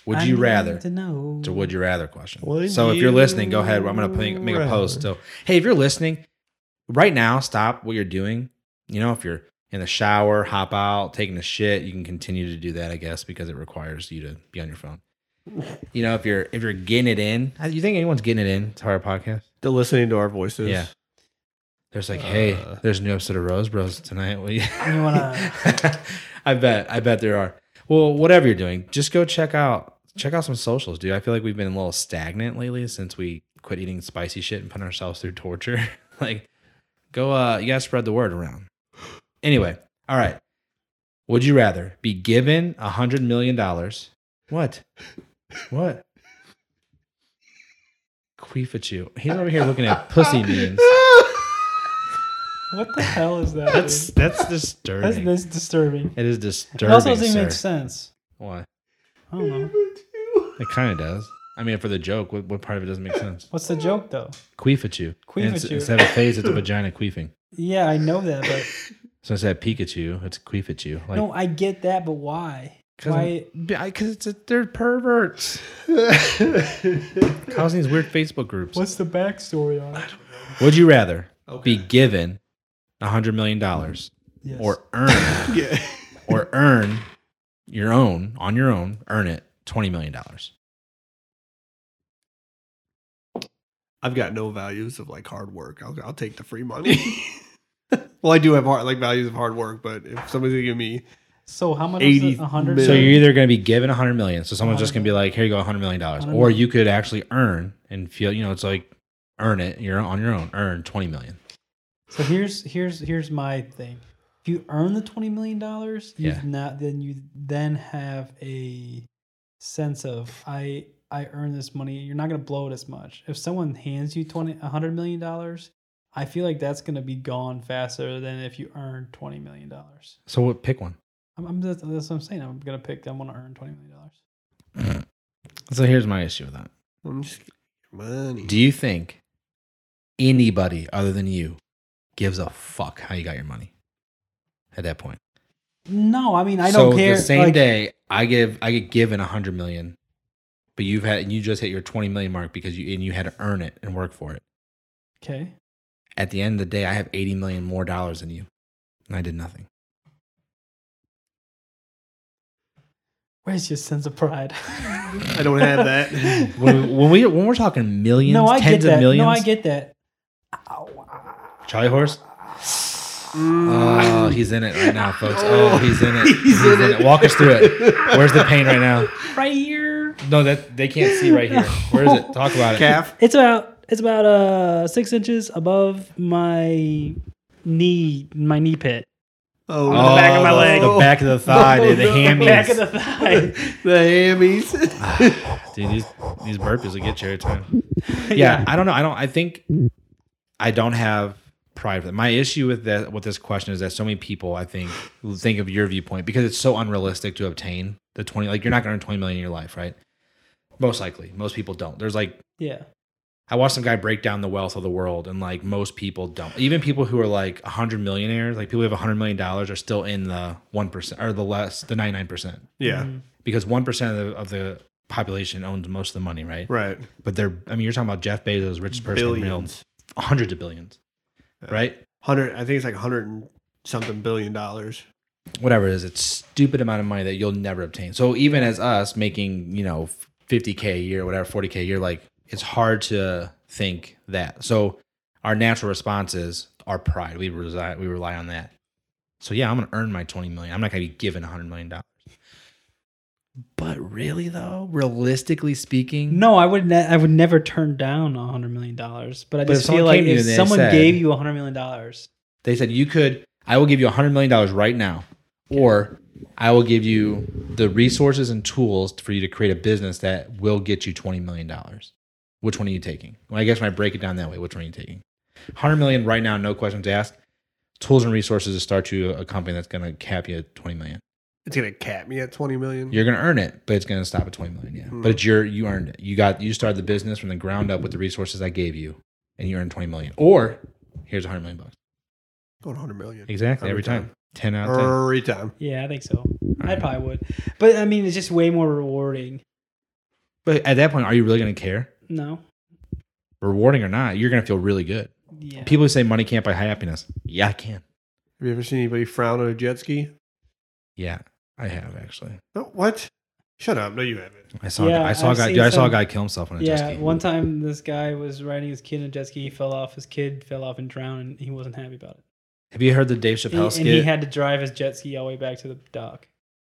Speaker 1: Would
Speaker 2: I
Speaker 1: you
Speaker 2: need
Speaker 1: rather?
Speaker 2: to know?
Speaker 1: It's a would you rather question.
Speaker 3: Would
Speaker 1: so if you're listening, go ahead. I'm
Speaker 3: you
Speaker 1: gonna put, make a post.
Speaker 3: rather?
Speaker 1: So hey, if you're listening right now, stop what you're doing. You know, if you're in the shower, hop out, taking a shit, you can continue to do that, I guess, because it requires you to be on your phone. You know, if you're if you're getting it in, I- you think anyone's getting it in to our podcast?
Speaker 3: They're listening to our voices.
Speaker 1: Yeah. There's like, hey,
Speaker 3: Uh.
Speaker 1: there's a new episode of Rose Bros tonight. Will you-
Speaker 2: You wanna-
Speaker 1: I bet, I bet there are. Well, whatever you're doing, just go check out check out some socials, dude. I feel like we've been a little stagnant lately since we quit eating spicy shit and putting ourselves through torture. like, go, uh, you gotta spread the word around. Anyway, all right. Would you rather be given a hundred million dollars? What? What? Queef at you. He's over here looking at pussy memes.
Speaker 2: What the hell is that?
Speaker 1: That's
Speaker 2: dude?
Speaker 1: that's disturbing.
Speaker 2: that's, that's disturbing.
Speaker 1: it is
Speaker 2: It
Speaker 1: disturbing.
Speaker 2: also doesn't
Speaker 1: sir.
Speaker 2: make sense.
Speaker 1: Why?
Speaker 2: I don't know.
Speaker 1: It kind of does. I mean, for the joke, what, what part of it doesn't make sense?
Speaker 2: What's the joke though?
Speaker 1: Queef at you.
Speaker 2: Queef
Speaker 1: And it's-
Speaker 2: at you.
Speaker 1: Instead of a face, it's a vagina queefing.
Speaker 2: Yeah, I know that, but
Speaker 1: So instead of Pikachu, it's queef at you. Like,
Speaker 2: no, I get that, but why?
Speaker 1: 'cause
Speaker 2: Why?
Speaker 1: Because it's a, they're perverts causing these weird Facebook groups.
Speaker 2: What's the backstory on it?
Speaker 1: Would you rather
Speaker 3: Okay.
Speaker 1: be given a hundred million dollars
Speaker 2: Yes.
Speaker 1: or earn
Speaker 3: yeah.
Speaker 1: or earn your own on your own earn it twenty million dollars?
Speaker 3: I've got no values of like hard work. I'll, I'll take the free money. well, I do have hard, like values of hard work, but if somebody's gonna give me,
Speaker 2: so how much?
Speaker 3: 80
Speaker 2: is it? A hundred.
Speaker 1: So
Speaker 3: Yeah.
Speaker 1: you're either going to be given a hundred million, so someone's just going to be like, "Here you go, a hundred million dollars,"
Speaker 2: $100
Speaker 1: or you could actually earn and feel, you know, it's like earn it. You're on your own, earn twenty million.
Speaker 2: So here's here's here's my thing. If you earn the twenty million dollars, you've
Speaker 1: Yeah.
Speaker 2: not then you then have a sense of I I earn this money. You're not gonna blow it as much. If someone hands you twenty a hundred million dollars, I feel like that's gonna be gone faster than if you earn twenty million dollars.
Speaker 1: So what? Pick one.
Speaker 2: I'm, I'm that's, that's what I'm saying. I'm gonna pick. I want to earn twenty million dollars.
Speaker 1: So here's my issue with that.
Speaker 3: I'm just money.
Speaker 1: Do you think anybody other than you gives a fuck how you got your money at that point?
Speaker 2: No, I mean I don't
Speaker 1: so
Speaker 2: care.
Speaker 1: The same
Speaker 2: like,
Speaker 1: day, I give, I get given a hundred million, but you've had, and you just hit your twenty million mark because you and you had to earn it and work for it.
Speaker 2: Okay.
Speaker 1: At the end of the day, I have eighty million more dollars than you, and I did nothing.
Speaker 2: Where's your sense of pride?
Speaker 3: I don't have that.
Speaker 1: when, when we when we're talking millions,
Speaker 2: no, I
Speaker 1: tens
Speaker 2: get that.
Speaker 1: of millions,
Speaker 2: No, I get that.
Speaker 1: Charlie Horse. Oh,
Speaker 3: Mm.
Speaker 1: he's in it right now, folks. Oh, he's in it. He's, in, it. Walk us through it. Where's the pain right now?
Speaker 2: Right here.
Speaker 1: No, that they can't see right here. Where is it? Talk about it.
Speaker 3: calf?
Speaker 2: It's about it's about uh six inches above my knee, my knee pit, On
Speaker 3: Oh,
Speaker 2: the back of my
Speaker 1: the-
Speaker 2: leg.
Speaker 1: the back of the thigh, dude, the
Speaker 3: Oh, no.
Speaker 1: hammy.
Speaker 2: back of the thigh.
Speaker 3: the hammies.
Speaker 1: Dude, these these burpees will get you every time. Yeah, I don't know. I don't. I think I don't have pride for that. My issue with that, with this question, is that so many people, I think, think of your viewpoint because it's so unrealistic to obtain the twenty. Like you're not going to earn twenty million in your life, right? Most likely, most people don't. There's like
Speaker 2: yeah,
Speaker 1: I watched some guy break down the wealth of the world, and like most people don't. Even people who are like 100 millionaires, like people who have 100 million dollars, are still in the 1% or the less, the 99%,
Speaker 3: yeah,
Speaker 2: Mhm.
Speaker 1: because 1% of the, of the population owns most of the money, right?
Speaker 3: right.
Speaker 1: But they're, I mean, you're talking about Jeff Bezos, richest person in the world,
Speaker 3: Billions.
Speaker 1: hundreds of billions,
Speaker 3: Yeah.
Speaker 1: right?
Speaker 3: Hundred. I think it's like hundred and something billion dollars.
Speaker 1: Whatever it is, it's stupid amount of money that you'll never obtain. So even as us making, you know, 50K a year, whatever, 40K a year, like it's hard to think that. So, our natural response is our pride. We rely, we rely on that. So yeah, I'm gonna earn my 20 million. I'm not gonna be given 100 million dollars. But really though, realistically speaking,
Speaker 2: No, I would. Ne- I would never turn down a hundred million dollars. But I
Speaker 1: But if
Speaker 2: just feel
Speaker 1: someone
Speaker 2: like
Speaker 1: came to you
Speaker 2: if
Speaker 1: and they
Speaker 2: someone
Speaker 1: said-
Speaker 2: gave you a hundred million dollars,
Speaker 1: they said you could. I will give you 100 million dollars right now, or I will give you the resources and tools for you to create a business that will get you 20 million dollars. Which one are you taking? Well, I guess when I break it down that way, which one are you taking? 100 million right now, no questions asked. Tools and resources to start you a company that's going to cap you at 20 million.
Speaker 3: It's gonna cap me at twenty million.
Speaker 1: You're gonna earn it, but it's gonna stop at twenty million. Yeah,
Speaker 3: Hmm.
Speaker 1: but it's your you earned it. You got you started the business from the ground up with the resources I gave you, and you earned twenty million. Or here's a hundred million bucks.
Speaker 3: Going hundred million.
Speaker 1: Exactly every,
Speaker 3: Every
Speaker 1: time.
Speaker 3: time.
Speaker 1: ten out of ten.
Speaker 3: Every time.
Speaker 2: yeah, I think so. I
Speaker 1: Alright.
Speaker 2: probably would. But I mean, it's just way more rewarding.
Speaker 1: But at that point, are you really gonna care,
Speaker 2: No.
Speaker 1: rewarding or not? You're gonna feel really good.
Speaker 2: Yeah.
Speaker 1: People who say money can't buy happiness. Yeah, I can.
Speaker 3: Have you ever seen anybody frown on a jet ski?
Speaker 1: Yeah, I have actually.
Speaker 3: No, what? Shut up. No, you haven't.
Speaker 1: I saw.
Speaker 2: Yeah,
Speaker 1: I saw a
Speaker 2: I've
Speaker 1: guy.
Speaker 2: seen
Speaker 1: Dude, I saw a
Speaker 2: some-
Speaker 1: guy kill himself on a
Speaker 2: yeah,
Speaker 1: jet ski.
Speaker 2: one time this guy was riding his kid in a jet ski. He fell off. His kid fell off and drowned, and he wasn't happy about it.
Speaker 1: Have you heard the Dave
Speaker 2: He-
Speaker 1: Chappelle
Speaker 2: and
Speaker 1: skit?
Speaker 2: he had to drive his jet ski all the way back to the dock.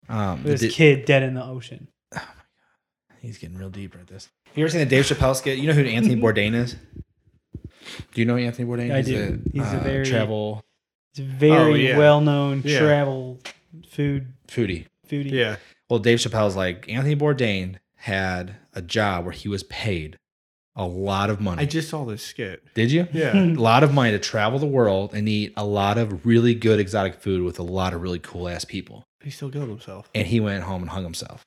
Speaker 1: um, the
Speaker 2: With his
Speaker 1: Da-
Speaker 2: kid dead in the ocean.
Speaker 1: He's getting real deep at this. You ever seen the Dave Chappelle skit? You know who Anthony Bourdain is? Do you know Anthony Bourdain?
Speaker 2: I do. He's a very-
Speaker 1: uh, travel
Speaker 2: It's a very
Speaker 3: Oh, yeah.
Speaker 2: well-known
Speaker 3: Yeah.
Speaker 2: travel food
Speaker 1: foodie.
Speaker 2: foodie.
Speaker 3: Yeah.
Speaker 1: Well, Dave Chappelle's like Anthony Bourdain had a job where he was paid a lot of money.
Speaker 3: I just saw this skit.
Speaker 1: Did you?
Speaker 3: Yeah.
Speaker 1: A lot of money to travel the world and eat a lot of really good exotic food with a lot of really cool ass people.
Speaker 3: he still killed himself.
Speaker 1: and he went home and hung himself.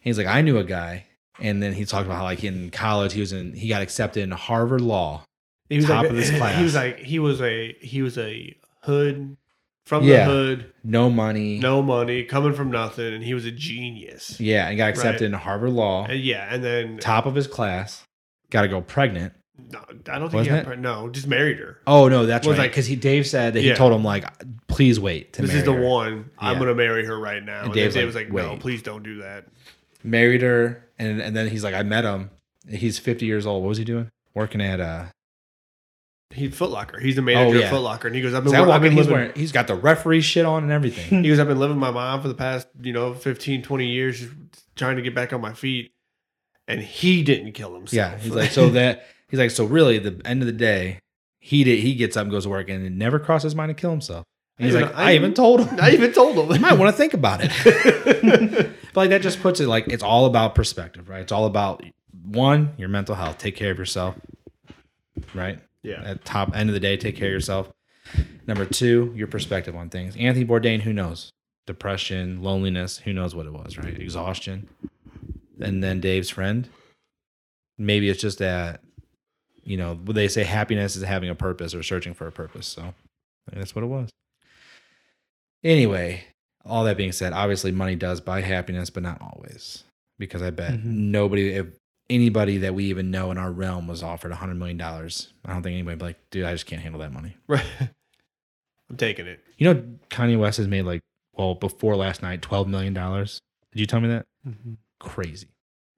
Speaker 1: He's like, I knew a guy, and then he talked about how like in college he was in he got accepted in Harvard Law.
Speaker 3: He was
Speaker 1: Top
Speaker 3: like,
Speaker 1: of his class.
Speaker 3: He was like he was a he was a hood from the
Speaker 1: Yeah.
Speaker 3: hood,
Speaker 1: No money,
Speaker 3: no money, coming from nothing, and he was a genius.
Speaker 1: yeah, and got accepted
Speaker 3: Right.
Speaker 1: into Harvard Law,
Speaker 3: And yeah, and then
Speaker 1: top of his class. Got to go pregnant.
Speaker 3: no, I don't think
Speaker 1: Wasn't
Speaker 3: he
Speaker 1: it?
Speaker 3: got pregnant. No, just married her.
Speaker 1: Oh no, that's
Speaker 3: Was
Speaker 1: right.
Speaker 3: like-
Speaker 1: Because he Dave said that he
Speaker 3: Yeah.
Speaker 1: told him like, please wait. To
Speaker 3: this
Speaker 1: marry
Speaker 3: is the
Speaker 1: her.
Speaker 3: one. I'm
Speaker 1: Yeah.
Speaker 3: gonna marry her right now.
Speaker 1: And
Speaker 3: And,
Speaker 1: Dave's
Speaker 3: Dave,
Speaker 1: like,
Speaker 3: was like, no,
Speaker 1: wait.
Speaker 3: please don't do that.
Speaker 1: Married her, and and then he's like, I met him. He's 50 years old. What was he doing? Working at uh.
Speaker 3: He Foot Locker. He's the manager
Speaker 1: Oh, yeah.
Speaker 3: of Foot Locker, and he goes, I've
Speaker 1: so
Speaker 3: been,
Speaker 1: I
Speaker 3: wor-
Speaker 1: walk
Speaker 3: I've
Speaker 1: in,
Speaker 3: been
Speaker 1: he's
Speaker 3: living.
Speaker 1: wearing. He's got the referee shit on and everything.
Speaker 3: he goes, I've been living with my mom for the past, you know, 15, 20 years, just trying to get back on my feet. And he didn't kill himself.
Speaker 1: Yeah, he's like so that he's like so really at the end of the day he did he gets up and goes to work and it never crossed his mind to kill himself. And he's
Speaker 3: I even-
Speaker 1: like
Speaker 3: I
Speaker 1: I, even
Speaker 3: even-
Speaker 1: told him
Speaker 3: I even told him.
Speaker 1: you might want to think about it. but like that just puts it like it's all about perspective, right? It's all about one your mental health, take care of yourself, right?
Speaker 3: yeah.
Speaker 1: At top end of the day, take care of yourself. Number two, your perspective on things. Anthony Bourdain, who knows? Depression, loneliness, who knows what it was, right? Exhaustion. And then Dave's friend. Maybe it's just that, you know, what they say happiness is having a purpose or searching for a purpose. So maybe that's what it was. Anyway, all that being said, obviously money does buy happiness, but not always. Because I bet
Speaker 2: Mhm.
Speaker 1: nobody, if anybody that we even know in our realm was offered $100 million, I don't think anybody would be like, dude, I just can't handle that money.
Speaker 3: Right. I'm taking it.
Speaker 1: You know, Kanye West has made like, well, before last night, $12 million. Did you tell me that? Crazy.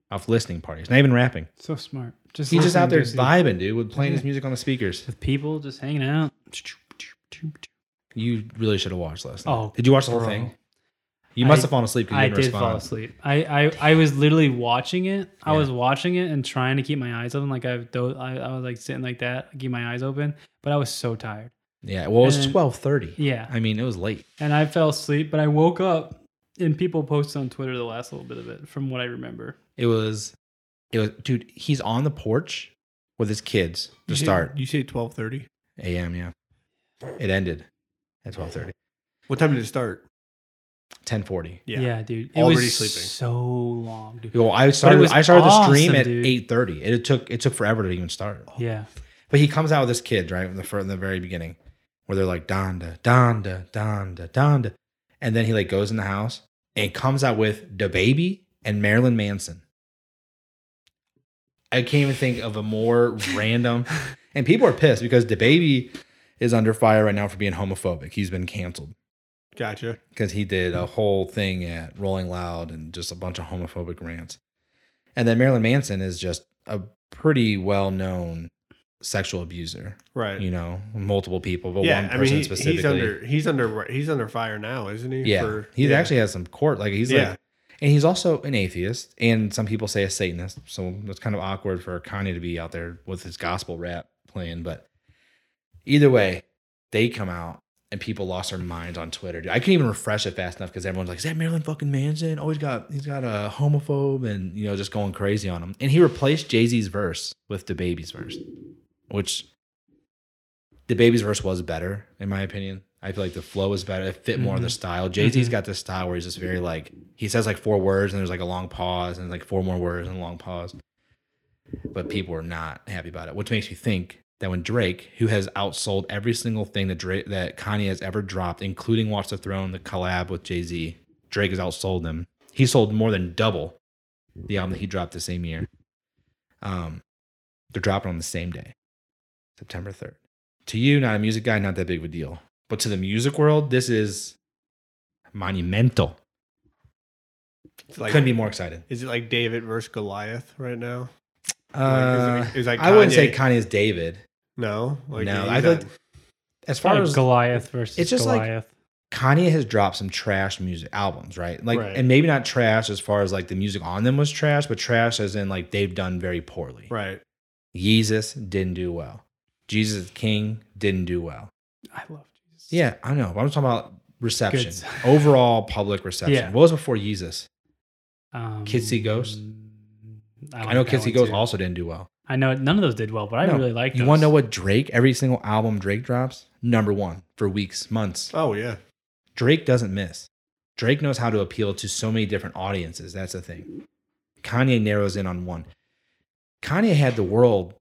Speaker 1: Off listening parties, not even rapping.
Speaker 2: Mm-hmm. So smart. Just
Speaker 1: He's just out there
Speaker 2: listening to-
Speaker 1: vibing, dude, with playing his music on the speakers.
Speaker 2: with people, just hanging out.
Speaker 1: You really should have watched last night.
Speaker 2: Oh,
Speaker 1: did you watch the whole
Speaker 2: bro.
Speaker 1: thing? You must
Speaker 2: I-
Speaker 1: have fallen asleep because you
Speaker 2: I
Speaker 1: didn't
Speaker 2: did fall
Speaker 1: respond.
Speaker 2: asleep. I, I, I was literally watching it. I
Speaker 1: Yeah.
Speaker 2: was watching it and trying to keep my eyes open. Like I, do- I, I was like sitting like that, keep my eyes open. But I was so tired.
Speaker 1: Yeah. Well, it was
Speaker 2: And-
Speaker 1: twelve thirty.
Speaker 2: Yeah.
Speaker 1: I mean, it was late.
Speaker 2: And I fell asleep, but I woke up and people posted on Twitter the last little bit of it from what I remember.
Speaker 1: It was. It was, dude. He's on the porch with his kids to start
Speaker 3: You say twelve thirty.
Speaker 1: a.m. Yeah. It ended at twelve thirty.
Speaker 3: What time did it start?
Speaker 1: Ten forty.
Speaker 2: dude.
Speaker 3: Already sleeping.
Speaker 2: so long, dude.
Speaker 1: Yo, I started.
Speaker 2: was
Speaker 1: I started the stream
Speaker 2: awesome,
Speaker 1: at
Speaker 2: dude.
Speaker 1: eight thirty. It took. It took forever to even start.
Speaker 2: Yeah.
Speaker 1: But he comes out with this kid right in the fir- in the very beginning, where they're like Donda, Donda, Donda, Donda, and then he like goes in the house and comes out with the baby and Marilyn Manson. I can't even think of a more random. And people are pissed because the baby is under fire right now for being homophobic. He's been canceled
Speaker 3: Gotcha.
Speaker 1: because he did a whole thing at Rolling Loud and just a bunch of homophobic rants. And then Marilyn Manson is just a pretty well known sexual abuser,
Speaker 3: Right.
Speaker 1: you know, multiple people, but
Speaker 3: yeah.
Speaker 1: one
Speaker 3: I
Speaker 1: person
Speaker 3: mean, he-
Speaker 1: specifically.
Speaker 3: he's under he's under he's under fire now, isn't he?
Speaker 1: yeah,
Speaker 3: For-
Speaker 1: he
Speaker 3: yeah.
Speaker 1: actually has some court. Like he's
Speaker 3: Yeah.
Speaker 1: like, and he's also an atheist, and some people say a Satanist. So it's kind of awkward for Kanye to be out there with his gospel rap playing. But either way, they come out. And people lost their minds on Twitter. Dude, I couldn't even refresh it fast enough because everyone's like, "Is that Marilyn fucking Manson? Oh, he's got he's got a homophobe and you know just going crazy on him." And he replaced Jay Z's verse with the baby's verse, which the baby's verse was better in my opinion. I feel like the flow was better. It fit more of the style. Jay Z's
Speaker 2: Mhm.
Speaker 1: got this style where he's just very like he says like four words and there's like a long pause and like four more words and a long pause. But people were not happy about it, which makes me think that when Drake, who has outsold every single thing that Drake, that Kanye has ever dropped, including Watch the Throne, the collab with Jay Z, Drake has outsold them. He sold more than double the album that he dropped the same year. Um, they're dropping on the same day, September third to you, not a music guy, not that big of a deal. But to the music world, this is monumental.
Speaker 3: It's like-
Speaker 1: Couldn't be more excited.
Speaker 3: Is it like David versus Goliath right now?
Speaker 1: Uh,
Speaker 3: like, is, it, is like
Speaker 1: I wouldn't say
Speaker 3: Kanye-
Speaker 1: Kanye's David.
Speaker 3: no. Like
Speaker 1: No,
Speaker 3: he's
Speaker 1: I thought-
Speaker 3: not-
Speaker 1: As far
Speaker 2: Probably
Speaker 1: as
Speaker 2: Goliath versus
Speaker 1: it's just like-
Speaker 2: Goliath.
Speaker 1: Kanye has dropped some trash music albums, right? Like,
Speaker 3: Right.
Speaker 1: and maybe not trash as far as like the music on them was trash, but trash as in like they've done very poorly.
Speaker 3: right.
Speaker 1: Jesus didn't do well. Jesus is King didn't do well.
Speaker 2: I love Jesus.
Speaker 1: Yeah, I know. But I'm talking about reception,
Speaker 2: Good.
Speaker 1: overall public reception.
Speaker 2: Yeah.
Speaker 1: What was before Jesus?
Speaker 2: Um,
Speaker 1: Kids See Ghosts?
Speaker 2: I,
Speaker 1: I know
Speaker 2: like that
Speaker 1: Kids See
Speaker 2: one
Speaker 1: Goes
Speaker 2: too.
Speaker 1: also didn't do well.
Speaker 2: I know none of those did well, but I
Speaker 1: No.
Speaker 2: really like.
Speaker 1: You want to know what Drake, every single album Drake drops, number one for weeks, months.
Speaker 3: Oh yeah.
Speaker 1: Drake doesn't miss. Drake knows how to appeal to so many different audiences. That's the thing. Kanye narrows in on one. Kanye had the world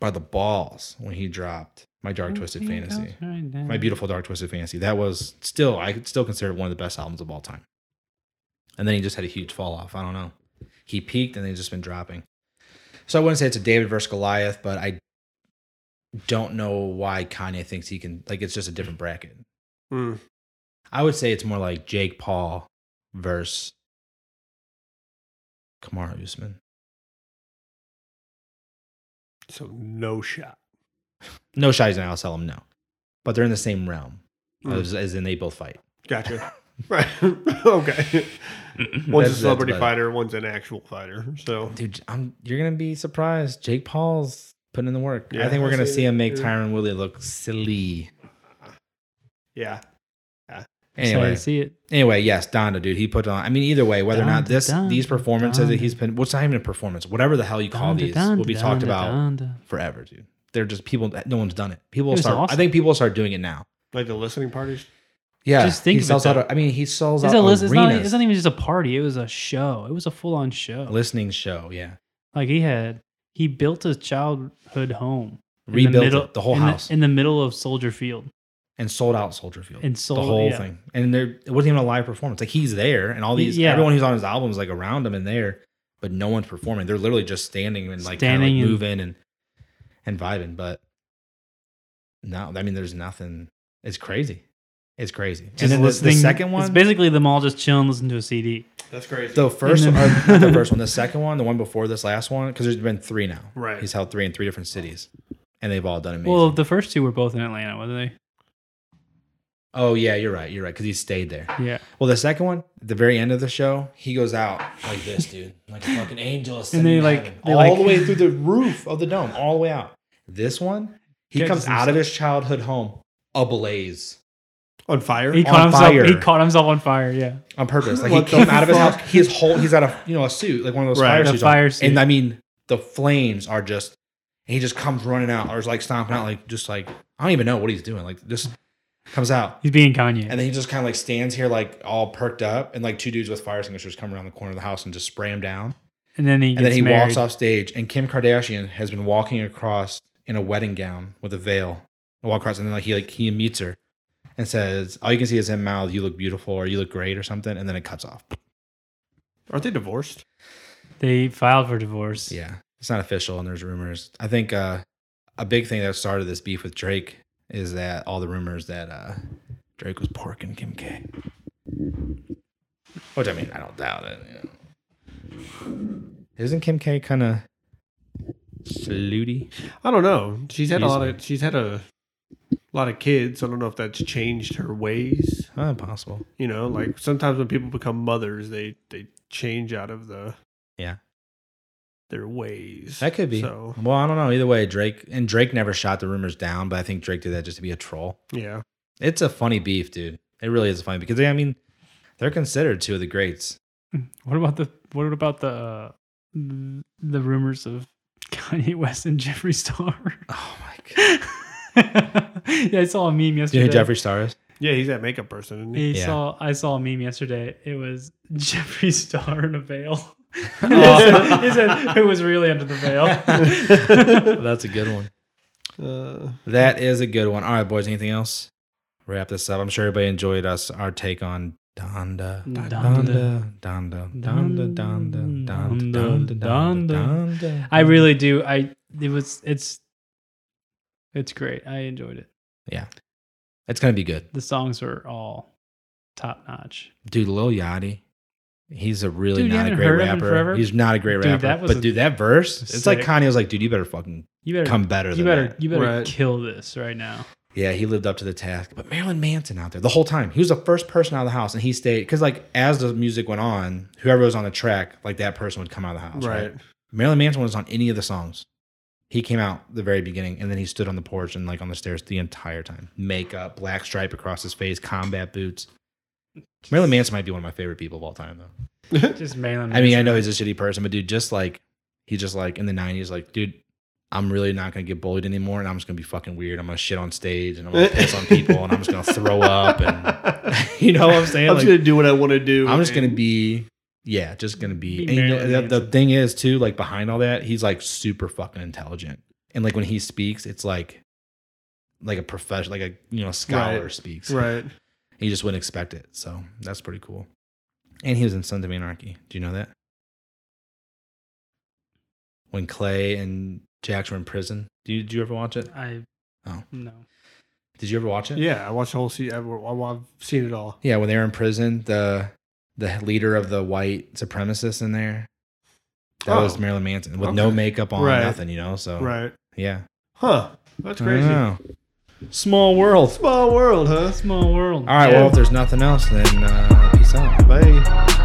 Speaker 1: by the balls when he dropped My Dark Twisted Fantasy. My Beautiful Dark Twisted Fantasy. That was still, I could still consider it one of the best albums of all time. And then he just had a huge fall off. I don't know. He peaked and then he's just been dropping. So I wouldn't say it's a David versus Goliath, but I don't know why Kanye thinks he can, like, it's just a different bracket.
Speaker 3: Mm.
Speaker 1: I would say it's more like Jake Paul versus Kamara Usman.
Speaker 3: So no shot.
Speaker 1: No Shai's and I'll sell him, no. But they're in the same realm,
Speaker 3: Mm.
Speaker 1: as, as in they both fight.
Speaker 3: Gotcha. right. okay. One's
Speaker 1: That's-
Speaker 3: a
Speaker 1: that's
Speaker 3: celebrity
Speaker 1: about it.
Speaker 3: fighter. One's an actual fighter. So
Speaker 1: dude, I'm, you're gonna be surprised. Jake Paul's putting in the work. I
Speaker 3: Yeah,
Speaker 1: think we're
Speaker 3: I
Speaker 1: gonna
Speaker 3: see
Speaker 1: see
Speaker 3: that,
Speaker 1: him make
Speaker 3: yeah.
Speaker 1: Tyron Woodley look silly.
Speaker 3: yeah.
Speaker 1: Anyway,
Speaker 2: see it.
Speaker 1: anyway, yes, Donda, dude, he put on. I mean, either way, whether or not
Speaker 2: Donda,
Speaker 1: this these
Speaker 2: Donda,
Speaker 1: performances that
Speaker 2: Donda.
Speaker 1: he's been, what's not even a performance, whatever the hell you call
Speaker 2: Donda,
Speaker 1: these,
Speaker 2: Donda,
Speaker 1: will be talked
Speaker 2: Donda,
Speaker 1: about
Speaker 2: Donda.
Speaker 1: forever, dude. They're just people. that- No one's done it.
Speaker 2: It
Speaker 1: People will
Speaker 2: was
Speaker 1: start. I
Speaker 2: awesome.
Speaker 1: think people will start doing it now.
Speaker 3: Like the listening parties.
Speaker 1: Yeah,
Speaker 2: Just think
Speaker 1: he
Speaker 2: of it,
Speaker 1: sells out.
Speaker 2: though.
Speaker 1: a- I mean, he sells
Speaker 2: It's,
Speaker 1: out
Speaker 2: a list, it's, not,
Speaker 1: arenas.
Speaker 2: it's not even just a party. It was a show. It was a full on show.
Speaker 1: A listening show. Yeah,
Speaker 2: Like he had, he built his childhood home. in
Speaker 1: rebuilt
Speaker 2: the,
Speaker 1: the,
Speaker 2: middle,
Speaker 1: the whole
Speaker 2: in
Speaker 1: house
Speaker 2: in the middle of Soldier Field.
Speaker 1: and sold out Soldier Field.
Speaker 2: And sold-
Speaker 1: the whole
Speaker 2: yeah.
Speaker 1: thing, and there it wasn't even a live performance. Like he's there, and all these
Speaker 2: Yeah.
Speaker 1: everyone who's on his albums like around him and there, but no one's performing. They're literally just standing and like kind of like
Speaker 2: Standing and-
Speaker 1: moving and and vibing. But no, I mean, there's nothing. It's crazy. It's crazy.
Speaker 2: Just
Speaker 1: and then the, the
Speaker 2: listening-
Speaker 1: second
Speaker 2: it's
Speaker 1: one,
Speaker 2: basically them all just chilling, listening to a CD.
Speaker 3: That's crazy.
Speaker 1: the first,
Speaker 2: and
Speaker 1: one,
Speaker 2: then-
Speaker 1: or not the first one, the second one, the one before this last one, because there's been three now.
Speaker 3: Right.
Speaker 1: He's held three in three different cities, and they've all done amazing.
Speaker 2: Well, the first two were both in Atlanta, wasn't
Speaker 1: oh yeah, you're right. You're right because he stayed there.
Speaker 2: they? Yeah.
Speaker 1: Well, the second one, at the very end of the show, he goes out like this, dude, like a fucking angel, ascending
Speaker 2: they,
Speaker 1: to
Speaker 2: like-
Speaker 1: heaven,
Speaker 2: they,
Speaker 1: all
Speaker 2: like-
Speaker 1: the way through the roof of the dome, all the way out. This one, he
Speaker 2: Catches
Speaker 1: comes out of his childhood home ablaze
Speaker 3: on fire.
Speaker 2: He
Speaker 1: on
Speaker 2: caught himself.
Speaker 1: fire.
Speaker 2: He caught himself on fire. Yeah.
Speaker 1: on purpose. Like
Speaker 3: What
Speaker 1: he
Speaker 3: the
Speaker 1: came out of his
Speaker 3: fuck?
Speaker 1: house. His whole he's out of you know a suit like one of those
Speaker 3: Right.
Speaker 1: fire
Speaker 2: The
Speaker 1: suits.
Speaker 2: fire
Speaker 1: on.
Speaker 2: suit.
Speaker 1: And I mean the flames are just. And he just comes running out, or is like stomping out, like just like I don't even know what he's doing. Like just comes out,
Speaker 2: He's being Kanye.
Speaker 1: and then he just kind of like stands here, like all perked up, and like two dudes with fire extinguishers come around the corner of the house and just spray him down.
Speaker 2: And then he gets
Speaker 1: and then he
Speaker 2: married.
Speaker 1: walks off stage, and Kim Kardashian has been walking across in a wedding gown with a veil. Walk across, and then like he like he meets her, and says, "All you can see is him mouth, you look beautiful, or you look great, or something." And then it cuts off.
Speaker 3: Aren't they divorced?
Speaker 2: They filed for divorce.
Speaker 1: Yeah, it's not official, and there's rumors. I think uh, a big thing that started this beef with Drake is that all the rumors that uh, Drake was porking Kim K. Which I mean, I don't doubt it. You know. Isn't Kim K kind of slutty?
Speaker 3: I don't know. She's had a
Speaker 1: Jeez,
Speaker 3: lot
Speaker 1: man.
Speaker 3: of she's had a lot of kids. I don't know if that's changed her ways.
Speaker 1: Oh, impossible.
Speaker 3: You know, like sometimes when people become mothers, they they change out of the
Speaker 1: Yeah.
Speaker 3: their ways.
Speaker 1: That could be.
Speaker 3: So
Speaker 1: Well, I don't know. Either way, Drake and Drake never shot the rumors down, but I think Drake did that just to be a troll.
Speaker 3: yeah,
Speaker 1: It's a funny beef, dude. It really is funny because they, I mean, they're considered two of the greats.
Speaker 2: What about the What about the uh, the rumors of Kanye West and Jeffree Star?
Speaker 1: Oh my god.
Speaker 2: yeah, I saw a meme
Speaker 1: Do you
Speaker 2: yesterday.
Speaker 1: know who Jeffree Star is?
Speaker 3: yeah. He's that makeup person. Isn't he?
Speaker 2: I
Speaker 1: Yeah.
Speaker 2: saw I saw a meme yesterday. It was Jeffree Star in a veil. He
Speaker 1: Oh.
Speaker 2: said- he said, "Who was really under the veil?"
Speaker 1: That's a good one.
Speaker 3: Uh,
Speaker 1: That is a good one. All right, boys. Anything else? Wrap this up. I'm sure everybody enjoyed us our take on Donda. Donda. Donda. Donda. Donda. Donda. Donda. Donda. Donda. Donda.
Speaker 2: I really do. I it was it's it's great. I enjoyed it.
Speaker 1: It's gonna be good,
Speaker 2: The songs were all top notch.
Speaker 1: dude. Lil Yachty. He's a really
Speaker 2: Dude, you
Speaker 1: not a
Speaker 2: haven't
Speaker 1: great
Speaker 2: heard of him
Speaker 1: rapper.
Speaker 2: forever?
Speaker 1: He's not a great
Speaker 2: Dude,
Speaker 1: rapper.
Speaker 2: that was
Speaker 1: but
Speaker 2: a-
Speaker 1: dude, that verse, it's like
Speaker 2: sick.
Speaker 1: Kanye was like, dude, you better fucking
Speaker 2: You better
Speaker 1: come better.
Speaker 2: you
Speaker 1: than
Speaker 2: better
Speaker 1: that.
Speaker 2: you better
Speaker 3: Right.
Speaker 2: kill this right now.
Speaker 1: Yeah, he lived up to the task. But Marilyn Manson out there the whole time. He was the first person out of the house, and he stayed because like as the music went on, whoever was on the track, like that person would come out of the house. Right.
Speaker 3: right.
Speaker 1: Marilyn Manson was on any of the songs. He came out the very beginning, and then he stood on the porch and like on the stairs the entire time. Makeup, black stripe across his face, combat boots. Marilyn Manson might be one of my favorite people of all time, though.
Speaker 2: Just Malin.
Speaker 1: I mean, I know he's a shitty person, but dude, just like he's just like in the '90s, like dude, I'm really not gonna get bullied anymore, and I'm just gonna be fucking weird. I'm gonna shit on stage, and I'm gonna piss on people, and I'm just gonna throw up, and you know what I'm saying?
Speaker 3: I'm
Speaker 1: Like,
Speaker 3: just gonna do what I want to do.
Speaker 1: I'm just gonna
Speaker 3: and-
Speaker 1: be, yeah, just gonna be.
Speaker 2: Be
Speaker 1: and you know,
Speaker 2: Marilyn
Speaker 1: the, the
Speaker 2: Manson.
Speaker 1: thing is, too, like behind all that, he's like super fucking intelligent, and like when he speaks, it's like, like a profession, like a you know scholar
Speaker 3: Right.
Speaker 1: speaks.
Speaker 3: right.
Speaker 1: He just wouldn't expect it, so that's pretty cool. And he was in Sons of Anarchy. Do you know that? When Clay and Jax were in prison, do you, did you ever watch it?
Speaker 2: I
Speaker 1: Oh.
Speaker 2: no.
Speaker 1: Did you ever watch it?
Speaker 3: Yeah, I watched the whole season. I've, I've seen it all.
Speaker 1: Yeah, when they were in prison, the the leader of the white supremacists in there. That
Speaker 3: Oh.
Speaker 1: was Marilyn Manson with no
Speaker 3: Okay.
Speaker 1: makeup on,
Speaker 3: Right.
Speaker 1: nothing, you know. So
Speaker 3: Right.
Speaker 1: yeah,
Speaker 3: Huh. That's
Speaker 1: I
Speaker 3: crazy.
Speaker 1: know. Small world.
Speaker 3: Small world, huh?
Speaker 2: Small world.
Speaker 1: All right.
Speaker 2: Yeah.
Speaker 1: Well, if there's nothing else, then uh, peace out.
Speaker 3: Bye.